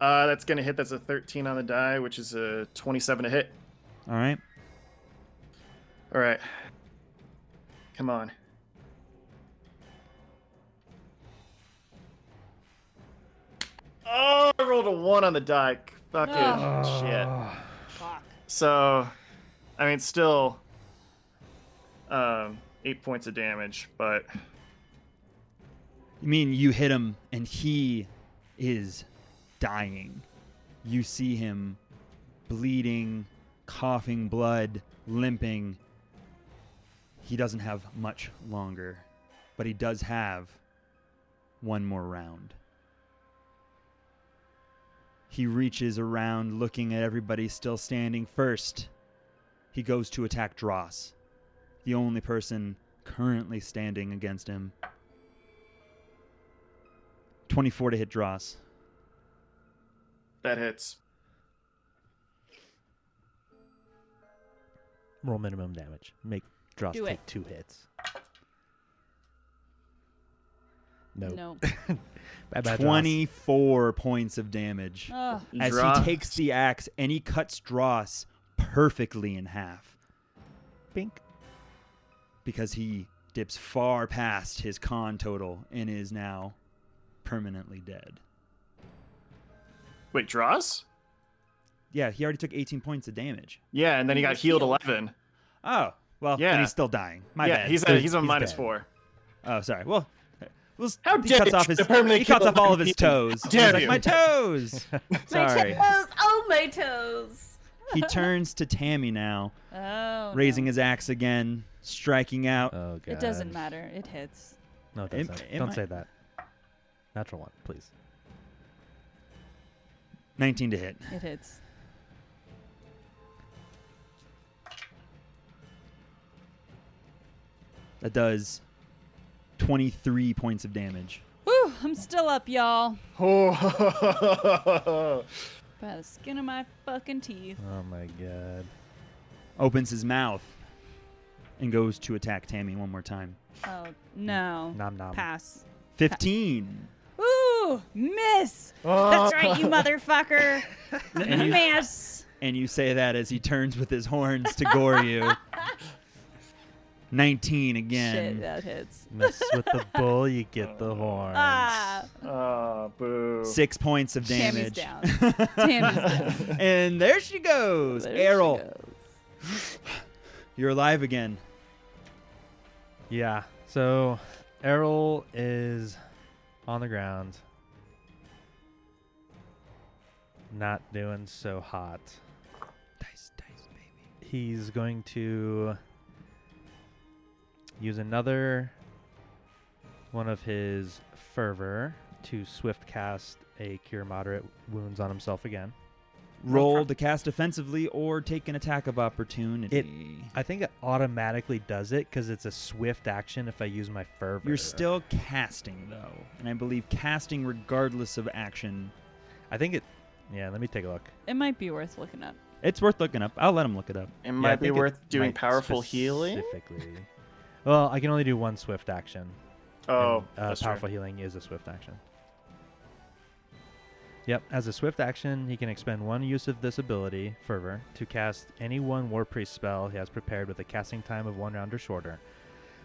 Speaker 5: Uh, that's gonna hit. That's a thirteen on the die, which is a twenty-seven to hit.
Speaker 1: All right.
Speaker 5: All right. Come on. Oh, I rolled a one on the die. Fucking shit.
Speaker 7: Fuck.
Speaker 5: So, I mean, still, um, eight points of damage, but
Speaker 1: You mean you hit him and he is dying. You see him bleeding, coughing blood, limping. He doesn't have much longer, but he does have one more round. He reaches around looking at everybody still standing first. He goes to attack Dross, the only person currently standing against him. 24 to hit Dross.
Speaker 5: that hits.
Speaker 3: Roll minimum damage. Make Dross
Speaker 10: Do
Speaker 3: take
Speaker 10: it.
Speaker 3: two hits. No. *laughs*
Speaker 10: No.
Speaker 3: Bye bye,
Speaker 1: 24 points of damage.
Speaker 10: Ugh.
Speaker 1: as
Speaker 5: Dross.
Speaker 1: he takes the axe and he cuts Dross perfectly in half
Speaker 3: Pink.
Speaker 1: because he dips far past his con total and is now permanently dead.
Speaker 5: Wait, draws?
Speaker 1: Yeah, he already took 18 points of damage.
Speaker 5: Yeah, and then he got healed eleven.
Speaker 1: Oh, well,
Speaker 5: Yeah.
Speaker 1: then he's still dying. My
Speaker 5: yeah,
Speaker 1: bad.
Speaker 5: he's at, he's on
Speaker 3: He's
Speaker 5: minus
Speaker 3: dead.
Speaker 5: four.
Speaker 1: oh, sorry. Well, well
Speaker 5: How
Speaker 1: he
Speaker 5: dare
Speaker 1: cuts
Speaker 5: you
Speaker 1: off his
Speaker 5: to permanently
Speaker 1: he cuts
Speaker 5: kill
Speaker 1: off all of
Speaker 5: him.
Speaker 1: his toes.
Speaker 5: How
Speaker 1: He's
Speaker 5: dare
Speaker 1: like,
Speaker 5: you.
Speaker 1: my toes. sorry.
Speaker 2: toes! Oh, my toes!
Speaker 4: *laughs*
Speaker 1: he turns to Tammy now,
Speaker 10: *laughs* Oh.
Speaker 1: raising his axe again, striking out.
Speaker 3: Oh, God.
Speaker 10: It doesn't matter. It hits.
Speaker 3: No, it
Speaker 1: It-
Speaker 3: doesn't.
Speaker 1: it
Speaker 3: Don't
Speaker 1: might-
Speaker 3: say that. Natural one, please.
Speaker 1: 19 to hit.
Speaker 10: It hits.
Speaker 1: That does 23 points of
Speaker 3: *laughs*
Speaker 1: damage.
Speaker 10: Whew, I'm still up, y'all.
Speaker 5: Oh,
Speaker 10: By the skin of my fucking teeth.
Speaker 3: Oh, my God.
Speaker 1: Opens his mouth and goes to attack Tammy one more time.
Speaker 10: Oh, no.
Speaker 3: Nom nom.
Speaker 10: Pass. *laughs*
Speaker 1: 15.
Speaker 10: Ooh, miss.
Speaker 7: That's right, you motherfucker.
Speaker 1: and, you,
Speaker 7: Miss.
Speaker 1: and you say that as he turns with his horns to gore
Speaker 10: *laughs*
Speaker 1: you.
Speaker 10: Shit,
Speaker 1: 19 again.
Speaker 10: that hits.
Speaker 3: Mess with
Speaker 10: *laughs*
Speaker 3: the bull, you get the horns.
Speaker 10: Ah,
Speaker 5: oh boo.
Speaker 1: Six points of
Speaker 10: Tammy's
Speaker 1: damage. *laughs*
Speaker 10: down. Tammy's down.
Speaker 1: and there she goes.
Speaker 10: There she
Speaker 1: Errol,
Speaker 10: goes.
Speaker 3: *laughs*
Speaker 1: you're alive again.
Speaker 3: Yeah. So Errol is on the ground. Not doing so hot.
Speaker 1: Dice, dice, baby.
Speaker 3: He's going to use another one of his fervor to swift cast a cure moderate wounds on himself again.
Speaker 1: Roll to cast offensively or take an attack of opportunity.
Speaker 3: I think it automatically does it because it's a swift action if I use my fervor.
Speaker 1: You're still casting though, and I believe casting regardless of action.
Speaker 3: I think it. Yeah, let me take a look.
Speaker 10: *laughs* It might be worth looking up.
Speaker 1: It's worth looking up. I'll let him look it up.
Speaker 5: It
Speaker 3: Yeah,
Speaker 5: might
Speaker 3: I
Speaker 5: be
Speaker 3: think it
Speaker 5: worth doing
Speaker 3: might
Speaker 5: powerful healing.
Speaker 3: Specifically. Well, I can only do one swift action.
Speaker 5: Oh,
Speaker 3: and, uh,
Speaker 5: that's true.
Speaker 3: powerful healing is a swift action. Yep, as a swift action, he can expend one use of this ability, Fervor, to cast any one War Priest spell he has prepared with a casting time of one round or shorter.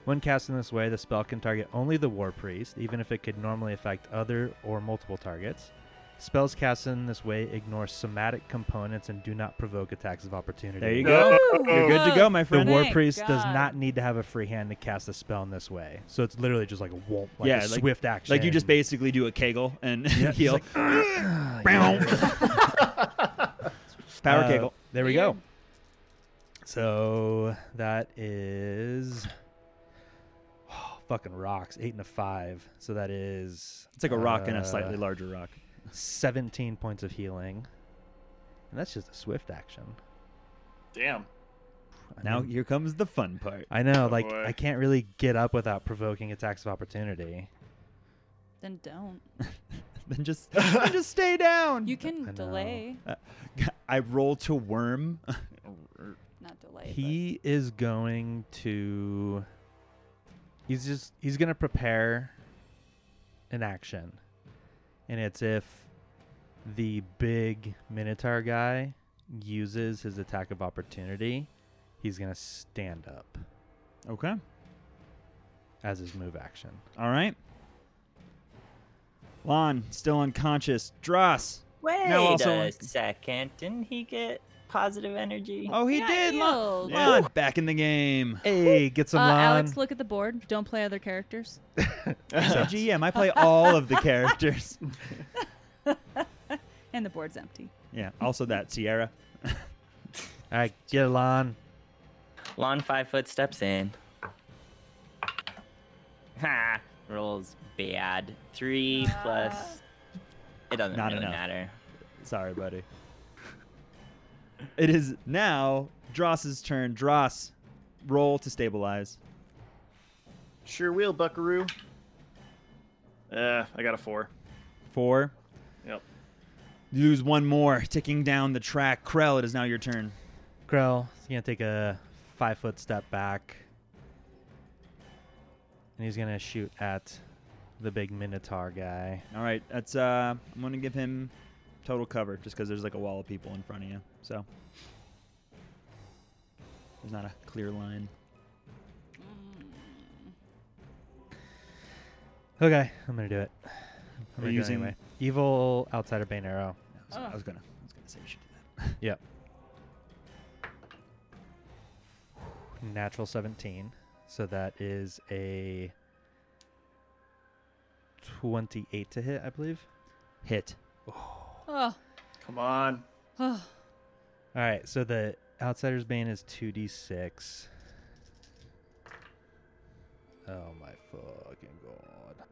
Speaker 3: When cast in this way, the spell can target only the War Priest, even if it could normally affect other or multiple targets. Spells cast in this way ignore somatic components and do not provoke attacks of opportunity.
Speaker 1: There you go. You're good to go, my
Speaker 3: The
Speaker 1: friend.
Speaker 3: war
Speaker 10: Thank
Speaker 3: priest does
Speaker 10: God.
Speaker 3: not need to have a free hand to cast a spell in this way, so it's literally just like a whoop, like
Speaker 1: Yeah,
Speaker 3: a
Speaker 1: like-
Speaker 3: swift action.
Speaker 1: Like you just basically do a kegel and
Speaker 3: Yeah,
Speaker 1: *laughs* heal.
Speaker 3: just
Speaker 1: *laughs*
Speaker 3: like,
Speaker 1: Power
Speaker 3: Uh,
Speaker 1: kegel.
Speaker 3: There we go. So that is oh, fucking rocks. Eight and a five. So that is
Speaker 1: It's like a rock and
Speaker 3: uh,
Speaker 1: a slightly larger rock.
Speaker 3: Seventeen points of healing, and that's just a swift action.
Speaker 5: Damn.
Speaker 3: I
Speaker 1: Now
Speaker 3: mean,
Speaker 1: here comes the fun part.
Speaker 3: I know,
Speaker 5: Oh,
Speaker 3: like
Speaker 5: boy.
Speaker 3: I can't really get up without provoking attacks of opportunity.
Speaker 10: Then don't.
Speaker 1: *laughs* then just then just stay down.
Speaker 10: You
Speaker 3: I know. Uh,
Speaker 10: can delay,
Speaker 1: *laughs* I roll to worm. *laughs*
Speaker 10: not delay. but-
Speaker 3: He is going to. He's just. He's going to prepare an action. And it's if the big Minotaur guy uses his attack of opportunity, he's going to stand up
Speaker 1: okay.
Speaker 3: as his move action.
Speaker 1: All right. Lon still unconscious. Dross.
Speaker 6: Wait
Speaker 1: also-
Speaker 6: a second. Didn't he get positive energy?
Speaker 1: Oh, he
Speaker 10: Yeah,
Speaker 1: did. Lon.
Speaker 10: healed.
Speaker 1: Lon back in the game.
Speaker 3: Hey, get
Speaker 10: Uh,
Speaker 3: some
Speaker 10: *laughs* Alex, look at the board. Don't play other characters.
Speaker 1: So GM, I play
Speaker 10: *laughs*
Speaker 1: all of the characters. *laughs*
Speaker 10: And the board's empty.
Speaker 1: Yeah. Also that Sierra. *laughs*
Speaker 3: All right, get Lon.
Speaker 6: Lon five foot steps in. *laughs* Ha! Rolls bad. Three plus. It doesn't
Speaker 1: Not
Speaker 6: really
Speaker 1: enough. *laughs*
Speaker 6: matter.
Speaker 1: Sorry, buddy. It is now Dross's turn. Dross, roll to stabilize.
Speaker 5: Sure will, Buckaroo. Uh, I got a four.
Speaker 1: Four.
Speaker 5: Yep.
Speaker 1: You lose one more, ticking down the track. Krell, it is now your turn.
Speaker 3: Krell is gonna take a five foot step back. And he's gonna shoot at the big Minotaur guy.
Speaker 1: All right, that's uh, I'm gonna give him total cover just because there's like a wall of people in front of you, so there's not a clear line.
Speaker 3: Okay, I'm gonna do it. I'm gonna do it
Speaker 1: using- Ah.
Speaker 3: anyway. Evil outsider Bane Arrow.
Speaker 1: I was, I was gonna, I was gonna say we should do
Speaker 3: Yep. Natural 17. So that is a 28 to hit, I believe.
Speaker 1: that. Hit.
Speaker 10: Oh,
Speaker 5: Come on.
Speaker 10: *sighs* oh.
Speaker 3: All right, so the Outsider's Bane is 2d6. Oh my fucking god.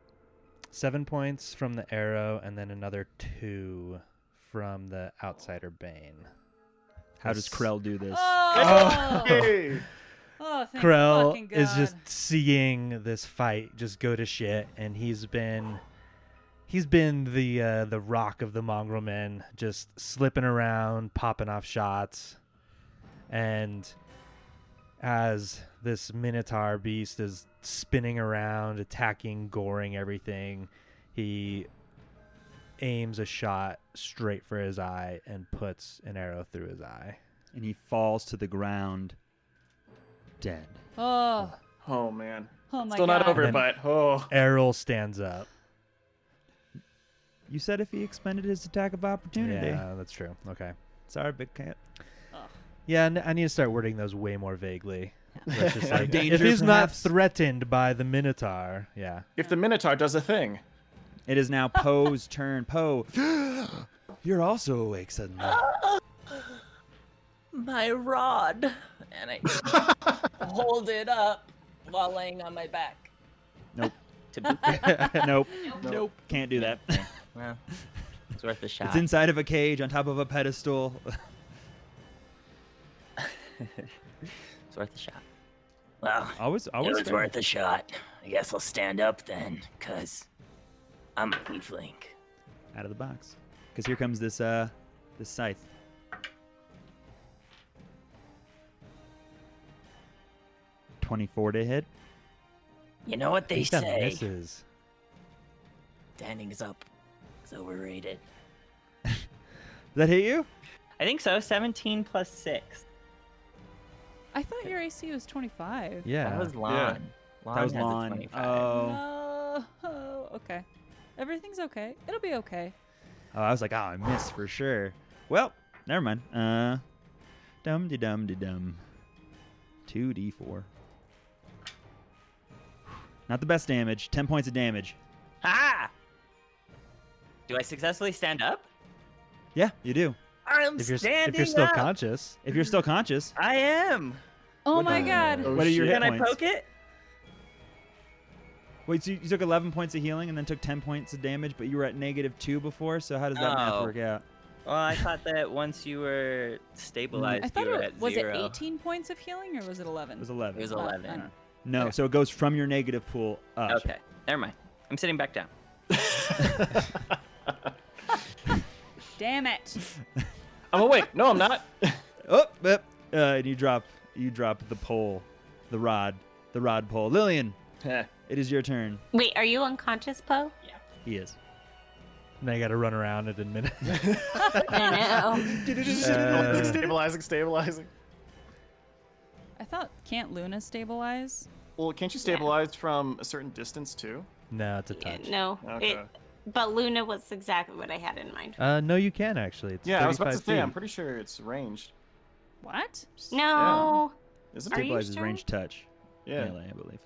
Speaker 3: Seven points from the arrow, and then another two from the Outsider Bane.
Speaker 1: How does
Speaker 3: That's-
Speaker 1: Krell do this?
Speaker 10: Oh.
Speaker 5: Hey.
Speaker 10: Oh, thank fucking
Speaker 3: Krell
Speaker 10: God.
Speaker 3: is just seeing this fight just go to shit, and he's been he's been the uh, the rock of the mongrel men, just slipping around, popping off shots, and as this minotaur beast is spinning around, attacking, goring everything, he aims a shot straight for his eye and puts an arrow through his eye.
Speaker 1: And he falls to the ground, dead.
Speaker 10: Oh,
Speaker 5: Oh man.
Speaker 10: oh my
Speaker 5: Still
Speaker 10: God.
Speaker 5: not over,
Speaker 3: And-
Speaker 5: but oh.
Speaker 3: Errol stands up.
Speaker 1: You said if he expended his attack of opportunity.
Speaker 3: Yeah, that's true. Okay.
Speaker 1: Sorry, big cat.
Speaker 3: Yeah, n- I need to start wording those way more vaguely.
Speaker 5: *laughs*
Speaker 3: Let's just like,
Speaker 1: Danger,
Speaker 3: if he's
Speaker 1: perhaps?
Speaker 3: not threatened by the Minotaur, yeah.
Speaker 5: If the Minotaur does a thing.
Speaker 1: It is now Poe's *laughs* turn. Poe, *gasps* you're also awake suddenly. *laughs*
Speaker 6: My rod. And *laughs* I hold it up while laying on my back.
Speaker 1: Nope.
Speaker 6: to *laughs* boot
Speaker 1: nope. Nope. Can't do that.
Speaker 6: Well, it's worth a shot.
Speaker 1: It's inside of a cage on top of a pedestal. *laughs*
Speaker 6: It's worth a shot. Well,
Speaker 1: always, always.
Speaker 6: it was worth a shot. I guess I'll stand up then, because I'm a weakling.
Speaker 1: out of the box. Because here comes this uh this scythe. Twenty-four to hit.
Speaker 6: You know what they
Speaker 3: He kinda
Speaker 6: say?
Speaker 3: misses.
Speaker 6: Standing's up is overrated.
Speaker 1: Does that hit you?
Speaker 6: I think so. 17 plus 6.
Speaker 10: I thought your AC was 25.
Speaker 3: Yeah.
Speaker 6: That was Lon. Lon
Speaker 1: that was
Speaker 6: has a
Speaker 1: Lon.
Speaker 6: 25.
Speaker 1: Oh,
Speaker 10: No. okay. Everything's okay. It'll be okay.
Speaker 1: Oh, I was like, oh, I missed for sure. Well, never mind. Uh, dum de dum de dum. Two d four. Not the best damage. Ten points of damage.
Speaker 6: Ah! Do I successfully stand up?
Speaker 1: Yeah, you do.
Speaker 6: I'm
Speaker 3: If you're, s-
Speaker 6: standing
Speaker 3: if you're still
Speaker 6: up.
Speaker 3: conscious,
Speaker 1: If you're still conscious.
Speaker 6: I am.
Speaker 10: Oh
Speaker 1: What
Speaker 10: my
Speaker 1: the-
Speaker 10: god.
Speaker 5: Oh,
Speaker 1: what are your
Speaker 5: shit.
Speaker 1: hit
Speaker 6: Can I
Speaker 1: points?
Speaker 6: poke it?
Speaker 1: Wait, so you took 11 points of healing and then took 10 points of damage, but you were at negative two before. So how does that math
Speaker 6: Oh.
Speaker 1: work out?
Speaker 6: Well, I thought that once you were stabilized,
Speaker 10: I thought
Speaker 6: you were
Speaker 10: it
Speaker 6: at
Speaker 10: was
Speaker 6: zero.
Speaker 10: it 18 points of healing or was it 11?
Speaker 1: It was 11.
Speaker 6: It was 11.
Speaker 1: no,
Speaker 6: okay.
Speaker 1: so it goes from your negative pool up.
Speaker 6: Okay, never mind. I'm sitting back
Speaker 1: *laughs*
Speaker 6: down.
Speaker 3: *laughs*
Speaker 10: Damn it.
Speaker 5: I'm awake. No, I'm
Speaker 6: *laughs*
Speaker 5: not.
Speaker 1: Oh, yep. Uh, and you drop, you drop the pole, the rod, the rod pole. Lillian,
Speaker 5: Heh.
Speaker 1: it is your turn.
Speaker 2: Wait, are you unconscious, Poe?
Speaker 1: He is.
Speaker 3: now you got to run around it in minutes.
Speaker 5: *laughs*
Speaker 2: I
Speaker 3: Uh,
Speaker 5: stabilizing, stabilizing.
Speaker 10: I thought can't Luna stabilize?
Speaker 5: Well, can't you stabilize from a certain distance too?
Speaker 3: no, it's a
Speaker 2: know.
Speaker 3: touch.
Speaker 2: no.
Speaker 5: Okay.
Speaker 2: It, but Luna was exactly what I had in mind.
Speaker 3: Uh, no, you can actually. It's
Speaker 5: Yeah, I was about to
Speaker 3: 35
Speaker 5: say.
Speaker 3: feet.
Speaker 5: I'm pretty sure it's ranged.
Speaker 10: What?
Speaker 2: No.
Speaker 5: Is it?
Speaker 2: Are you
Speaker 1: Stabilizes
Speaker 2: sure?
Speaker 1: range touch.
Speaker 5: Yeah.
Speaker 1: Melee, I believe.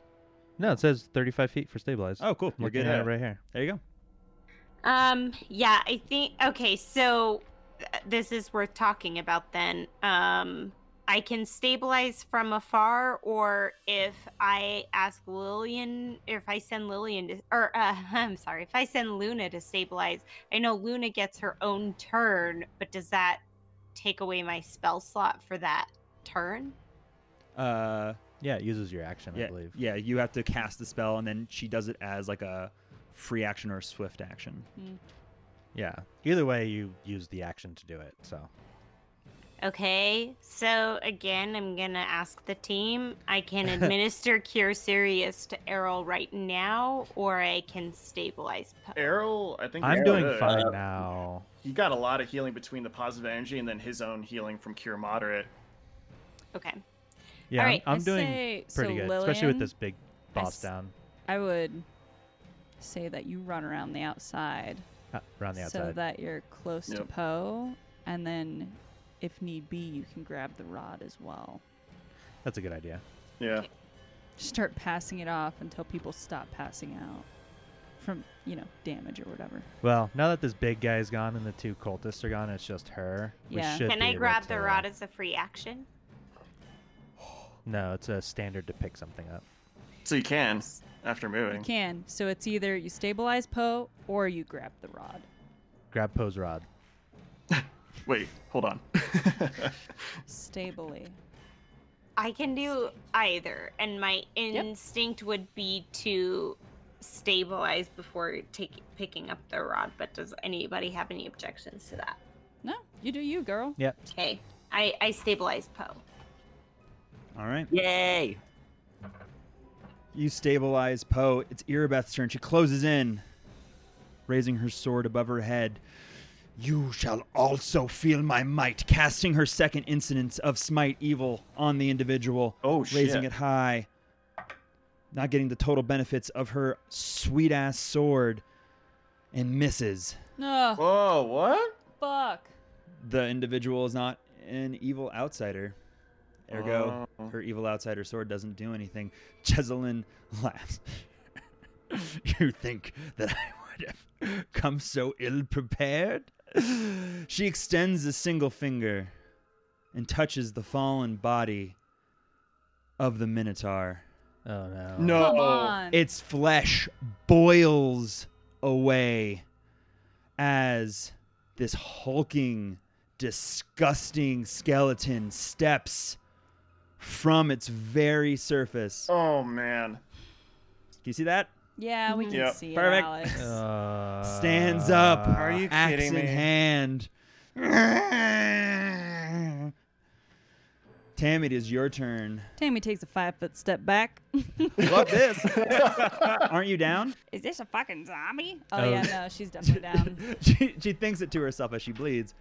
Speaker 3: No, it says 35 feet for stabilized.
Speaker 1: Oh, cool.
Speaker 3: You're
Speaker 1: You're good.
Speaker 3: looking at
Speaker 1: Yeah.
Speaker 3: it right here.
Speaker 1: There you go.
Speaker 2: Um. Yeah. I think. Okay. So uh, this is worth talking about then. Um. I can stabilize from afar, or if I ask Lillian, or if I send Lillian to, or uh, *laughs* I'm sorry, if I send Luna to stabilize, I know Luna gets her own turn, but does that take away my spell slot for that turn?
Speaker 1: Uh,
Speaker 3: Yeah, it uses your action,
Speaker 1: yeah,
Speaker 3: I believe.
Speaker 1: yeah. You have to cast the spell, and then she does it as like a free action or a swift action.
Speaker 3: Yeah. Either way, you use the action to do it. So
Speaker 2: Okay, so again, I'm gonna ask the team. I can
Speaker 3: *laughs*
Speaker 2: administer Cure Serious to Errol right now, or I can stabilize Poe.
Speaker 5: Errol, I think
Speaker 3: I'm
Speaker 5: is
Speaker 3: doing
Speaker 5: good.
Speaker 3: fine
Speaker 5: Uh,
Speaker 3: now.
Speaker 5: He got a lot of healing between the positive energy and then his own healing from cure moderate.
Speaker 2: Okay.
Speaker 3: Yeah, I'm-
Speaker 2: right,
Speaker 3: I'm,
Speaker 10: I
Speaker 3: doing
Speaker 10: say- so
Speaker 3: pretty good, especially with
Speaker 10: Lillian,
Speaker 3: this big
Speaker 10: I
Speaker 3: boss
Speaker 10: s-
Speaker 3: down
Speaker 10: I would say that you run around the outside,
Speaker 3: uh, around the
Speaker 10: so
Speaker 3: outside.
Speaker 10: that you're close to
Speaker 5: Yep.
Speaker 10: Poe, and then if need be, you can grab the rod as well.
Speaker 3: That's a good idea.
Speaker 5: Yeah.
Speaker 10: Just start passing it off until people stop passing out from you know damage or whatever.
Speaker 3: Well, now that this big guy is gone and the two cultists are gone, it's just her.
Speaker 10: Yeah.
Speaker 3: We should
Speaker 2: Can
Speaker 3: be
Speaker 2: I
Speaker 3: able
Speaker 2: grab
Speaker 3: to- uh,
Speaker 2: the rod as a free action?
Speaker 3: No, it's a standard to pick something up.
Speaker 5: So you can after
Speaker 10: You
Speaker 5: moving.
Speaker 10: can. So it's either you stabilize Poe or you grab the rod.
Speaker 3: Grab Poe's rod.
Speaker 5: *laughs* Wait, hold on.
Speaker 10: Stably.
Speaker 2: I can do either, and my instinct would be to stabilize before take, picking up the rod. But does anybody have any objections to that?
Speaker 10: No, you do you, girl.
Speaker 3: Yep.
Speaker 2: Okay, I, I stabilize Poe.
Speaker 1: All right.
Speaker 6: Yay!
Speaker 1: You stabilize Poe. It's Irabeth's turn. She closes in, raising her sword above her head. You shall also feel my might, casting her second incidence of smite evil on the individual,
Speaker 5: Oh shit.
Speaker 1: raising it high. Not getting the total benefits of her sweet ass sword, and misses.
Speaker 10: No,
Speaker 5: Whoa, what?
Speaker 10: fuck.
Speaker 1: The individual is not an evil outsider. Ergo,
Speaker 5: Oh.
Speaker 1: her evil outsider sword doesn't do anything. *laughs* Cheselin laughs. *laughs* you think that I would have come so ill prepared? She extends a single finger and touches the fallen body of the Minotaur.
Speaker 3: Oh no.
Speaker 5: No.
Speaker 10: Come on.
Speaker 1: Its flesh boils away as this hulking, disgusting skeleton steps from its very surface. Do
Speaker 5: Oh man.
Speaker 1: you see that?
Speaker 10: yeah, we can
Speaker 5: Mm-hmm. Yep.
Speaker 10: see
Speaker 1: Perfect.
Speaker 10: it, Alex.
Speaker 3: Uh,
Speaker 1: Stands up,
Speaker 5: Are you
Speaker 1: axe
Speaker 5: kidding
Speaker 1: in
Speaker 5: me?
Speaker 1: hand. Tam, it is your turn.
Speaker 10: Tammy takes a five foot step back.
Speaker 1: Love this.
Speaker 3: *laughs*
Speaker 1: Aren't you down?
Speaker 7: Is this a fucking zombie?
Speaker 10: Oh,
Speaker 3: Oh.
Speaker 10: yeah, no, she's
Speaker 5: *laughs*
Speaker 10: definitely down
Speaker 1: she, she thinks it to herself as she bleeds.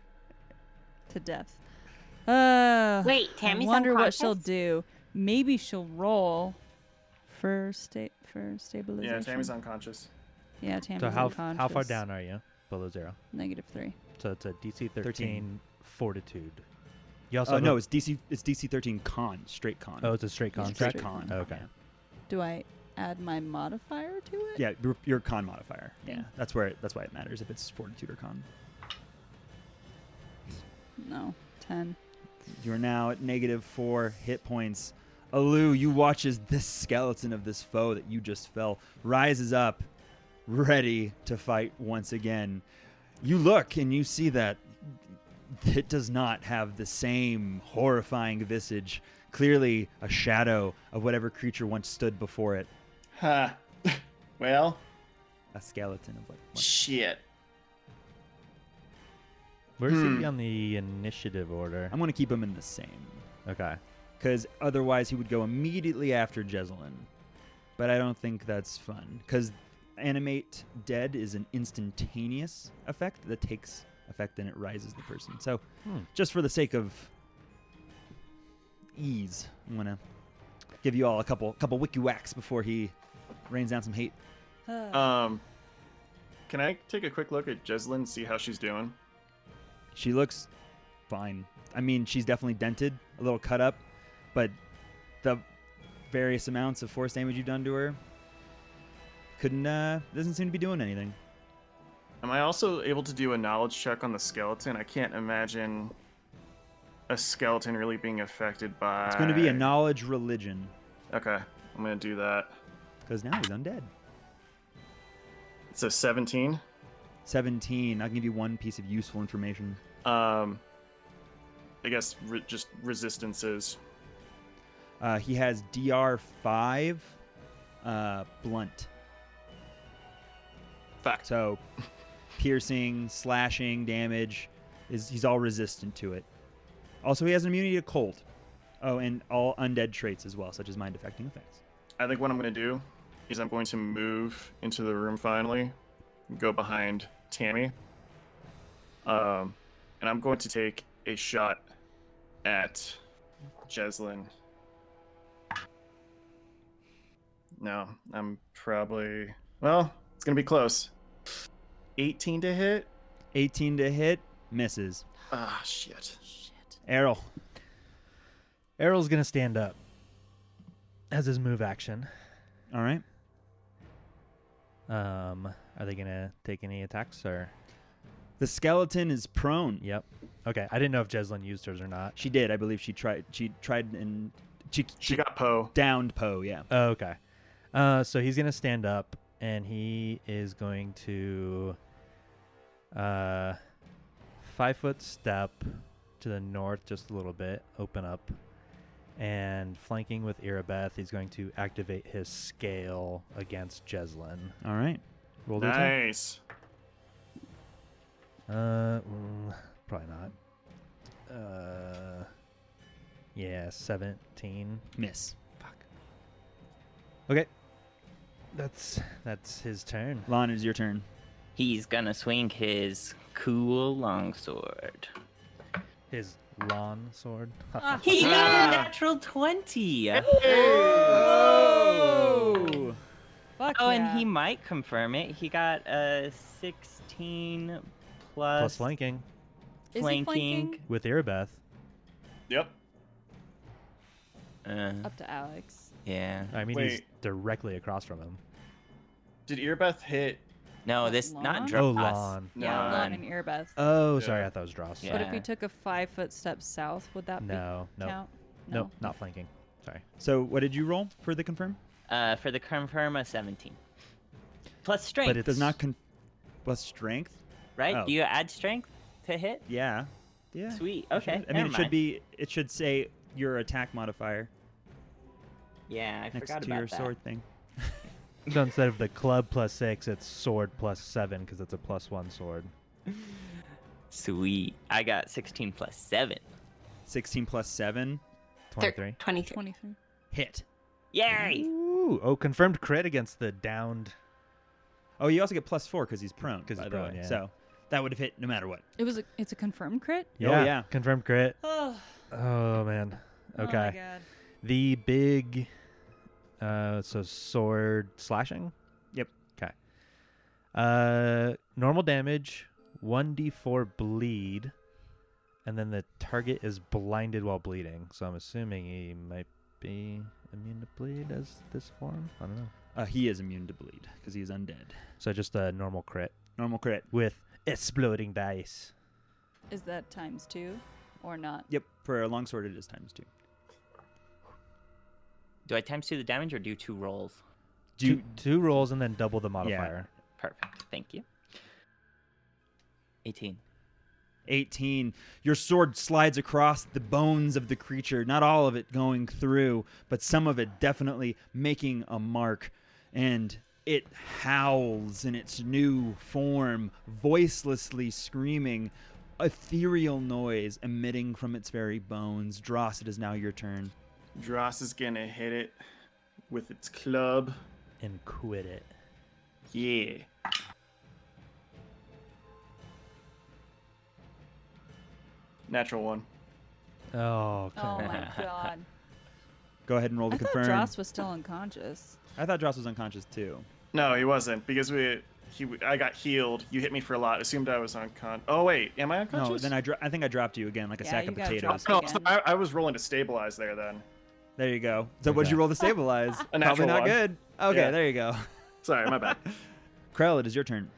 Speaker 10: to death. Uh,
Speaker 2: Wait,
Speaker 10: I
Speaker 2: Tammy's
Speaker 10: wonder what she'll
Speaker 2: unconscious?
Speaker 10: do. Maybe she'll roll for sta- for stabilization.
Speaker 5: Yeah, Tammy's unconscious.
Speaker 10: Yeah, Tammy's
Speaker 3: So how,
Speaker 10: unconscious.
Speaker 3: how far down are you? below zero.
Speaker 4: Negative three.
Speaker 3: So it's a DC 13,
Speaker 1: 13.
Speaker 3: fortitude. You also
Speaker 1: Oh
Speaker 3: have
Speaker 1: no,
Speaker 3: a-
Speaker 1: it's DC. It's DC 13 con, straight con.
Speaker 3: oh, it's a straight con.
Speaker 1: straight
Speaker 3: check?
Speaker 1: con.
Speaker 3: Okay.
Speaker 1: yeah.
Speaker 4: Do I add my modifier to it?
Speaker 1: Yeah, your, your con modifier.
Speaker 4: Yeah.
Speaker 1: That's where it, that's why it matters if it's fortitude or con.
Speaker 4: No. Ten.
Speaker 1: You're now at negative four hit points. Alu, you watch as this skeleton of this foe that you just fell rises up, ready to fight once again. You look and you see that it does not have the same horrifying visage. Clearly, a shadow of whatever creature once stood before it.
Speaker 5: Ha. *laughs* well,
Speaker 1: A skeleton of like.
Speaker 10: *sighs*
Speaker 1: one-
Speaker 5: shit.
Speaker 3: Where's
Speaker 5: Hmm.
Speaker 3: he on the initiative order?
Speaker 1: I'm going to keep him in the same.
Speaker 3: Okay.
Speaker 1: because otherwise he would go immediately after Jezelin. But I don't think that's fun because animate dead is an instantaneous effect that takes effect and it rises the person. So
Speaker 3: Hmm.
Speaker 1: just for the sake of ease, I'm gonna give you all a couple couple wiki whacks before he rains down some hate. Uh,
Speaker 5: Um, can I take a quick look at Jeslyn, see how she's doing?
Speaker 1: She looks fine. I mean, she's definitely dented, a little cut up, but the various amounts of force damage you've done to her couldn't uh doesn't seem to be doing anything.
Speaker 5: Am I also able to do a knowledge check on the skeleton? I can't imagine a skeleton really being affected by.
Speaker 1: It's going to be a knowledge religion
Speaker 5: Okay, I'm gonna do that.
Speaker 1: because now he's undead.
Speaker 5: It's a 17.
Speaker 1: 17. I can give you one piece of useful information.
Speaker 5: Um, I guess re- just resistances.
Speaker 1: Uh, he has DR5 uh, blunt.
Speaker 5: Fuck.
Speaker 1: So *laughs* piercing, slashing damage is he's all resistant to it. Also, he has an immunity to cold. Oh, and all undead traits as well, such as mind affecting effects.
Speaker 5: I think what I'm gonna do is I'm going to move into the room finally, go behind Tammy, um, and I'm going to take a shot at Jeslin. No, I'm probably well. It's gonna be close. 18 to hit.
Speaker 1: 18 to hit, misses.
Speaker 5: Ah, shit.
Speaker 1: Errol,
Speaker 3: Errol's gonna stand up as his move action.
Speaker 1: all right.
Speaker 3: Um, are they gonna take any attacks or?
Speaker 1: The skeleton is prone.
Speaker 3: Yep. Okay. I didn't know if Jeslin used hers or not.
Speaker 1: She did, I believe. She tried. She tried and she,
Speaker 5: She got Poe.
Speaker 1: downed Poe. Yeah.
Speaker 3: Oh, okay. Uh, so he's gonna stand up and he is going to uh five foot step to the north just a little bit, open up, and flanking with Irabeth, he's going to activate his scale against Jeslin.
Speaker 1: All right. Roll the attack.
Speaker 5: Nice.
Speaker 3: Uh, mm, probably not. Uh, yeah, seventeen.
Speaker 1: Miss.
Speaker 3: Fuck. Okay. That's that's his turn.
Speaker 1: Lon, it is your turn.
Speaker 6: He's gonna swing his cool longsword.
Speaker 3: His lawn sword.
Speaker 6: He got
Speaker 5: Ah.
Speaker 6: a natural 20.
Speaker 1: Oh!
Speaker 10: Fuck
Speaker 6: Oh,
Speaker 10: yeah.
Speaker 6: and he might confirm it. He got a 16 plus,
Speaker 3: Plus flanking
Speaker 10: Is he
Speaker 6: flanking.
Speaker 3: with Irabeth.
Speaker 5: Yep.
Speaker 6: Uh,
Speaker 10: Up to Alex.
Speaker 6: yeah.
Speaker 3: I mean, he's
Speaker 5: Wait.
Speaker 3: directly across from him.
Speaker 5: Did Earbeth hit?
Speaker 6: No,
Speaker 10: What,
Speaker 6: this
Speaker 10: lawn?
Speaker 6: not
Speaker 3: Oh,
Speaker 6: drop us.
Speaker 3: lawn.
Speaker 10: Yeah, Lon
Speaker 6: Lon.
Speaker 10: and Earbeth.
Speaker 3: Oh,
Speaker 5: Yeah.
Speaker 3: sorry, I thought it was Dross.
Speaker 10: But if we
Speaker 6: Yeah.
Speaker 10: took a five foot step south, would that be
Speaker 3: No, no,
Speaker 10: count?
Speaker 3: no, not flanking. Sorry.
Speaker 1: So, what did you roll for the confirm?
Speaker 6: Uh, for the confirm, a 17. Plus strength,
Speaker 1: It does not con. Plus strength.
Speaker 6: right?
Speaker 1: oh.
Speaker 6: Do you add strength to hit?
Speaker 1: Yeah. Yeah.
Speaker 6: Sweet.
Speaker 1: it should.
Speaker 6: Okay.
Speaker 1: I mean,
Speaker 6: never
Speaker 1: it
Speaker 6: mind.
Speaker 1: should be. It should say your attack modifier
Speaker 6: Yeah, I
Speaker 1: next
Speaker 6: forgot
Speaker 1: to
Speaker 6: about
Speaker 1: your
Speaker 6: that.
Speaker 1: sword thing.
Speaker 3: *laughs* So instead of the club plus six, it's sword plus seven because it's a plus one sword.
Speaker 6: Sweet. I got 16 plus 7.
Speaker 1: 16 plus 7.
Speaker 2: Thir-
Speaker 3: Twenty-three.
Speaker 2: 23.
Speaker 10: 23.
Speaker 1: Hit.
Speaker 6: Yay!
Speaker 3: Ooh, oh, confirmed crit against the downed.
Speaker 1: Oh, you also get plus 4 because he's prone.
Speaker 3: 'Cause he's
Speaker 1: by the
Speaker 3: prone,
Speaker 1: way.
Speaker 3: yeah.
Speaker 1: So, that would have hit no matter what.
Speaker 10: It was a, it's a confirmed crit?
Speaker 1: yeah.
Speaker 3: Confirmed crit.
Speaker 10: *sighs* Oh,
Speaker 3: Oh man. Okay.
Speaker 10: my god.
Speaker 3: The big, uh, so sword slashing.
Speaker 1: Yep.
Speaker 3: Okay. Uh, normal damage, 1d4 bleed, and then the target is blinded while bleeding. So I'm assuming he might be immune to bleed as this form. I don't know.
Speaker 1: Uh, he is immune to bleed because he is undead.
Speaker 3: So just a normal crit
Speaker 1: Normal crit.
Speaker 3: with exploding dice.
Speaker 4: Is that times two or not?
Speaker 1: Yep. For a longsword, it is times two.
Speaker 6: Do I times two the damage or do two rolls?
Speaker 1: Do you,
Speaker 3: two, two rolls and then double the modifier.
Speaker 6: Perfect. Thank you. 18.
Speaker 1: 18. Your sword slides across the bones of the creature, not all of it going through, but some of it definitely making a mark. And it howls in its new form, voicelessly screaming, ethereal noise emitting from its very bones. Dross, it is now your turn.
Speaker 5: Dross is gonna hit it with its club.
Speaker 3: And quit it.
Speaker 5: Yeah. Natural one.
Speaker 3: Oh,
Speaker 4: Oh
Speaker 3: come
Speaker 4: my god.
Speaker 1: Go ahead and roll to
Speaker 4: I thought
Speaker 1: confirm.
Speaker 4: Dross was still unconscious.
Speaker 1: I thought Dross was unconscious too.
Speaker 5: No, he wasn't because we he I got healed. You hit me for a lot. Assumed I was uncon. Oh wait, am I unconscious?
Speaker 1: No, then I, dro- I think I dropped you again like a
Speaker 4: Yeah,
Speaker 1: sack
Speaker 4: you
Speaker 1: of
Speaker 4: got
Speaker 1: potatoes.
Speaker 4: dropped.
Speaker 5: No,
Speaker 4: again.
Speaker 5: so I, I was rolling to stabilize there then.
Speaker 1: There you go. So what'd you
Speaker 3: Okay.
Speaker 1: roll to stabilize?
Speaker 5: *laughs* A
Speaker 1: Probably
Speaker 5: natural
Speaker 1: not
Speaker 5: one.
Speaker 1: good. Okay,
Speaker 5: Yeah.
Speaker 1: there you go.
Speaker 5: Sorry, my
Speaker 1: *laughs*
Speaker 5: bad.
Speaker 1: Krell, it is your turn.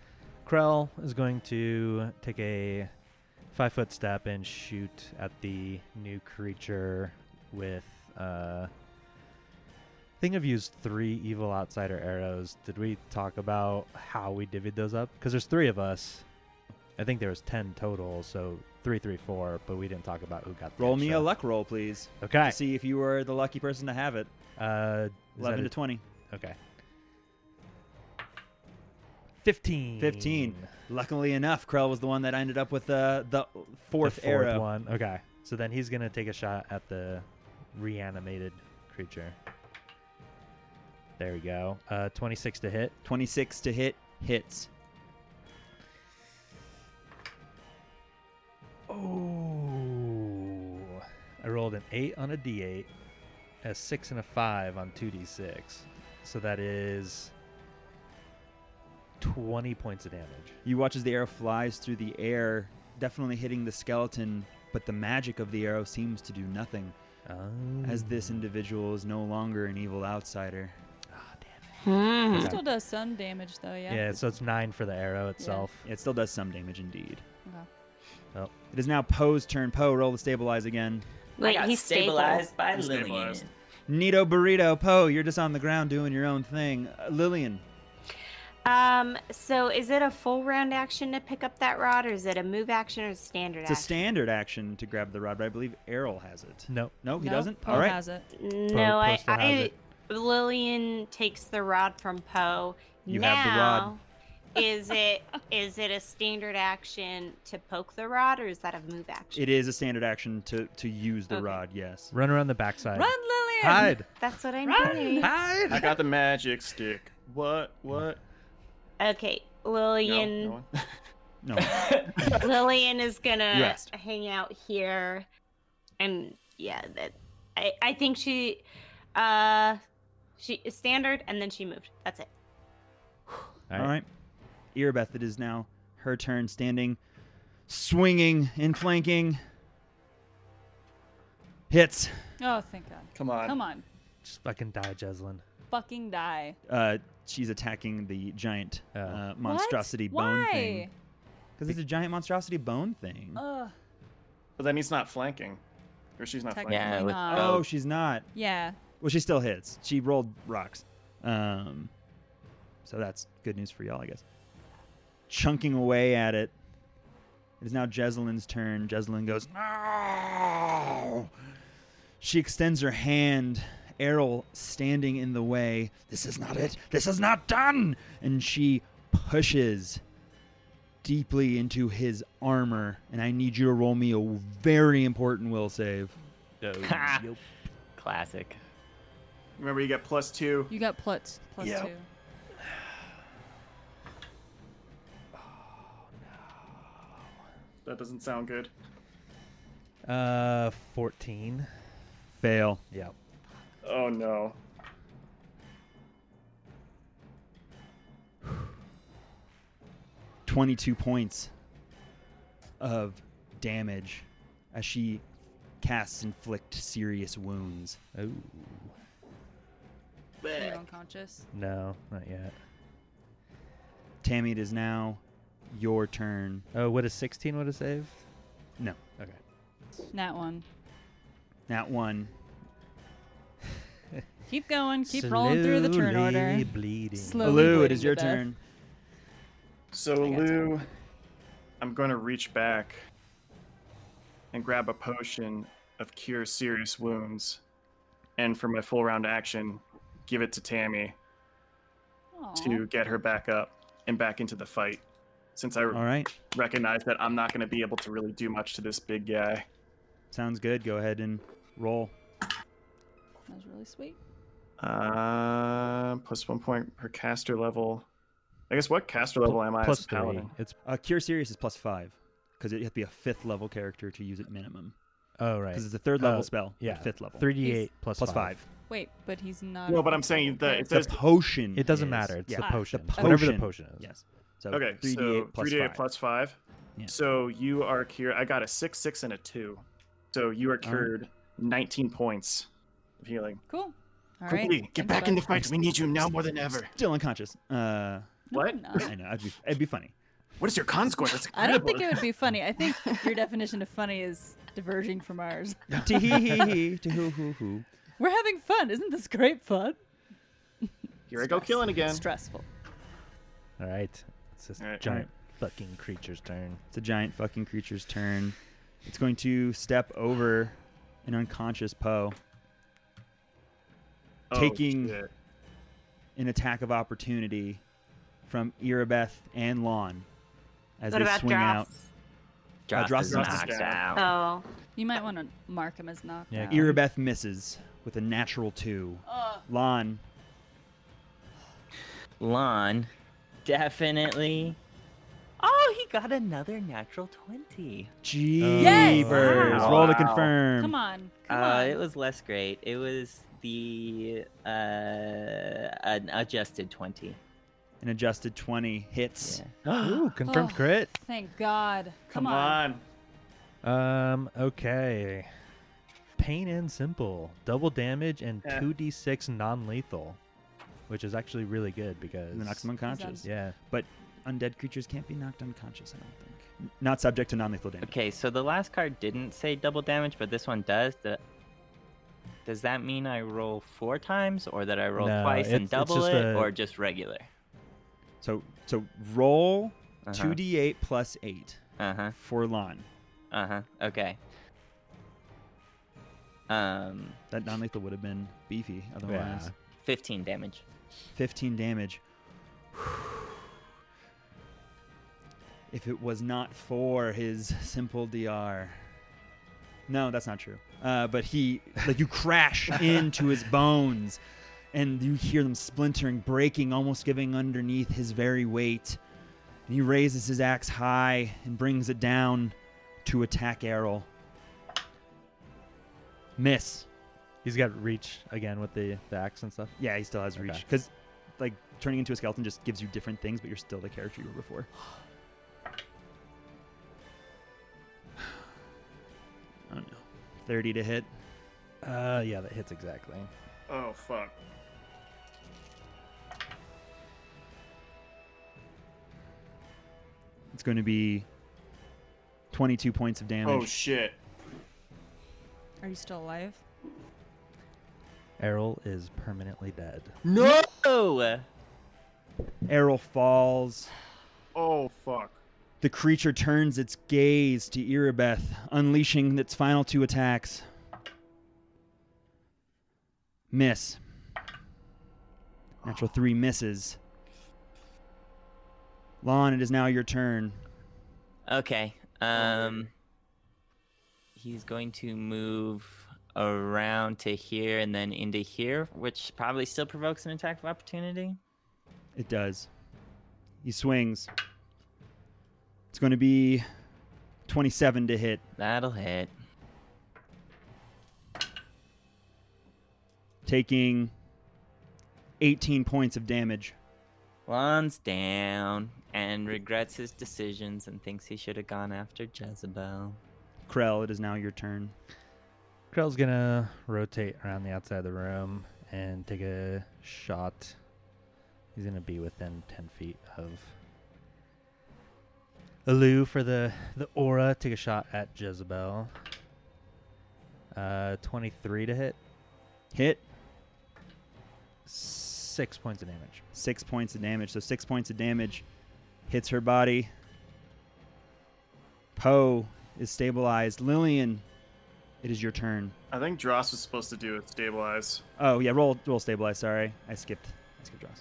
Speaker 3: Krell is going to take a five foot step and shoot at the new creature with. Uh, I think I've used three evil outsider arrows. Did we talk about how we divvied those up? Because there's three of us. I think there was ten total, so three, three, four. But we didn't talk about who got. the
Speaker 1: Roll me a
Speaker 3: extra.
Speaker 1: luck roll, please.
Speaker 3: Okay.
Speaker 1: To see if you were the lucky person to have it.
Speaker 3: Uh, is that
Speaker 1: 11
Speaker 3: a-
Speaker 1: to 20.
Speaker 3: Okay. Fifteen.
Speaker 1: 15. Luckily enough, Krell was the one that ended up with uh, the fourth,
Speaker 3: the fourth
Speaker 1: arrow.
Speaker 3: one. Okay. So then he's gonna take a shot at the reanimated creature. There we go. Uh, 26 to hit.
Speaker 1: 26 to hit, hits.
Speaker 3: Oh. I rolled an eight on a d8, a six and a five on two d6. So that is 20 points of damage.
Speaker 1: You watch as the arrow flies through the air, definitely hitting the skeleton, but the magic of the arrow seems to do nothing, as
Speaker 3: Oh.
Speaker 1: this individual is no longer an evil outsider.
Speaker 3: Okay.
Speaker 4: Still does some damage though, yeah.
Speaker 3: Yeah. So it's nine for the arrow itself.
Speaker 1: It still does some damage indeed.
Speaker 4: Okay.
Speaker 3: Oh.
Speaker 1: It is now Poe's turn. Poe, roll to stabilize again.
Speaker 2: Wait, he's stable.
Speaker 6: stabilized by
Speaker 5: He's
Speaker 6: Lillian.
Speaker 5: stabilized.
Speaker 1: Nito Burrito, Poe, you're just on the ground doing your own thing. Uh, Lillian,
Speaker 2: Um, so is it a full round action to pick up that rod, or is it a move action or a standard
Speaker 1: it's a
Speaker 2: action?
Speaker 1: standard action to grab the rod, but I believe Errol has it.
Speaker 3: No.
Speaker 1: No, he
Speaker 4: No,
Speaker 1: doesn't?
Speaker 4: Poe
Speaker 1: All right.
Speaker 4: has it.
Speaker 2: no, I,
Speaker 3: Postal has
Speaker 2: I
Speaker 3: it.
Speaker 2: Lillian takes the rod from Poe.
Speaker 1: You
Speaker 2: now,
Speaker 1: have the rod.
Speaker 2: is it is it a standard action to poke the rod, or is that a move action?
Speaker 1: It is a standard action to, to use the
Speaker 2: Okay.
Speaker 1: rod, yes.
Speaker 3: Run around the backside.
Speaker 4: Run, Lillian!
Speaker 3: Hide.
Speaker 2: That's what I'm doing.
Speaker 5: I
Speaker 3: Hide.
Speaker 5: got the magic stick. What? What?
Speaker 2: Okay,
Speaker 5: No,
Speaker 2: Lillian.
Speaker 5: no one?
Speaker 4: *laughs*
Speaker 1: No.
Speaker 2: *laughs* Lillian is gonna
Speaker 1: You asked.
Speaker 2: hang out here, and yeah, that I I think she, uh, she is standard, and then she moved. That's it.
Speaker 1: All right. Earbeth, it is now her turn standing, swinging and flanking. Hits.
Speaker 4: Oh, thank god.
Speaker 5: Come on.
Speaker 4: Come on.
Speaker 3: Just fucking die, Jeslin.
Speaker 4: Fucking die.
Speaker 1: Uh, she's attacking the giant
Speaker 3: Oh.
Speaker 1: uh, monstrosity
Speaker 4: what?
Speaker 1: bone
Speaker 4: Why?
Speaker 1: thing. Because it's a giant monstrosity bone thing.
Speaker 4: Ugh.
Speaker 5: But then he's not flanking, or she's not flanking.
Speaker 6: Yeah,
Speaker 4: Technically
Speaker 6: with
Speaker 4: not.
Speaker 1: oh,
Speaker 6: both.
Speaker 1: she's not.
Speaker 4: Yeah.
Speaker 1: Well, she still hits. She rolled rocks. Um, so that's good news for y'all, I guess. Chunking away at it. It is now Jeslyn's turn. Jeslyn goes, No! She extends her hand. Errol standing in the way. This is not it. This is not done. And she pushes deeply into his armor. And I need you to roll me a very important will save.
Speaker 6: Ha! Classic.
Speaker 5: Remember, you get plus two.
Speaker 4: You got plus plus
Speaker 1: Yep.
Speaker 4: two.
Speaker 5: That doesn't sound good.
Speaker 3: Uh, 14.
Speaker 1: Fail.
Speaker 3: Yep.
Speaker 5: Oh no.
Speaker 1: 22 points of damage as she casts inflict serious wounds.
Speaker 3: Oh.
Speaker 10: Are you unconscious?
Speaker 3: No, not yet.
Speaker 1: Tammy, it is now your turn.
Speaker 3: Oh, what a 16 would have saved?
Speaker 1: No,
Speaker 3: Okay.
Speaker 10: That one.
Speaker 1: not one.
Speaker 10: Keep going. Keep rolling through the turn order.
Speaker 3: Slowly bleeding.
Speaker 10: Slow- Slowly
Speaker 1: Lou, it
Speaker 10: bleeding
Speaker 1: is your
Speaker 10: to death.
Speaker 1: turn.
Speaker 5: So
Speaker 10: I got
Speaker 5: Lou, I'm going to reach back and grab a potion of cure serious wounds, and for my full round action, give it to Tammy to get her back up and back into the fight. Since I
Speaker 1: All right.
Speaker 5: recognize that I'm not going to be able to really do much to this big guy.
Speaker 1: Sounds good. Go ahead and roll.
Speaker 10: That was really sweet.
Speaker 5: Uh, plus one point per caster level. I guess what caster level am I as
Speaker 3: Plus
Speaker 5: a paladin?
Speaker 3: three. It's
Speaker 1: Uh, Cure Serious is plus five because it has to be a fifth level character to use it minimum
Speaker 3: oh right.
Speaker 1: because it's a third level
Speaker 3: Oh,
Speaker 1: spell.
Speaker 3: yeah,
Speaker 1: Yeah, fifth level.
Speaker 3: 3d8 plus,
Speaker 1: plus five.
Speaker 10: Wait, but he's not.
Speaker 5: No, but I'm saying that it
Speaker 1: The
Speaker 5: says
Speaker 1: potion.
Speaker 3: It doesn't
Speaker 1: is-
Speaker 3: matter. It's
Speaker 1: yeah,
Speaker 3: the potion.
Speaker 5: Ah,
Speaker 1: The
Speaker 3: Whatever the potion
Speaker 1: potion.
Speaker 3: is.
Speaker 1: Yes. So
Speaker 5: okay.
Speaker 1: 3d8
Speaker 5: so
Speaker 1: plus
Speaker 5: 3d8
Speaker 1: five.
Speaker 5: plus five.
Speaker 1: Yeah.
Speaker 5: So you are cured. I got a six, six, and a two. So you are cured 19 points of healing.
Speaker 10: Cool. All right.
Speaker 5: Quickly, get
Speaker 10: Thanks,
Speaker 5: back
Speaker 10: bud.
Speaker 5: in the fight. We need you now more than ever.
Speaker 1: Still unconscious. Uh,
Speaker 5: What?
Speaker 1: I know. It'd be, it'd be funny.
Speaker 5: What is your consequence? That's
Speaker 10: *laughs* I don't
Speaker 5: incredible.
Speaker 10: think it would be funny.
Speaker 5: *laughs*
Speaker 10: I think your definition of funny is diverging from ours.
Speaker 1: *laughs* to hee hee hee. To hoo hoo hoo.
Speaker 10: *laughs* We're having fun. Isn't this great fun?
Speaker 5: *laughs* Here I go killing again.
Speaker 10: Stressful.
Speaker 3: All right. It's this
Speaker 5: All right.
Speaker 3: giant fucking creature's turn.
Speaker 1: It's a giant fucking creature's turn. It's going to step over an unconscious Poe.
Speaker 5: Oh,
Speaker 1: Taking-
Speaker 5: shit.
Speaker 1: an attack of opportunity from Irabeth and Lon as
Speaker 2: What
Speaker 1: they
Speaker 2: about
Speaker 1: swing out.
Speaker 2: drops?
Speaker 1: Uh,
Speaker 6: Dross
Speaker 1: Dross
Speaker 6: is
Speaker 1: is
Speaker 6: knocked
Speaker 5: knocked
Speaker 6: out.
Speaker 2: Oh,
Speaker 10: You might want to mark him as knocked
Speaker 3: Yeah,
Speaker 10: out.
Speaker 1: Irabeth Uh, misses with a natural two.
Speaker 2: Uh.
Speaker 1: Lon,
Speaker 6: Lon, definitely. Oh, he got another natural 20.
Speaker 1: jeebers.
Speaker 3: Wow.
Speaker 1: Roll to
Speaker 6: Wow.
Speaker 1: confirm.
Speaker 10: Come on. Come
Speaker 6: Uh,
Speaker 10: on.
Speaker 6: it was less great. It was the uh, an adjusted 20.
Speaker 1: An adjusted 20 hits.
Speaker 6: Yeah.
Speaker 3: Ooh, confirmed
Speaker 10: Oh.
Speaker 3: crit.
Speaker 10: Thank God.
Speaker 5: Come on.
Speaker 3: Um, okay. Pain and simple. Double damage and
Speaker 5: Yeah.
Speaker 3: 2d6 non lethal, which is actually really good because.
Speaker 1: And then knocks him unconscious.
Speaker 3: Yeah.
Speaker 1: Undead creatures can't be knocked unconscious, I don't think. N- Not subject to non lethal damage.
Speaker 6: Okay, so the last card didn't say double damage, but this one does. The, does that mean I roll four times, or that I roll
Speaker 3: No,
Speaker 6: twice
Speaker 3: it's-
Speaker 6: and
Speaker 3: it's
Speaker 6: double
Speaker 3: just
Speaker 6: it,
Speaker 3: a-
Speaker 6: or just regular?
Speaker 1: So so roll
Speaker 6: Uh-huh.
Speaker 1: 2d8 plus 8
Speaker 6: Uh huh.
Speaker 1: for Lon.
Speaker 6: Uh huh. Okay. Um,
Speaker 1: That non lethal would have been beefy otherwise.
Speaker 3: Yeah.
Speaker 6: 15 damage.
Speaker 1: 15 damage. If it was not for his simple DR. No, that's not true. Uh, but he, like,
Speaker 6: *laughs*
Speaker 1: you crash into his bones and you hear them splintering, breaking, almost giving underneath his very weight. And he raises his axe high and brings it down to attack Errol. Miss.
Speaker 3: He's got reach again with the, the axe and stuff.
Speaker 1: Yeah, he still has
Speaker 3: Okay.
Speaker 1: reach because, like, turning into a skeleton just gives you different things, but you're still the character you
Speaker 3: *sighs*
Speaker 1: were before. oh no, thirty to hit.
Speaker 3: Uh, yeah, that hits exactly.
Speaker 5: Oh, fuck.
Speaker 1: It's going to be twenty-two points of damage.
Speaker 5: Oh, shit.
Speaker 10: Are you still alive?
Speaker 3: Errol is permanently dead.
Speaker 5: No!
Speaker 6: Oh!
Speaker 1: Errol falls.
Speaker 5: Oh, fuck.
Speaker 1: The creature turns its gaze to Iribeth, unleashing its final two attacks. Miss. Natural three misses. Lon, it is now your turn.
Speaker 6: Okay. Um, he's going to move around to here and then into here, which probably still provokes an attack of opportunity.
Speaker 1: It does. He swings. It's going to be 27 to hit.
Speaker 6: That'll hit.
Speaker 1: taking 18 points of damage.
Speaker 6: Lon's down and regrets his decisions and thinks he should have gone after Jezebel.
Speaker 1: Krell, it is now your turn.
Speaker 3: Krell's gonna rotate around the outside of the room and take a shot. He's gonna be within ten feet of Alu for the the aura. Take a shot at Jezebel. Uh, twenty three to hit.
Speaker 1: Hit
Speaker 3: Six points of damage.
Speaker 1: six points of damage. So six points of damage hits her body. Poe is stabilized. Lillian, it is your turn.
Speaker 5: I think Dross was supposed to do it stabilize.
Speaker 1: Oh yeah, roll roll stabilize. Sorry, I skipped. I skipped Ross.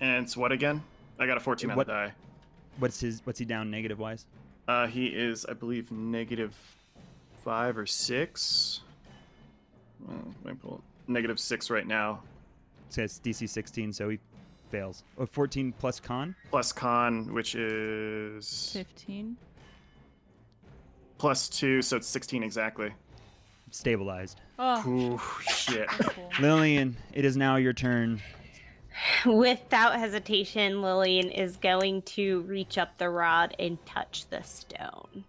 Speaker 5: And it's what again? I got a 14 on
Speaker 1: What-
Speaker 5: the die.
Speaker 1: What's his? What's he down negative wise?
Speaker 5: Uh, he is, I believe, negative five or six. Uh, let me pull it. Negative six right now.
Speaker 1: So it's DC 16, so he fails. Oh, 14 plus con.
Speaker 5: Plus con, which is
Speaker 10: 15.
Speaker 5: plus two, so it's 16 exactly.
Speaker 1: Stabilized.
Speaker 10: Oh,
Speaker 5: Ooh, shit.
Speaker 1: Lillian, it is now your turn.
Speaker 2: *laughs* Without hesitation, Lillian is going to reach up the rod and touch the stone.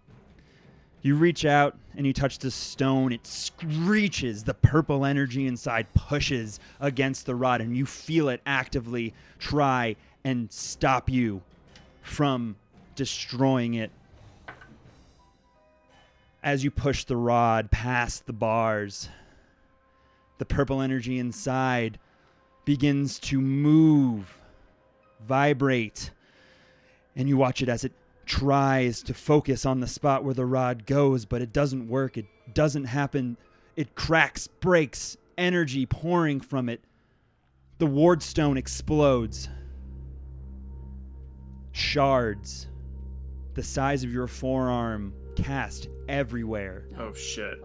Speaker 1: You reach out and you touch the stone. It screeches. The purple energy inside pushes against the rod, and you feel it actively try and stop you from destroying it. As you push the rod past the bars, the purple energy inside begins to move, vibrate, and you watch it as it tries to focus on the spot where the rod goes, but it doesn't work. It doesn't happen. It cracks, breaks, energy pouring from it. The wardstone explodes. Shards, the size of your forearm, cast everywhere.
Speaker 5: Oh, shit.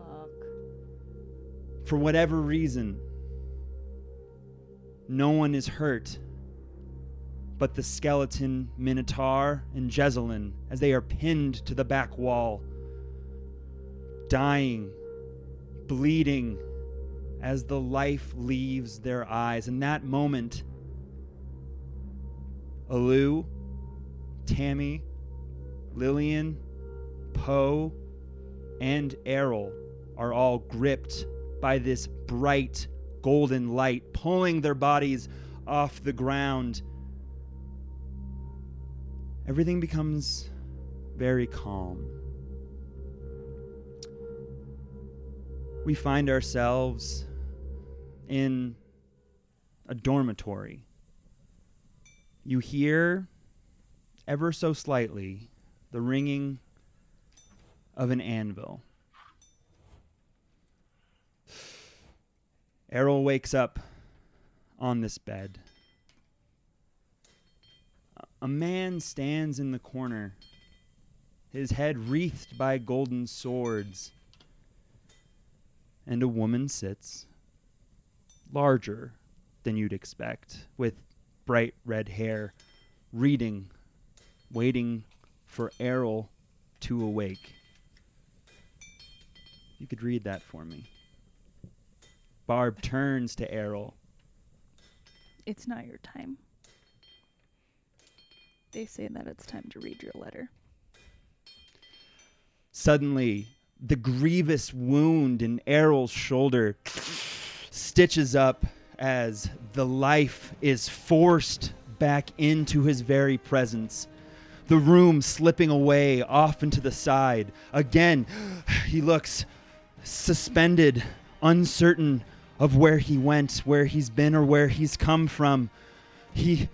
Speaker 1: For whatever reason, no one is hurt but the skeleton, Minotaur, and Jezelin as they are pinned to the back wall, dying, bleeding as the life leaves their eyes. In that moment, Alu, Tammy, Lillian, Poe, and Errol are all gripped by this bright golden light, pulling their bodies off the ground. Everything becomes very calm. We find ourselves in a dormitory. You hear, ever so slightly, the ringing of an anvil. Errol wakes up on this bed. A man stands in the corner, his head wreathed by golden swords. And a woman sits, larger than you'd expect, with bright red hair, reading, waiting for Errol to awake. You could read that for me. Barb turns to Errol.
Speaker 10: it's not your time. They say that it's time to read your letter.
Speaker 1: Suddenly, the grievous wound in Errol's shoulder stitches up as the life is forced back into his very presence. The room slipping away off into the side. Again, he looks suspended, uncertain of where he went, where he's been, or where he's come from. He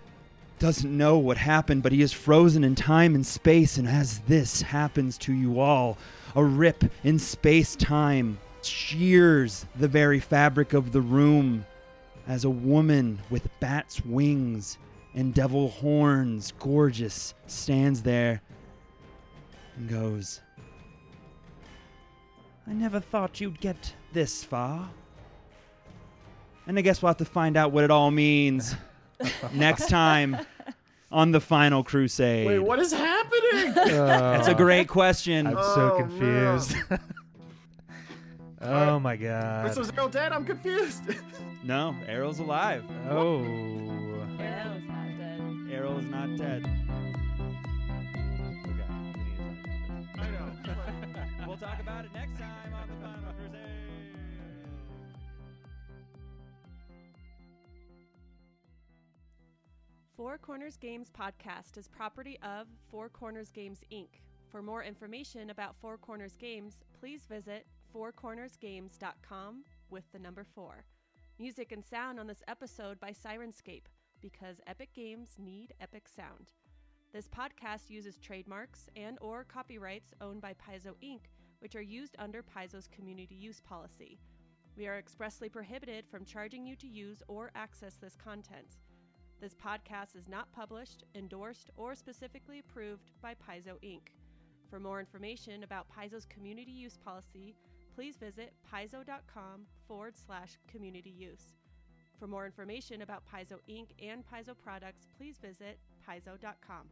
Speaker 1: doesn't know what happened, but he is frozen in time and space. And as this happens to you all, a rip in space time shears the very fabric of the room as a woman with bat's wings and devil horns, gorgeous, stands there and goes, I never thought you'd get this far. And I guess we'll have to find out what it all means next time on the final crusade?
Speaker 5: Wait, what is happening?
Speaker 1: That's a great question.
Speaker 3: Oh. I'm so
Speaker 5: Oh,
Speaker 3: confused. *laughs* oh my god.
Speaker 5: this was real dead. I'm confused.
Speaker 1: no, Errol's alive.
Speaker 3: oh.
Speaker 10: Arrow is not dead.
Speaker 3: girl is not dead. *laughs* Okay, we need to talk about this.
Speaker 5: I know.
Speaker 3: we'll talk about it next time on the Final Crusade.
Speaker 13: Four Corners Games podcast is property of Four Corners Games Inc. For more information about Four Corners Games, please visit fourcornersgames.com with the number 4. Music and sound on this episode by Sirenscape because epic games need epic sound. This podcast uses trademarks and or copyrights owned by Paizo Inc., which are used under Paizo's community use policy. We are expressly prohibited from charging you to use or access this content. This podcast is not published, endorsed, or specifically approved by Paizo Inc. For more information about Paizo's community use policy, please visit paizo.com forward slash community use. For more information about Paizo Inc. and Paizo products, please visit paizo.com.